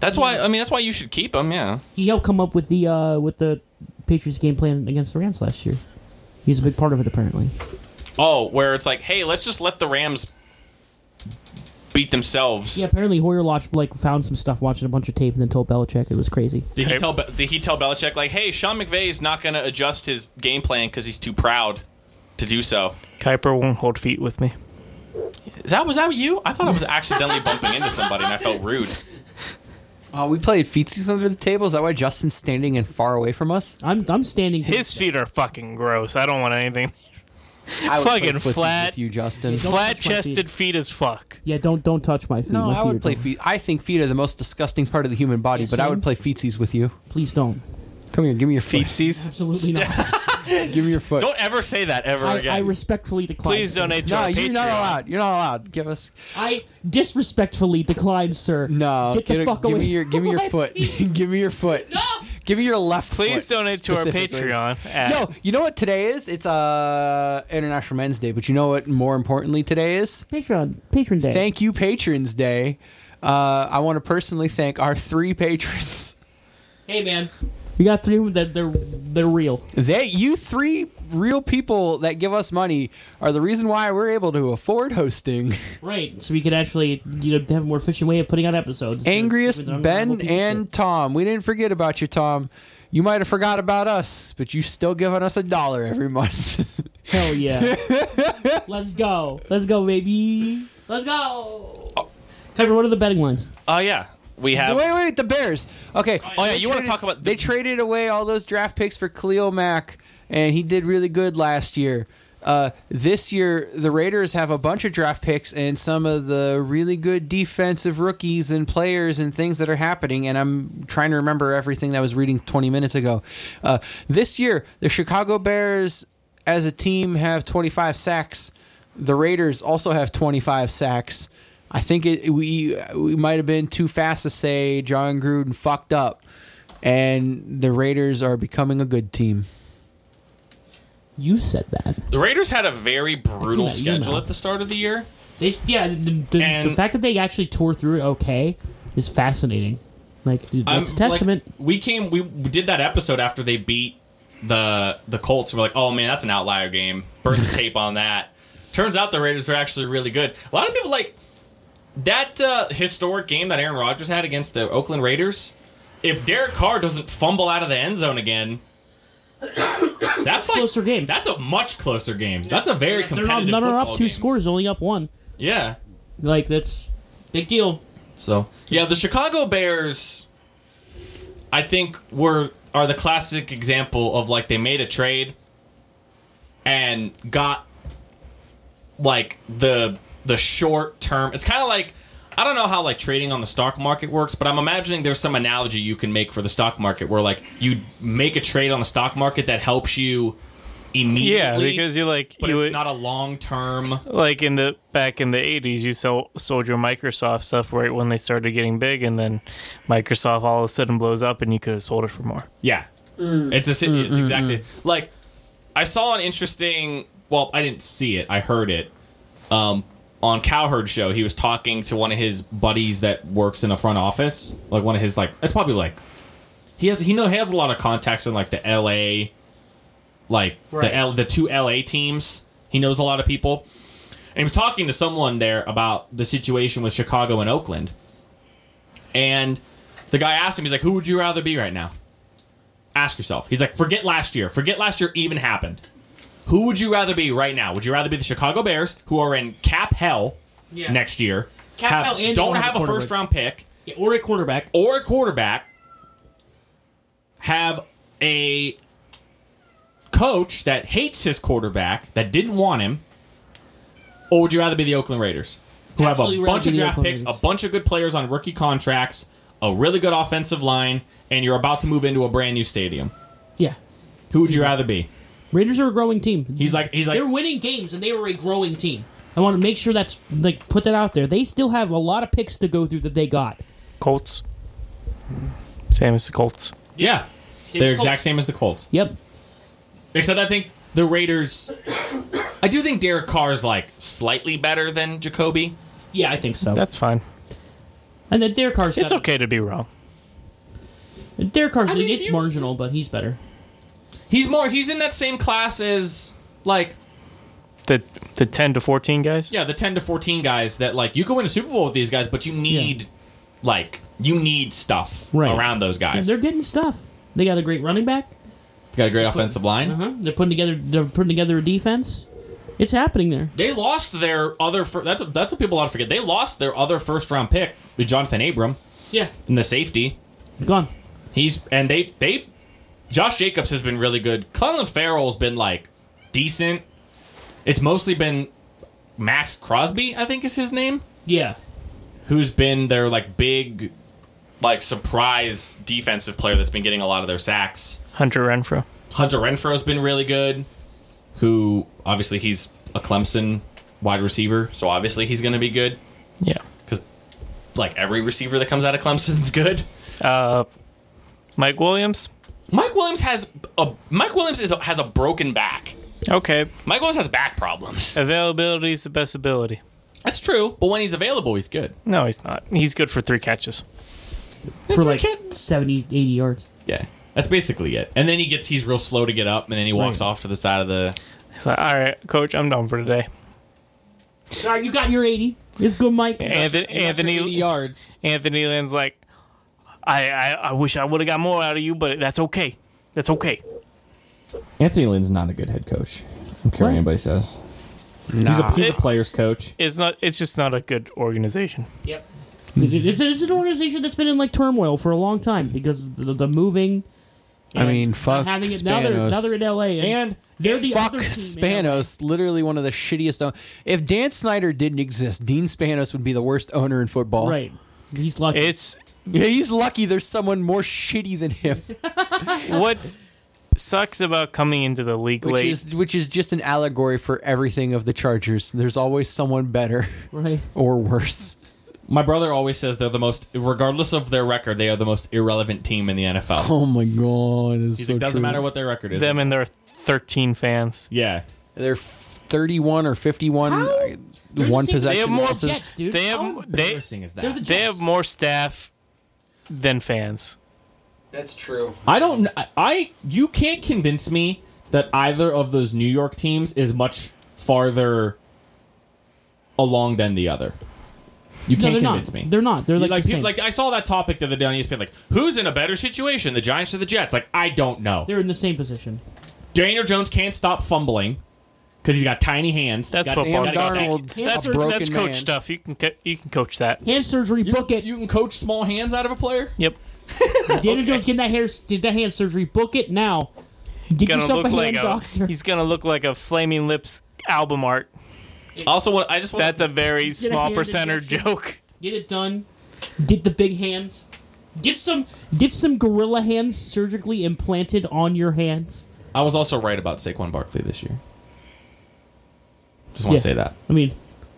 Speaker 5: That's why I mean that's why you should keep him. Yeah,
Speaker 3: He helped come up with the uh, with the Patriots game plan against the Rams last year. He's a big part of it, apparently.
Speaker 5: Oh, where it's like, hey, let's just let the Rams beat themselves.
Speaker 3: Yeah, apparently Hoyer watched, like found some stuff watching a bunch of tape and then told Belichick it was crazy.
Speaker 5: Did he
Speaker 1: Hey.
Speaker 5: tell Be- Did he tell Belichick like, hey, Sean McVay's not going to adjust his game plan because he's too proud to do so?
Speaker 1: Kuiper won't hold feet with me.
Speaker 5: Is that was that you? I thought I was accidentally bumping into somebody and I felt rude.
Speaker 4: Uh, we played feetsies under the table. Is that why Justin's standing and far away from us?
Speaker 3: I'm I'm standing.
Speaker 1: His feet are fucking gross. I don't want anything.
Speaker 4: I would play
Speaker 1: Fucking
Speaker 4: footsies
Speaker 1: flat.
Speaker 4: with you, Justin.
Speaker 3: Don't touch my
Speaker 1: Flat chested feet as fuck.
Speaker 3: Yeah, don't don't touch my feet.
Speaker 4: No,
Speaker 3: My
Speaker 4: I
Speaker 3: feet are
Speaker 4: would play
Speaker 3: dumb.
Speaker 4: feet. I think feet are the most disgusting part of the human body,
Speaker 3: Yeah,
Speaker 4: but I
Speaker 3: same.
Speaker 4: would play feetsies with you.
Speaker 3: Please don't.
Speaker 4: Come here, give me your foot.
Speaker 1: Feetsies.
Speaker 3: Absolutely not.
Speaker 4: Give me your foot.
Speaker 5: Don't ever say that ever
Speaker 3: I,
Speaker 5: again.
Speaker 3: I respectfully decline.
Speaker 1: Please
Speaker 3: sir.
Speaker 1: donate to
Speaker 4: no,
Speaker 1: our
Speaker 4: you're
Speaker 1: Patreon.
Speaker 4: not allowed. You're not allowed. Give us
Speaker 3: I disrespectfully decline, sir.
Speaker 4: no.
Speaker 3: get the
Speaker 4: a-
Speaker 3: fuck
Speaker 4: give
Speaker 3: away.
Speaker 4: me your give me
Speaker 3: from my
Speaker 4: your foot.
Speaker 3: feet.
Speaker 4: give me your foot. No. Give me your left.
Speaker 1: Please
Speaker 4: foot,
Speaker 1: donate to our
Speaker 4: specifically.
Speaker 1: Patreon. At,
Speaker 4: No, you know what today is? It's uh International Men's Day, but you know what? More importantly, today is
Speaker 3: Patreon, patron day.
Speaker 4: Thank You Patrons Day. Uh, I want to personally thank our three patrons.
Speaker 3: hey man, We got three of them that they're they're real.
Speaker 4: They, you three real people that give us money are the reason why we're able to afford hosting.
Speaker 3: Right. So we could actually you know have a more efficient way of putting out episodes.
Speaker 4: Angriest
Speaker 3: With an
Speaker 4: Ben
Speaker 3: unreliable piece of
Speaker 4: and Tom. We didn't forget about you, Tom. You might have forgot about us, but you still giving us a dollar every month.
Speaker 3: shit. hell yeah. Let's go. Let's go, baby. Let's go. Cover what are the betting lines?
Speaker 7: Oh yeah, we have.
Speaker 4: wait, wait, the Bears. Okay.
Speaker 7: Oh, yeah,
Speaker 4: They
Speaker 7: you wanna
Speaker 4: traded-
Speaker 7: talk about the-
Speaker 4: they traded away all those draft picks for Khalil Mack, and he did really good last year. Uh, this year, the Raiders have a bunch of draft picks and some of the really good defensive rookies and players and things that are happening. And I'm trying to remember everything that I was reading 20 minutes ago. Uh, this year, the Chicago Bears as a team have 25 sacks. The Raiders also have 25 sacks. I think it, we we might have been too fast to say John Gruden fucked up, and the Raiders are becoming a good team.
Speaker 3: You said that.
Speaker 7: The Raiders had a very brutal
Speaker 3: That came out of your
Speaker 7: schedule
Speaker 3: mouth.
Speaker 7: at the start of the year.
Speaker 3: They s- yeah. The, the,
Speaker 7: And-
Speaker 3: the fact that they actually tore through it okay is fascinating. Like dude,
Speaker 5: I'm-
Speaker 3: that's testament.
Speaker 5: Like, we came, we did that episode after they beat the the Colts. We're like, oh man, that's an outlier game. Burn the tape on that. Turns out the Raiders were actually really good. A lot of people like that uh, historic game that Aaron Rodgers had against the Oakland Raiders. If Derek Carr doesn't fumble out of the end zone again, that's like
Speaker 3: Closer game.
Speaker 5: That's a much closer game. That's a very
Speaker 3: They're not
Speaker 5: competitive.
Speaker 3: none are up
Speaker 5: football
Speaker 3: two
Speaker 5: game.
Speaker 3: scores, only up one.
Speaker 5: Yeah.
Speaker 3: Like that's big deal.
Speaker 5: So yeah, the Chicago Bears, I think were are the classic example of like they made a trade and got like the the short term. It's kind of like I don't know how like trading on the stock market works, but I'm imagining there's some analogy you can make for the stock market where like you make a trade on the stock market that helps you immediately.
Speaker 1: Yeah, because you're like
Speaker 5: but
Speaker 1: you
Speaker 5: it's
Speaker 1: would-
Speaker 5: not a long term.
Speaker 1: like in the back in the 80s you sold, sold your microsoft stuff right when they started getting big and then microsoft all of a sudden blows up and you could have sold it for more
Speaker 5: Yeah, it's a, si- it's exactly like I saw an interesting. Well, I didn't see it. I heard it um, on Cowherd show. He was talking to one of his buddies that works in a front office, like one of his like. It's probably like he has he know he has a lot of contacts in like the L.A. like the L the two L.A. teams. He knows a lot of people. And he was talking to someone there about the situation with Chicago and Oakland. And the guy asked him, he's like, "Who would you rather be right now?" ask yourself. He's like, forget last year. Forget last year even happened. Who would you rather be right now? Would you rather be the Chicago Bears, who are in cap hell next year,
Speaker 3: Cap
Speaker 5: have-
Speaker 3: hell and
Speaker 5: don't
Speaker 3: don't have
Speaker 5: have
Speaker 3: a
Speaker 5: a
Speaker 3: quarterback.
Speaker 5: first round pick,
Speaker 3: Yeah, or a quarterback.
Speaker 5: or a quarterback, have a coach that hates his quarterback that didn't want him, or would you rather be the Oakland Raiders, who
Speaker 3: Absolutely
Speaker 5: have a
Speaker 3: rather
Speaker 5: bunch
Speaker 3: be
Speaker 5: of
Speaker 3: the
Speaker 5: draft
Speaker 3: Oakland
Speaker 5: picks,
Speaker 3: Raiders.
Speaker 5: a bunch of good players on rookie contracts, a really good offensive line, and you're about to move into a brand new stadium?
Speaker 3: Yeah.
Speaker 5: Who would you rather be?
Speaker 3: Raiders are a growing team.
Speaker 5: He's like he's like
Speaker 3: They're winning games and they were a growing team. I want to make sure that's like put that out there. They still have a lot of picks to go through that they got.
Speaker 1: colts same as the colts
Speaker 5: yeah. They're exact same as the Colts.
Speaker 3: Yep.
Speaker 5: Except I think the Raiders I do think Derek Carr is like slightly better than Jacoby.
Speaker 3: Yeah, I think so.
Speaker 1: that's fine
Speaker 3: and then Derek Carr's
Speaker 1: it's
Speaker 3: got-
Speaker 1: okay to be wrong
Speaker 3: Derek Carr's
Speaker 5: I mean,
Speaker 3: it's
Speaker 5: you-
Speaker 3: marginal, but he's better.
Speaker 5: He's more he's in that same class as like
Speaker 1: the the 10 to 14 guys
Speaker 5: yeah, the 10 to 14 guys that like you go win a Super Bowl with these guys, but you need like you need stuff
Speaker 3: Right.
Speaker 5: around those
Speaker 3: And
Speaker 5: guys.
Speaker 3: they're getting stuff. They got a great running back.
Speaker 5: got a great offensive line.
Speaker 3: Huh? They're putting together they're putting together a defense. It's happening there.
Speaker 5: They lost their other fir- that's that's what people ought to forget. They lost their other first round pick, Jonathan Abram,
Speaker 3: Yeah.
Speaker 5: in the safety.
Speaker 3: Gone.
Speaker 5: He's and they they Josh Jacobs has been really good. Clelin Farrell's been like decent. It's mostly been Max Crosby, I think is his name,
Speaker 3: Yeah.
Speaker 5: who's been their like big like surprise defensive player that's been getting a lot of their sacks.
Speaker 1: hunter renfro
Speaker 5: Hunter Renfro's been really good, who obviously he's a Clemson wide receiver, so obviously he's going to be good
Speaker 1: yeah
Speaker 5: cuz like every receiver that comes out of Clemson's good.
Speaker 1: uh mike williams
Speaker 5: Mike Williams has a Mike Williams is a, has a broken back.
Speaker 1: okay
Speaker 5: Mike Williams has back problems.
Speaker 1: availability is the best ability
Speaker 5: That's true, but when he's available, he's good.
Speaker 1: no he's not he's good for three catches
Speaker 3: For like 70, 80 yards.
Speaker 5: Yeah. That's basically it. And then he gets he's real slow to get up, and then he walks off to the side of the.
Speaker 1: It's like, all right, coach, I'm done for today.
Speaker 3: All right, you got your 80. It's good, Mike.
Speaker 1: Anthony,
Speaker 8: Eighty
Speaker 1: Anthony,
Speaker 8: yards.
Speaker 1: Anthony Lynn's like, I, I, I wish I would have got more out of you, but that's okay. That's okay.
Speaker 9: Anthony Lynn's not a good head coach. I don't care what anybody says. He's, a, he's a player's coach.
Speaker 1: It's not. It's just not a good organization.
Speaker 3: Yep. It's, it's an organization that's been in like turmoil for a long time because of the, the moving.
Speaker 4: I mean, fuck
Speaker 3: having it now they're, now they're in
Speaker 4: Spanos.
Speaker 3: LA and,
Speaker 5: And
Speaker 3: they're the
Speaker 4: Fuck
Speaker 3: other team in LA.
Speaker 4: Spanos, literally one of the shittiest. own- If Dan Snyder didn't exist, Dean Spanos would be the worst owner in football.
Speaker 3: Right. He's lucky.
Speaker 1: It's
Speaker 4: Yeah, he's lucky there's someone more shitty than him,
Speaker 1: what sucks about coming into the league
Speaker 4: which
Speaker 1: late.
Speaker 4: is which is just an allegory for everything of the Chargers. There's always someone better
Speaker 3: right.
Speaker 4: or worse.
Speaker 5: My brother always says they're the most, regardless of their record, they are the most irrelevant team in the NFL.
Speaker 4: Oh my god, it's
Speaker 5: He's
Speaker 4: so
Speaker 5: like, doesn't
Speaker 4: true.
Speaker 5: matter what their record is.
Speaker 1: them and their 13 fans.
Speaker 5: yeah,
Speaker 4: They're 31 or 51
Speaker 3: How?
Speaker 4: uh,
Speaker 3: They're the
Speaker 4: one
Speaker 3: same
Speaker 4: possession.
Speaker 1: They have more-
Speaker 3: as the Jets, dude. Oh.
Speaker 1: They
Speaker 3: How
Speaker 1: have they,
Speaker 5: embarrassing is that?
Speaker 3: They're the
Speaker 1: they have
Speaker 3: Jets.
Speaker 1: more staff than fans.
Speaker 4: That's true.
Speaker 5: I don't. kn- I you can't convince me that either of those New York teams is much farther along than the other. You
Speaker 3: No,
Speaker 5: can't
Speaker 3: they're
Speaker 5: convince
Speaker 3: not.
Speaker 5: me.
Speaker 3: They're not. They're like,
Speaker 5: like,
Speaker 3: the
Speaker 5: people-
Speaker 3: same.
Speaker 5: like I saw that topic the other day on E ESPN. Like, who's in a better situation, the Giants or the Jets? Like, I don't know.
Speaker 3: they're in the same position.
Speaker 5: Daniel Jones can't stop fumbling because he's got tiny hands.
Speaker 1: That's
Speaker 5: Got-
Speaker 1: football.
Speaker 4: Sam
Speaker 5: gotta go back.
Speaker 4: Darnold's
Speaker 1: That's,
Speaker 4: a
Speaker 3: That's-
Speaker 4: broken
Speaker 1: that's coach
Speaker 4: man.
Speaker 1: stuff. You can co- you can coach that.
Speaker 3: Hand surgery, book it.
Speaker 5: You can coach small hands out of a player.
Speaker 1: Yep.
Speaker 3: Daniel Jones getting that hair, did that hand surgery. Book it now. Get
Speaker 1: Gonna
Speaker 3: yourself
Speaker 1: look
Speaker 3: a
Speaker 1: like
Speaker 3: hand doctor.
Speaker 1: a, he's gonna look like a flaming lips album art.
Speaker 5: Also, want, I just want
Speaker 1: That's a very
Speaker 3: get a
Speaker 1: small
Speaker 3: hand
Speaker 1: percenter
Speaker 3: injection.
Speaker 1: joke.
Speaker 3: Get it done. Get the big hands. Get some. Get some gorilla hands surgically implanted on your hands.
Speaker 5: I was also right about Saquon Barkley this year. Just want
Speaker 3: Yeah.
Speaker 5: to say that.
Speaker 3: I mean,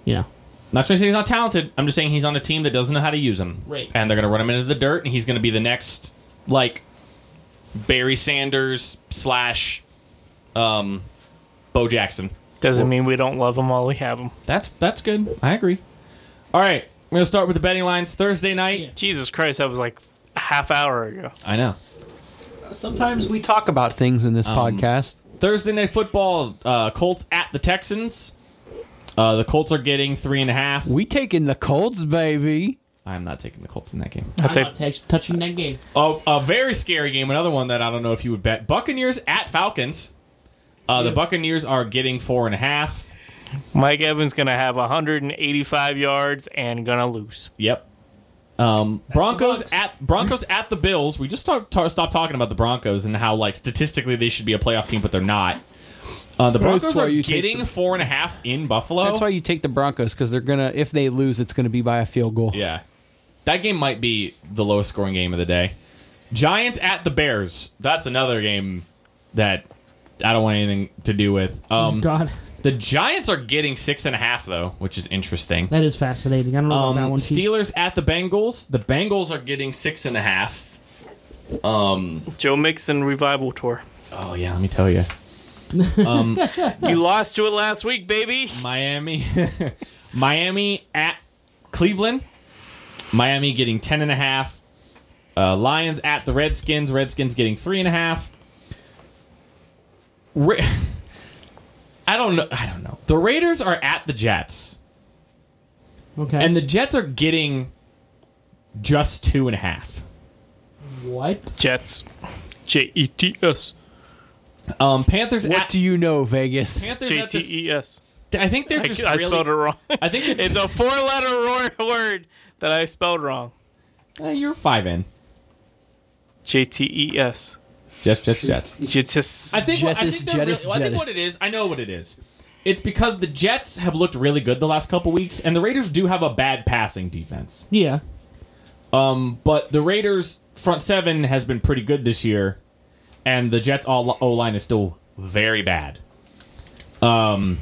Speaker 3: you know.
Speaker 5: Not trying to say he's not talented. I'm just saying he's on a team that doesn't know how to use him.
Speaker 3: Right.
Speaker 5: And they're going to run him into the dirt, and he's going to be the next, like, Barry Sanders slash um, Bo Jackson.
Speaker 1: Doesn't mean we don't love them while we have them.
Speaker 5: That's that's good. I agree. All right. We're going to start with the betting lines Thursday night.
Speaker 3: Yeah.
Speaker 1: Jesus Christ, that was like a half hour ago.
Speaker 5: I know.
Speaker 4: Sometimes we talk about things in this podcast.
Speaker 5: Thursday night football, uh, Colts at the Texans. Uh, the Colts are getting three and a half.
Speaker 4: We taking the Colts, baby.
Speaker 5: I'm not taking the Colts in that game.
Speaker 1: I'll
Speaker 3: I'm
Speaker 1: take
Speaker 3: not touch- touching that game.
Speaker 5: Oh, a very scary game. Another one that I don't know if you would bet. Buccaneers at Falcons. Uh, the Buccaneers are getting four and a half.
Speaker 1: Mike Evans gonna have 185 yards and gonna lose.
Speaker 5: Yep. Um, Broncos
Speaker 3: Bucs.
Speaker 5: at Broncos at the Bills. We just start, tar- stopped talking about the Broncos and how like statistically they should be a playoff team, but they're not. Uh, the
Speaker 4: That's
Speaker 5: Broncos
Speaker 4: why
Speaker 5: are
Speaker 4: you take
Speaker 5: getting
Speaker 4: the-
Speaker 5: four and a half in Buffalo.
Speaker 4: That's why you take the Broncos because they're gonna. If they lose, it's gonna be by a field goal.
Speaker 5: Yeah. That game might be the lowest scoring game of the day. Giants at the Bears. That's another game that I don't want anything to do with. Um,
Speaker 3: God,
Speaker 5: the Giants are getting six and a half though, which is interesting.
Speaker 3: that is fascinating. I don't know
Speaker 5: Um,
Speaker 3: about that one. Steve.
Speaker 5: Steelers at the Bengals. The Bengals are getting six and a half.
Speaker 1: Joe Mixon revival tour.
Speaker 5: Oh yeah, let me tell you,
Speaker 1: You lost to it last week, baby.
Speaker 5: Miami, Miami at Cleveland. Miami getting ten and a half. Uh, Lions at the Redskins. Redskins getting three and a half. Ra- I don't know. I don't know. The Raiders are at the Jets,
Speaker 3: Okay.
Speaker 5: and the Jets are getting just two and a half.
Speaker 3: what?
Speaker 1: Jets. J E T S.
Speaker 5: Um, Panthers
Speaker 4: What
Speaker 5: at
Speaker 4: do you know, Vegas?
Speaker 5: Panthers
Speaker 1: J
Speaker 5: at
Speaker 1: T
Speaker 5: the,
Speaker 1: E S.
Speaker 5: I think they're
Speaker 1: I
Speaker 5: just
Speaker 1: I
Speaker 5: really,
Speaker 1: spelled it wrong.
Speaker 5: I think they're
Speaker 1: It's a four letter word that I spelled wrong.
Speaker 5: Uh, you're five in.
Speaker 1: J T E S.
Speaker 5: Jets, Jets, Jets.
Speaker 1: Jets.
Speaker 5: I think, what, I,
Speaker 4: Jettis,
Speaker 5: think they're
Speaker 4: Jettis,
Speaker 5: really- I think what
Speaker 4: Jettis.
Speaker 5: it is, I know what it is. It's because the Jets have looked really good the last couple weeks, and the Raiders do have a bad passing defense.
Speaker 3: Yeah.
Speaker 5: But the Raiders' front seven has been pretty good this year, and the Jets' O line is still very bad. Um,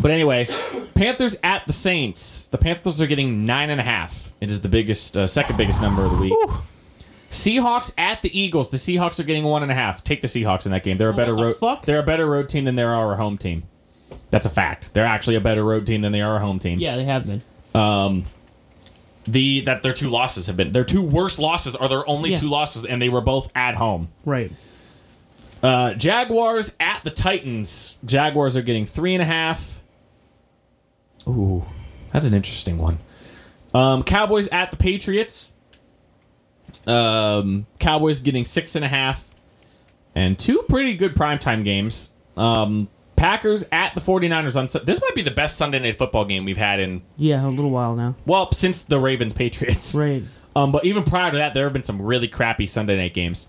Speaker 5: but anyway, Panthers at the Saints. The Panthers are getting nine and a half. It is the biggest, uh, second biggest number of the week. Seahawks at the Eagles. The Seahawks are getting one and a half. Take the Seahawks in that game. They're a better
Speaker 3: the
Speaker 5: road.
Speaker 3: fuck?
Speaker 5: They're a better road team than they are a home team. That's a fact. They're actually a better road team than they are a home team.
Speaker 3: Yeah, they have been.
Speaker 5: the that their two losses have been. Their two worst losses are their only
Speaker 3: Yeah.
Speaker 5: two losses, and they were both at home.
Speaker 3: Right.
Speaker 5: Uh, Jaguars at the Titans. Jaguars are getting three and a half. Ooh, that's an interesting one. Um, Cowboys at the Patriots. Um, Cowboys getting six and a half. And two pretty good primetime games. Um, Packers at the 49ers on Sun- this might be the best Sunday night football game we've had in
Speaker 3: Yeah, a little while now.
Speaker 5: well since the Ravens Patriots.
Speaker 3: Right.
Speaker 5: Um, but even prior to that, there have been some really crappy Sunday night games.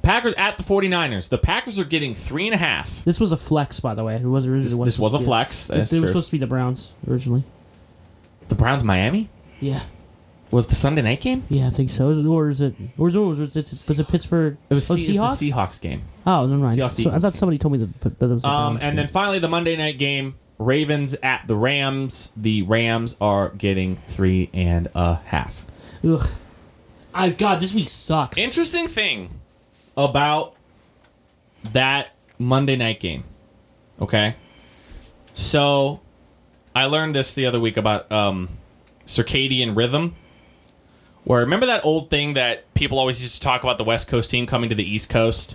Speaker 5: Packers at the 49ers. The Packers are getting three and a half.
Speaker 3: This was a flex, by the way. It was originally
Speaker 5: This was a
Speaker 3: supposed to be
Speaker 5: flex.
Speaker 3: It,
Speaker 5: That's
Speaker 3: it
Speaker 5: true.
Speaker 3: was supposed to be the Browns originally.
Speaker 5: the Browns Miami
Speaker 3: Yeah,
Speaker 5: was the Sunday night game.
Speaker 3: yeah, I think so. Is it- Or is it? Or is it? Was it, was it, Pittsburgh?
Speaker 5: It was
Speaker 3: oh,
Speaker 5: it's the
Speaker 3: Seahawks.
Speaker 5: Seahawks game.
Speaker 3: Oh, never mind.
Speaker 5: Seahawks
Speaker 3: So I thought
Speaker 5: Eagles.
Speaker 3: somebody told me that, that it was the
Speaker 5: Um,
Speaker 3: Browns
Speaker 5: and
Speaker 3: game.
Speaker 5: then finally the Monday night game. Ravens at the Rams. The Rams are getting three and a half.
Speaker 3: Ugh. I God, this week sucks.
Speaker 5: Interesting thing about that Monday night game. Okay. So I learned this the other week about um, circadian rhythm. Where remember that old thing that people always used to talk about the West Coast team coming to the East Coast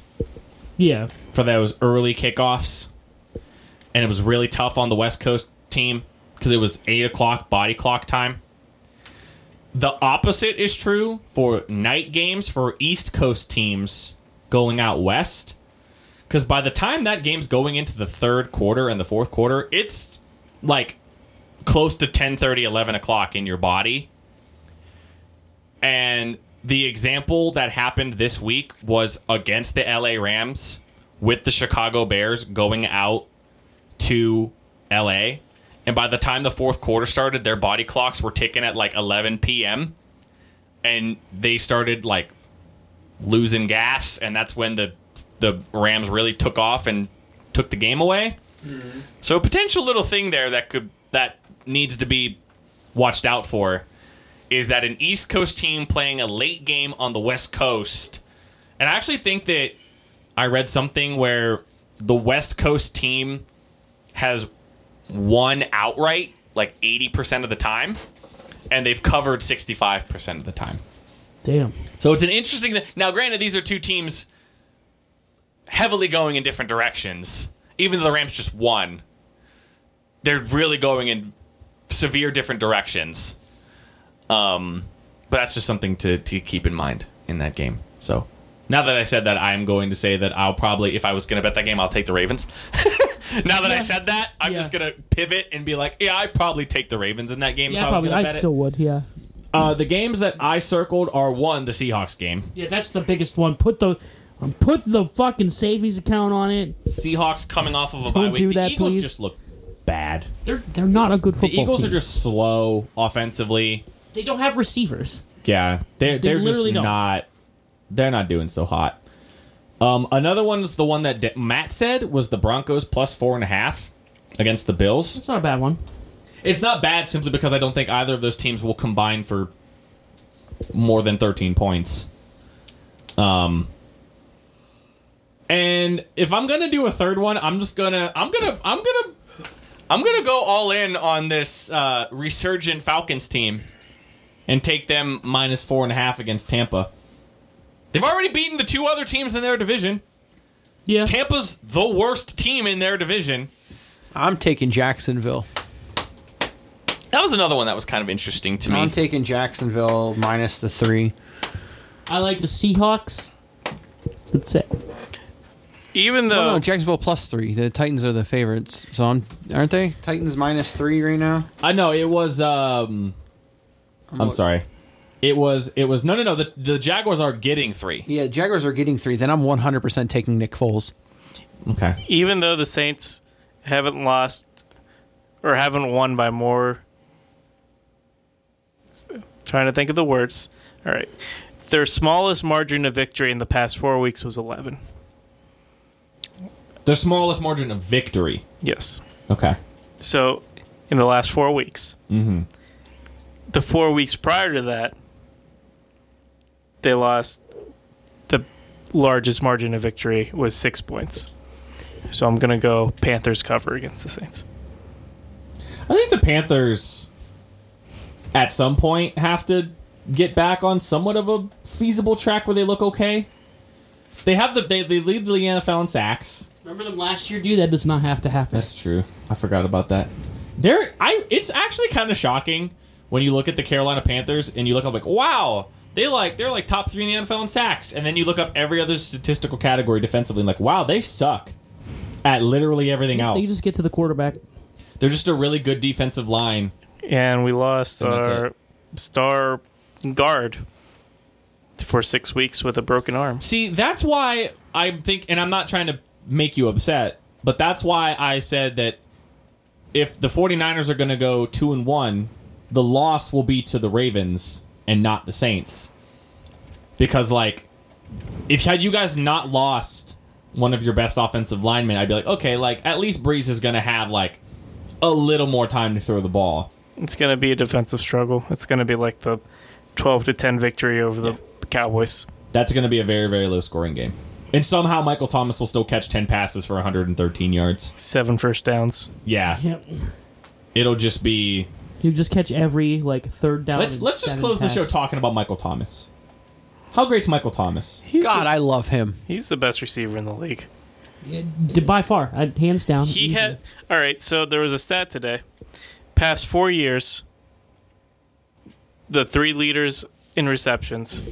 Speaker 3: yeah,
Speaker 5: for those early kickoffs? And it was really tough on the West Coast team because it was 8 o'clock body clock time. The opposite is true for night games for East Coast teams going out west. Because by the time that game's going into the third quarter and the fourth quarter, it's like close to 10 11 o'clock in your body. And the example that happened this week was against the LA Rams with the Chicago Bears going out to LA. And by the time the fourth quarter started, their body clocks were ticking at like 11 p.m. And they started like losing gas. And that's when the, the Rams really took off and took the game away. So a potential little thing there that could that needs to be watched out for is that an East Coast team playing a late game on the West Coast. And I actually think that I read something where the West Coast team has won outright like 80% of the time and they've covered 65% of the time.
Speaker 3: damn.
Speaker 5: So it's an interesting thi- Now granted these are two teams heavily going in different directions. Even though the Rams just won, they're really going in severe different directions. Um but that's just something to, to keep in mind in that game. So now that I said that, I'm going to say that I'll probably, if I was going to bet that game, I'll take the Ravens. now that I said that, I'm
Speaker 3: Yeah.
Speaker 5: just going to pivot and be like, yeah, I'd probably take the Ravens in that game. if
Speaker 3: Yeah,
Speaker 5: I was
Speaker 3: probably.
Speaker 5: gonna
Speaker 3: I
Speaker 5: bet it.
Speaker 3: still would. Yeah.
Speaker 5: Uh, the games that I circled are one, the Seahawks game.
Speaker 3: Yeah, that's the biggest one. Put the um, put the fucking savings account on it.
Speaker 5: Seahawks coming off of a bye
Speaker 3: Don't
Speaker 5: week.
Speaker 3: do
Speaker 5: the
Speaker 3: that,
Speaker 5: Eagles
Speaker 3: please.
Speaker 5: just look bad.
Speaker 3: They're they're not a good
Speaker 5: The
Speaker 3: football
Speaker 5: Eagles
Speaker 3: team.
Speaker 5: are just slow offensively.
Speaker 3: they don't have receivers.
Speaker 5: Yeah, they're
Speaker 3: They
Speaker 5: they're just
Speaker 3: literally don't.
Speaker 5: not. They're not doing so hot. Um, another one is the one that D- Matt said was the Broncos plus four and a half against the Bills.
Speaker 3: It's not a bad one.
Speaker 5: It's not bad simply because I don't think either of those teams will combine for more than 13 points. Um and if I'm going to do a third one, I'm just going to I'm going to I'm going to I'm going to go all in on this uh resurgent Falcons team and take them minus four and a half against Tampa. They've already beaten the two other teams in their division.
Speaker 3: Yeah.
Speaker 5: Tampa's the worst team in their division.
Speaker 4: I'm taking Jacksonville.
Speaker 10: That was another one that was kind of interesting to me.
Speaker 4: I'm taking Jacksonville minus the three.
Speaker 3: I like the Seahawks. That's it.
Speaker 10: Even though
Speaker 4: Oh, no, Jacksonville plus three. The Titans are the favorites, so I'm aren't they? Titans minus three right now.
Speaker 5: I know it was. um I'm sorry. It was. It was. No, no, no. The the Jaguars are getting three.
Speaker 4: Yeah, Jaguars are getting three. Then I'm 100 percent taking Nick Foles.
Speaker 5: Okay.
Speaker 1: Even though the Saints haven't lost or haven't won by more. Trying to think of the words. All right. Their smallest margin of victory in the past four weeks was 11.
Speaker 5: Their smallest margin of victory.
Speaker 1: Yes.
Speaker 5: Okay.
Speaker 1: So, in the last four weeks,
Speaker 5: Mm-hmm.
Speaker 1: the four weeks prior to that, they lost the largest margin of victory was six points. So I'm gonna go Panthers cover against the Saints.
Speaker 5: I think the Panthers. at some point have to get back on somewhat of a feasible track where they look okay. They have the they, they lead the NFL in sacks.
Speaker 3: Remember them last year, dude? That does not have to happen.
Speaker 5: That's true. I forgot about that. There, I. It's actually kind of shocking when you look at the Carolina Panthers and you look up like, wow, they like they're like top three in the NFL in sacks, and then you look up every other statistical category defensively and like, wow, they suck at literally everything else.
Speaker 3: You just get to the quarterback.
Speaker 5: they're just a really good defensive line.
Speaker 1: and we lost
Speaker 5: that's
Speaker 1: our star guard for six weeks with a broken arm.
Speaker 5: See, that's why I think, and I'm not trying to make you upset, but that's why I said that if the 49ers are going to go two and one, the loss will be to the Ravens and not the Saints, because like, if had you guys not lost one of your best offensive linemen, I'd be like, okay, like at least Breeze is going to have like a little more time to throw the ball.
Speaker 1: It's going to be a defensive struggle. It's going to be like the 12 to 10 victory over the Cowboys.
Speaker 5: That's going to be a very very low scoring game. And somehow Michael Thomas will still catch 10 passes for 113 yards.
Speaker 1: Seven first downs.
Speaker 5: Yeah.
Speaker 3: Yep.
Speaker 5: It'll just be
Speaker 3: You just catch every like third down.
Speaker 5: Let's
Speaker 3: and
Speaker 5: let's just
Speaker 3: seven
Speaker 5: close
Speaker 3: pass.
Speaker 5: the show talking about Michael Thomas. How great's Michael Thomas?
Speaker 1: He's
Speaker 4: God,
Speaker 1: the,
Speaker 4: I love him.
Speaker 1: he's the best receiver in the league.
Speaker 3: D- By far, I, hands down.
Speaker 1: He
Speaker 3: easy.
Speaker 1: had all right. So there was a stat today. Past four years, the three leaders in receptions.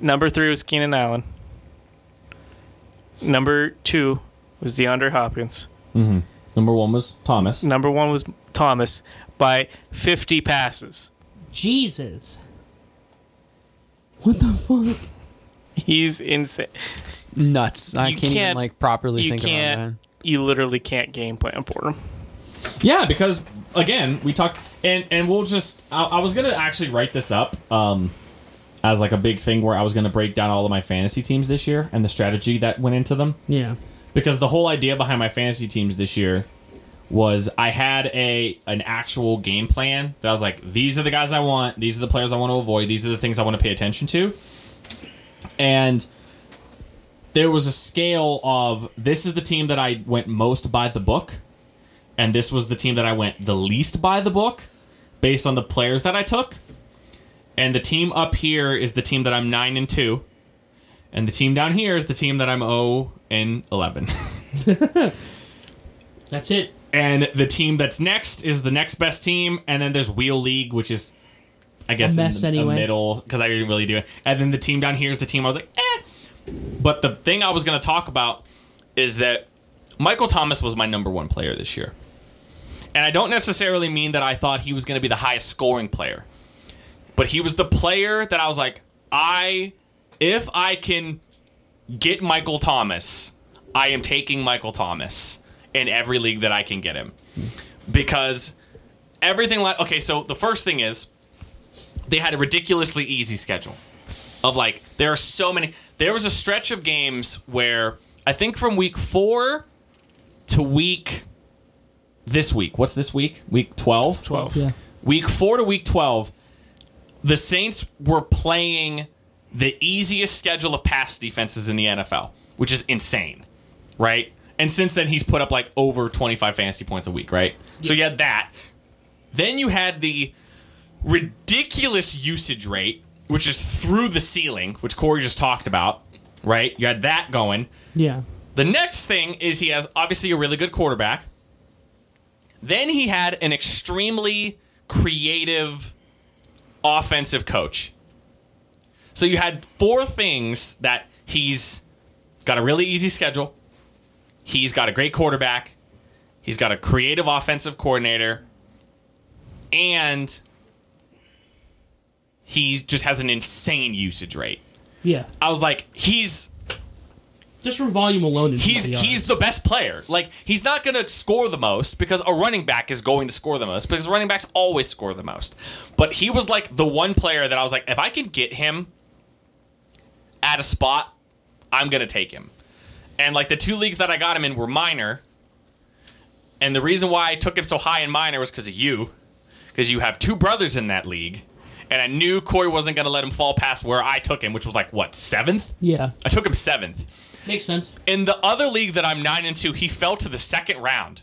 Speaker 1: Number three was Keenan Allen. Number two was DeAndre Hopkins.
Speaker 5: Number one was Thomas.
Speaker 1: Number one was Thomas by 50 passes.
Speaker 3: Jesus. What the fuck?
Speaker 1: He's insane.
Speaker 4: Nuts. I
Speaker 1: You
Speaker 4: can't, even
Speaker 1: can't-
Speaker 4: like properly
Speaker 1: You
Speaker 4: think about
Speaker 1: can't. You literally can't game plan for him.
Speaker 5: Yeah, because again, we talked and and we'll just I, I was gonna actually write this up um as like a big thing where I was gonna break down all of my fantasy teams this year and the strategy that went into them.
Speaker 3: Yeah.
Speaker 5: because the whole idea behind my fantasy teams this year was I had a an actual game plan that I was like, these are the guys I want, these are the players I want to avoid, these are the things I want to pay attention to, and there was a scale of this is the team that I went most by the book, and this was the team that I went the least by the book, based on the players that I took, and the team up here is the team that I'm nine and two. And the team down here is the team that I'm 0 and 11.
Speaker 3: That's it.
Speaker 5: and the team that's next is the next best team. And then there's Wheel League, which is, I guess, in
Speaker 3: mess
Speaker 5: the- a
Speaker 3: anyway.
Speaker 5: middle because I didn't really do it. And then the team down here is the team I was like, eh. But the thing I was going to talk about is that Michael Thomas was my number one player this year. And I don't necessarily mean that I thought he was going to be the highest scoring player, but he was the player that I was like, I, if I can get Michael Thomas, I am taking Michael Thomas in every league that I can get him. Because everything like, okay, so the first thing is they had a ridiculously easy schedule of like, there are so many. There was a stretch of games where I think from week four to week this week, what's this week? Week 12? 12
Speaker 3: Yeah.
Speaker 5: week four to week 12, the Saints were playing the easiest schedule of pass defenses in the NFL, which is insane, right? And since then, he's put up like over 25 fantasy points a week, right? So you had that. Then you had the ridiculous usage rate, which is through the ceiling, which Corey just talked about, right? You had that going.
Speaker 3: Yeah.
Speaker 5: The next thing is he has obviously a really good quarterback. Then he had an extremely creative offensive coach. So you had four things that he's got a really easy schedule. He's got a great quarterback. He's got a creative offensive coordinator. And he just has an insane usage rate.
Speaker 3: Yeah.
Speaker 5: I was like, he's
Speaker 3: Just from volume alone. it'd be
Speaker 5: he's
Speaker 3: the
Speaker 5: he's the best player. Like he's not going to score the most because a running back is going to score the most because running backs always score the most. But he was like the one player that I was like, if I can get him at a spot, I'm going to take him. And like the two leagues that I got him in were minor. And the reason why I took him so high in minor was because of you, because you have two brothers in that league. And I knew Corey wasn't going to let him fall past where I took him, which was like what seventh.
Speaker 3: Yeah.
Speaker 5: I took him seventh.
Speaker 3: Makes sense.
Speaker 5: In the other league that I'm nine and two, he fell to the second round.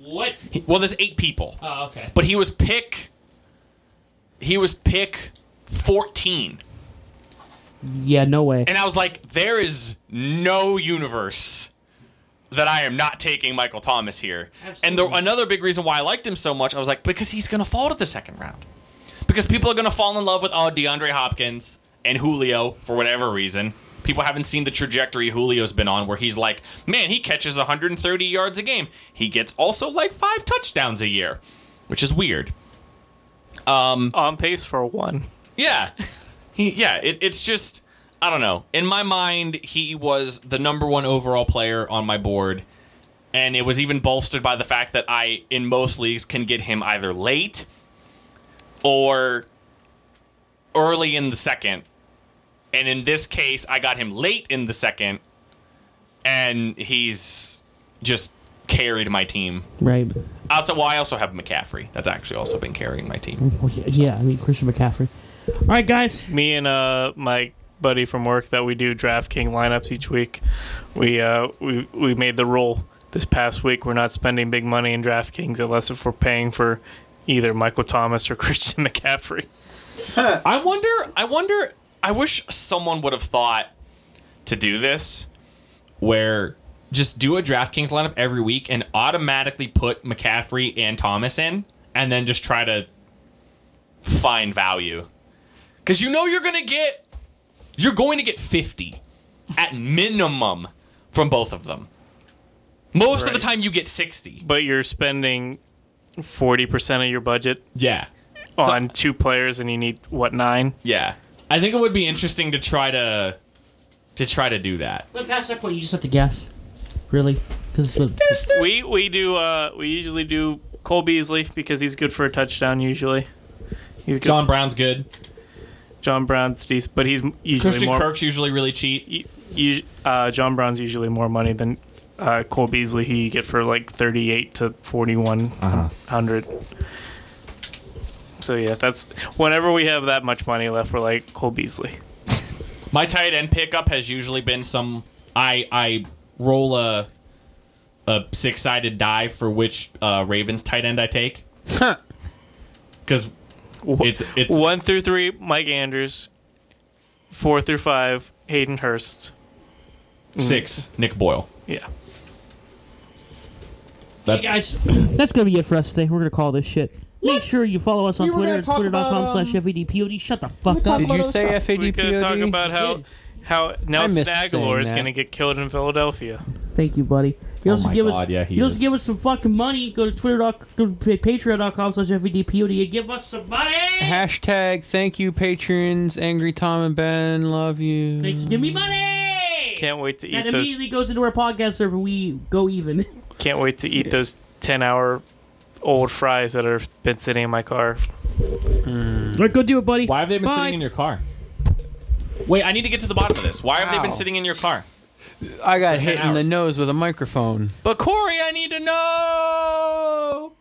Speaker 3: What?
Speaker 5: He- well, there's eight people,
Speaker 3: Oh, okay.
Speaker 5: but he was pick he was pick 14.
Speaker 3: Yeah, no way.
Speaker 5: And I was like, there is no universe that I am not taking Michael Thomas here. And the, another big reason why I liked him so much, I was like, because he's going to fall to the second round. Because people are going to fall in love with, oh, DeAndre Hopkins and Julio for whatever reason. People haven't seen the trajectory Julio's been on where he's like, man, he catches 130 yards a game. He gets also like five touchdowns a year, which is weird.
Speaker 4: Mm.
Speaker 1: On pace for one.
Speaker 5: Yeah. He, yeah, it, it's just, I don't know. In my mind, he was the number one overall player on my board. And it was even bolstered by the fact that I, in most leagues, can get him either late or early in the second. And in this case, I got him late in the second. And he's just carried my team.
Speaker 3: Right.
Speaker 5: Outside, well, I also have McCaffrey. That's actually also been carrying my team.
Speaker 3: Well, yeah, yeah, I mean, Christian McCaffrey. All right, guys.
Speaker 1: me and uh my buddy from work that we do DraftKings lineups each week. We uh we we made the rule this past week we're not spending big money in DraftKings unless if we're paying for either Michael Thomas or Christian McCaffrey.
Speaker 5: I wonder. I wonder. I wish someone would have thought to do this, where just do a DraftKings lineup every week and automatically put McCaffrey and Thomas in, and then just try to find value, because you know you're gonna get, you're going to get fifty at minimum from both of them. Most of the time, you get sixty.
Speaker 1: But you're spending 40% of your budget
Speaker 5: Yeah,
Speaker 1: on two players and you need what nine?
Speaker 5: yeah. I think it would be interesting to try to to try to do that.
Speaker 3: But past that point, you just have to guess. Really? Because
Speaker 1: We we do uh we usually do Cole Beasley because he's good for a touchdown usually. He's good.
Speaker 5: John Brown's good.
Speaker 1: John Brown's decent, but he's usually
Speaker 5: Christian
Speaker 1: more
Speaker 5: Kirk's usually really cheap.
Speaker 1: you, you- uh, John Brown's usually more money than uh, Cole Beasley, who you get for like thirty-eight to forty-one
Speaker 5: Uh-huh.
Speaker 1: hundred. So yeah, that's whenever we have that much money left, we're like Cole Beasley.
Speaker 5: My tight end pickup has usually been some. I I roll a a six sided die for which uh, Ravens tight end I take. Because it's it's
Speaker 1: One through three, Mike Anders. Four through five, Hayden Hurst. Mm.
Speaker 5: six Nick Boyle.
Speaker 1: Yeah,
Speaker 5: That's
Speaker 3: guys, that's gonna be it for us today. We're gonna call this shit. Make sure you follow us on
Speaker 4: We were
Speaker 3: Twitter
Speaker 4: gonna
Speaker 3: at
Speaker 4: talk about,
Speaker 3: twitter.com
Speaker 4: um,
Speaker 3: slash E FEDPOD. Shut the fuck
Speaker 4: Talk
Speaker 3: up.
Speaker 4: Did about
Speaker 3: All
Speaker 4: you other say stuff.
Speaker 1: we could talk
Speaker 4: FADPOD?
Speaker 1: about how how Nelson
Speaker 4: missed saying
Speaker 1: Aguilar is
Speaker 4: that.
Speaker 1: going to get killed in Philadelphia.
Speaker 3: Thank you, buddy. You also
Speaker 5: Oh my
Speaker 3: give us
Speaker 5: God, yeah, he
Speaker 3: you
Speaker 5: is.
Speaker 3: also give us some fucking money. Go to Twitter dot go to patreon.com slash E FEDPOD and give us some money.
Speaker 4: Hashtag thank you patrons, Angry Tom and Ben, love you.
Speaker 3: Thanks, give me money.
Speaker 1: Can't wait to eat
Speaker 3: that
Speaker 1: those.
Speaker 3: immediately goes into our podcast server. We go even.
Speaker 1: Can't wait to eat those ten-hour old fries that have been sitting in my car
Speaker 3: All right, go do it, buddy.
Speaker 5: why have they been
Speaker 3: Bye.
Speaker 5: sitting in your car? Wait, I need to get to the bottom of this. Why have they been
Speaker 4: Wow.
Speaker 5: sitting in your car?
Speaker 4: I got
Speaker 5: For 10
Speaker 4: hit in the
Speaker 5: hours.
Speaker 4: nose with a microphone.
Speaker 5: But Corey, I need to know.